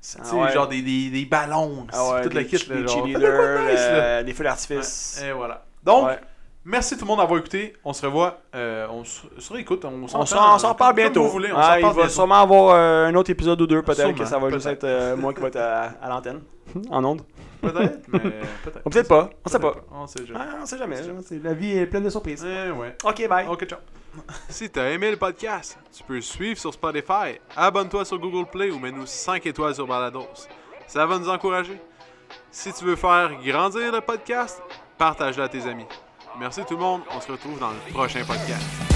Speaker 1: sais,
Speaker 2: Ah ouais.
Speaker 1: genre des, des, des ballons,
Speaker 2: Ah ouais,
Speaker 1: toute la
Speaker 2: des
Speaker 1: kit,
Speaker 2: chi-
Speaker 1: là,
Speaker 2: des
Speaker 1: genre. Faites de quoi de
Speaker 2: cheerleaders,
Speaker 1: nice, là.
Speaker 2: euh, des feux d'artifice.
Speaker 1: Et voilà. Donc,
Speaker 2: Ouais.
Speaker 1: merci tout le monde d'avoir écouté. On se revoit. euh, on se, se réécoute. On s'en
Speaker 2: on s'en on s'en parle bientôt.
Speaker 1: Comme vous voulez, on
Speaker 2: Ah,
Speaker 1: s'en
Speaker 2: il
Speaker 1: parle
Speaker 2: va
Speaker 1: bientôt.
Speaker 2: sûrement avoir euh, un autre épisode ou deux, peut-être
Speaker 1: Sûrement,
Speaker 2: que ça va juste
Speaker 1: peut-être.
Speaker 2: être euh, moi qui va être à, à l'antenne, en onde.
Speaker 1: Peut-être, mais peut-être.
Speaker 2: Ou peut-être pas, on sait pas.
Speaker 1: On sait jamais.
Speaker 2: Ah, on sait jamais. La vie est pleine de surprises.
Speaker 1: Eh ouais.
Speaker 2: Ok, bye.
Speaker 1: Ok, ciao. Si t'as aimé le podcast, tu peux le suivre sur Spotify, abonne-toi sur Google Play ou mets-nous 5 étoiles sur Balados. Ça va nous encourager. Si tu veux faire grandir le podcast, partage-le à tes amis. Merci tout le monde, on se retrouve dans le prochain podcast.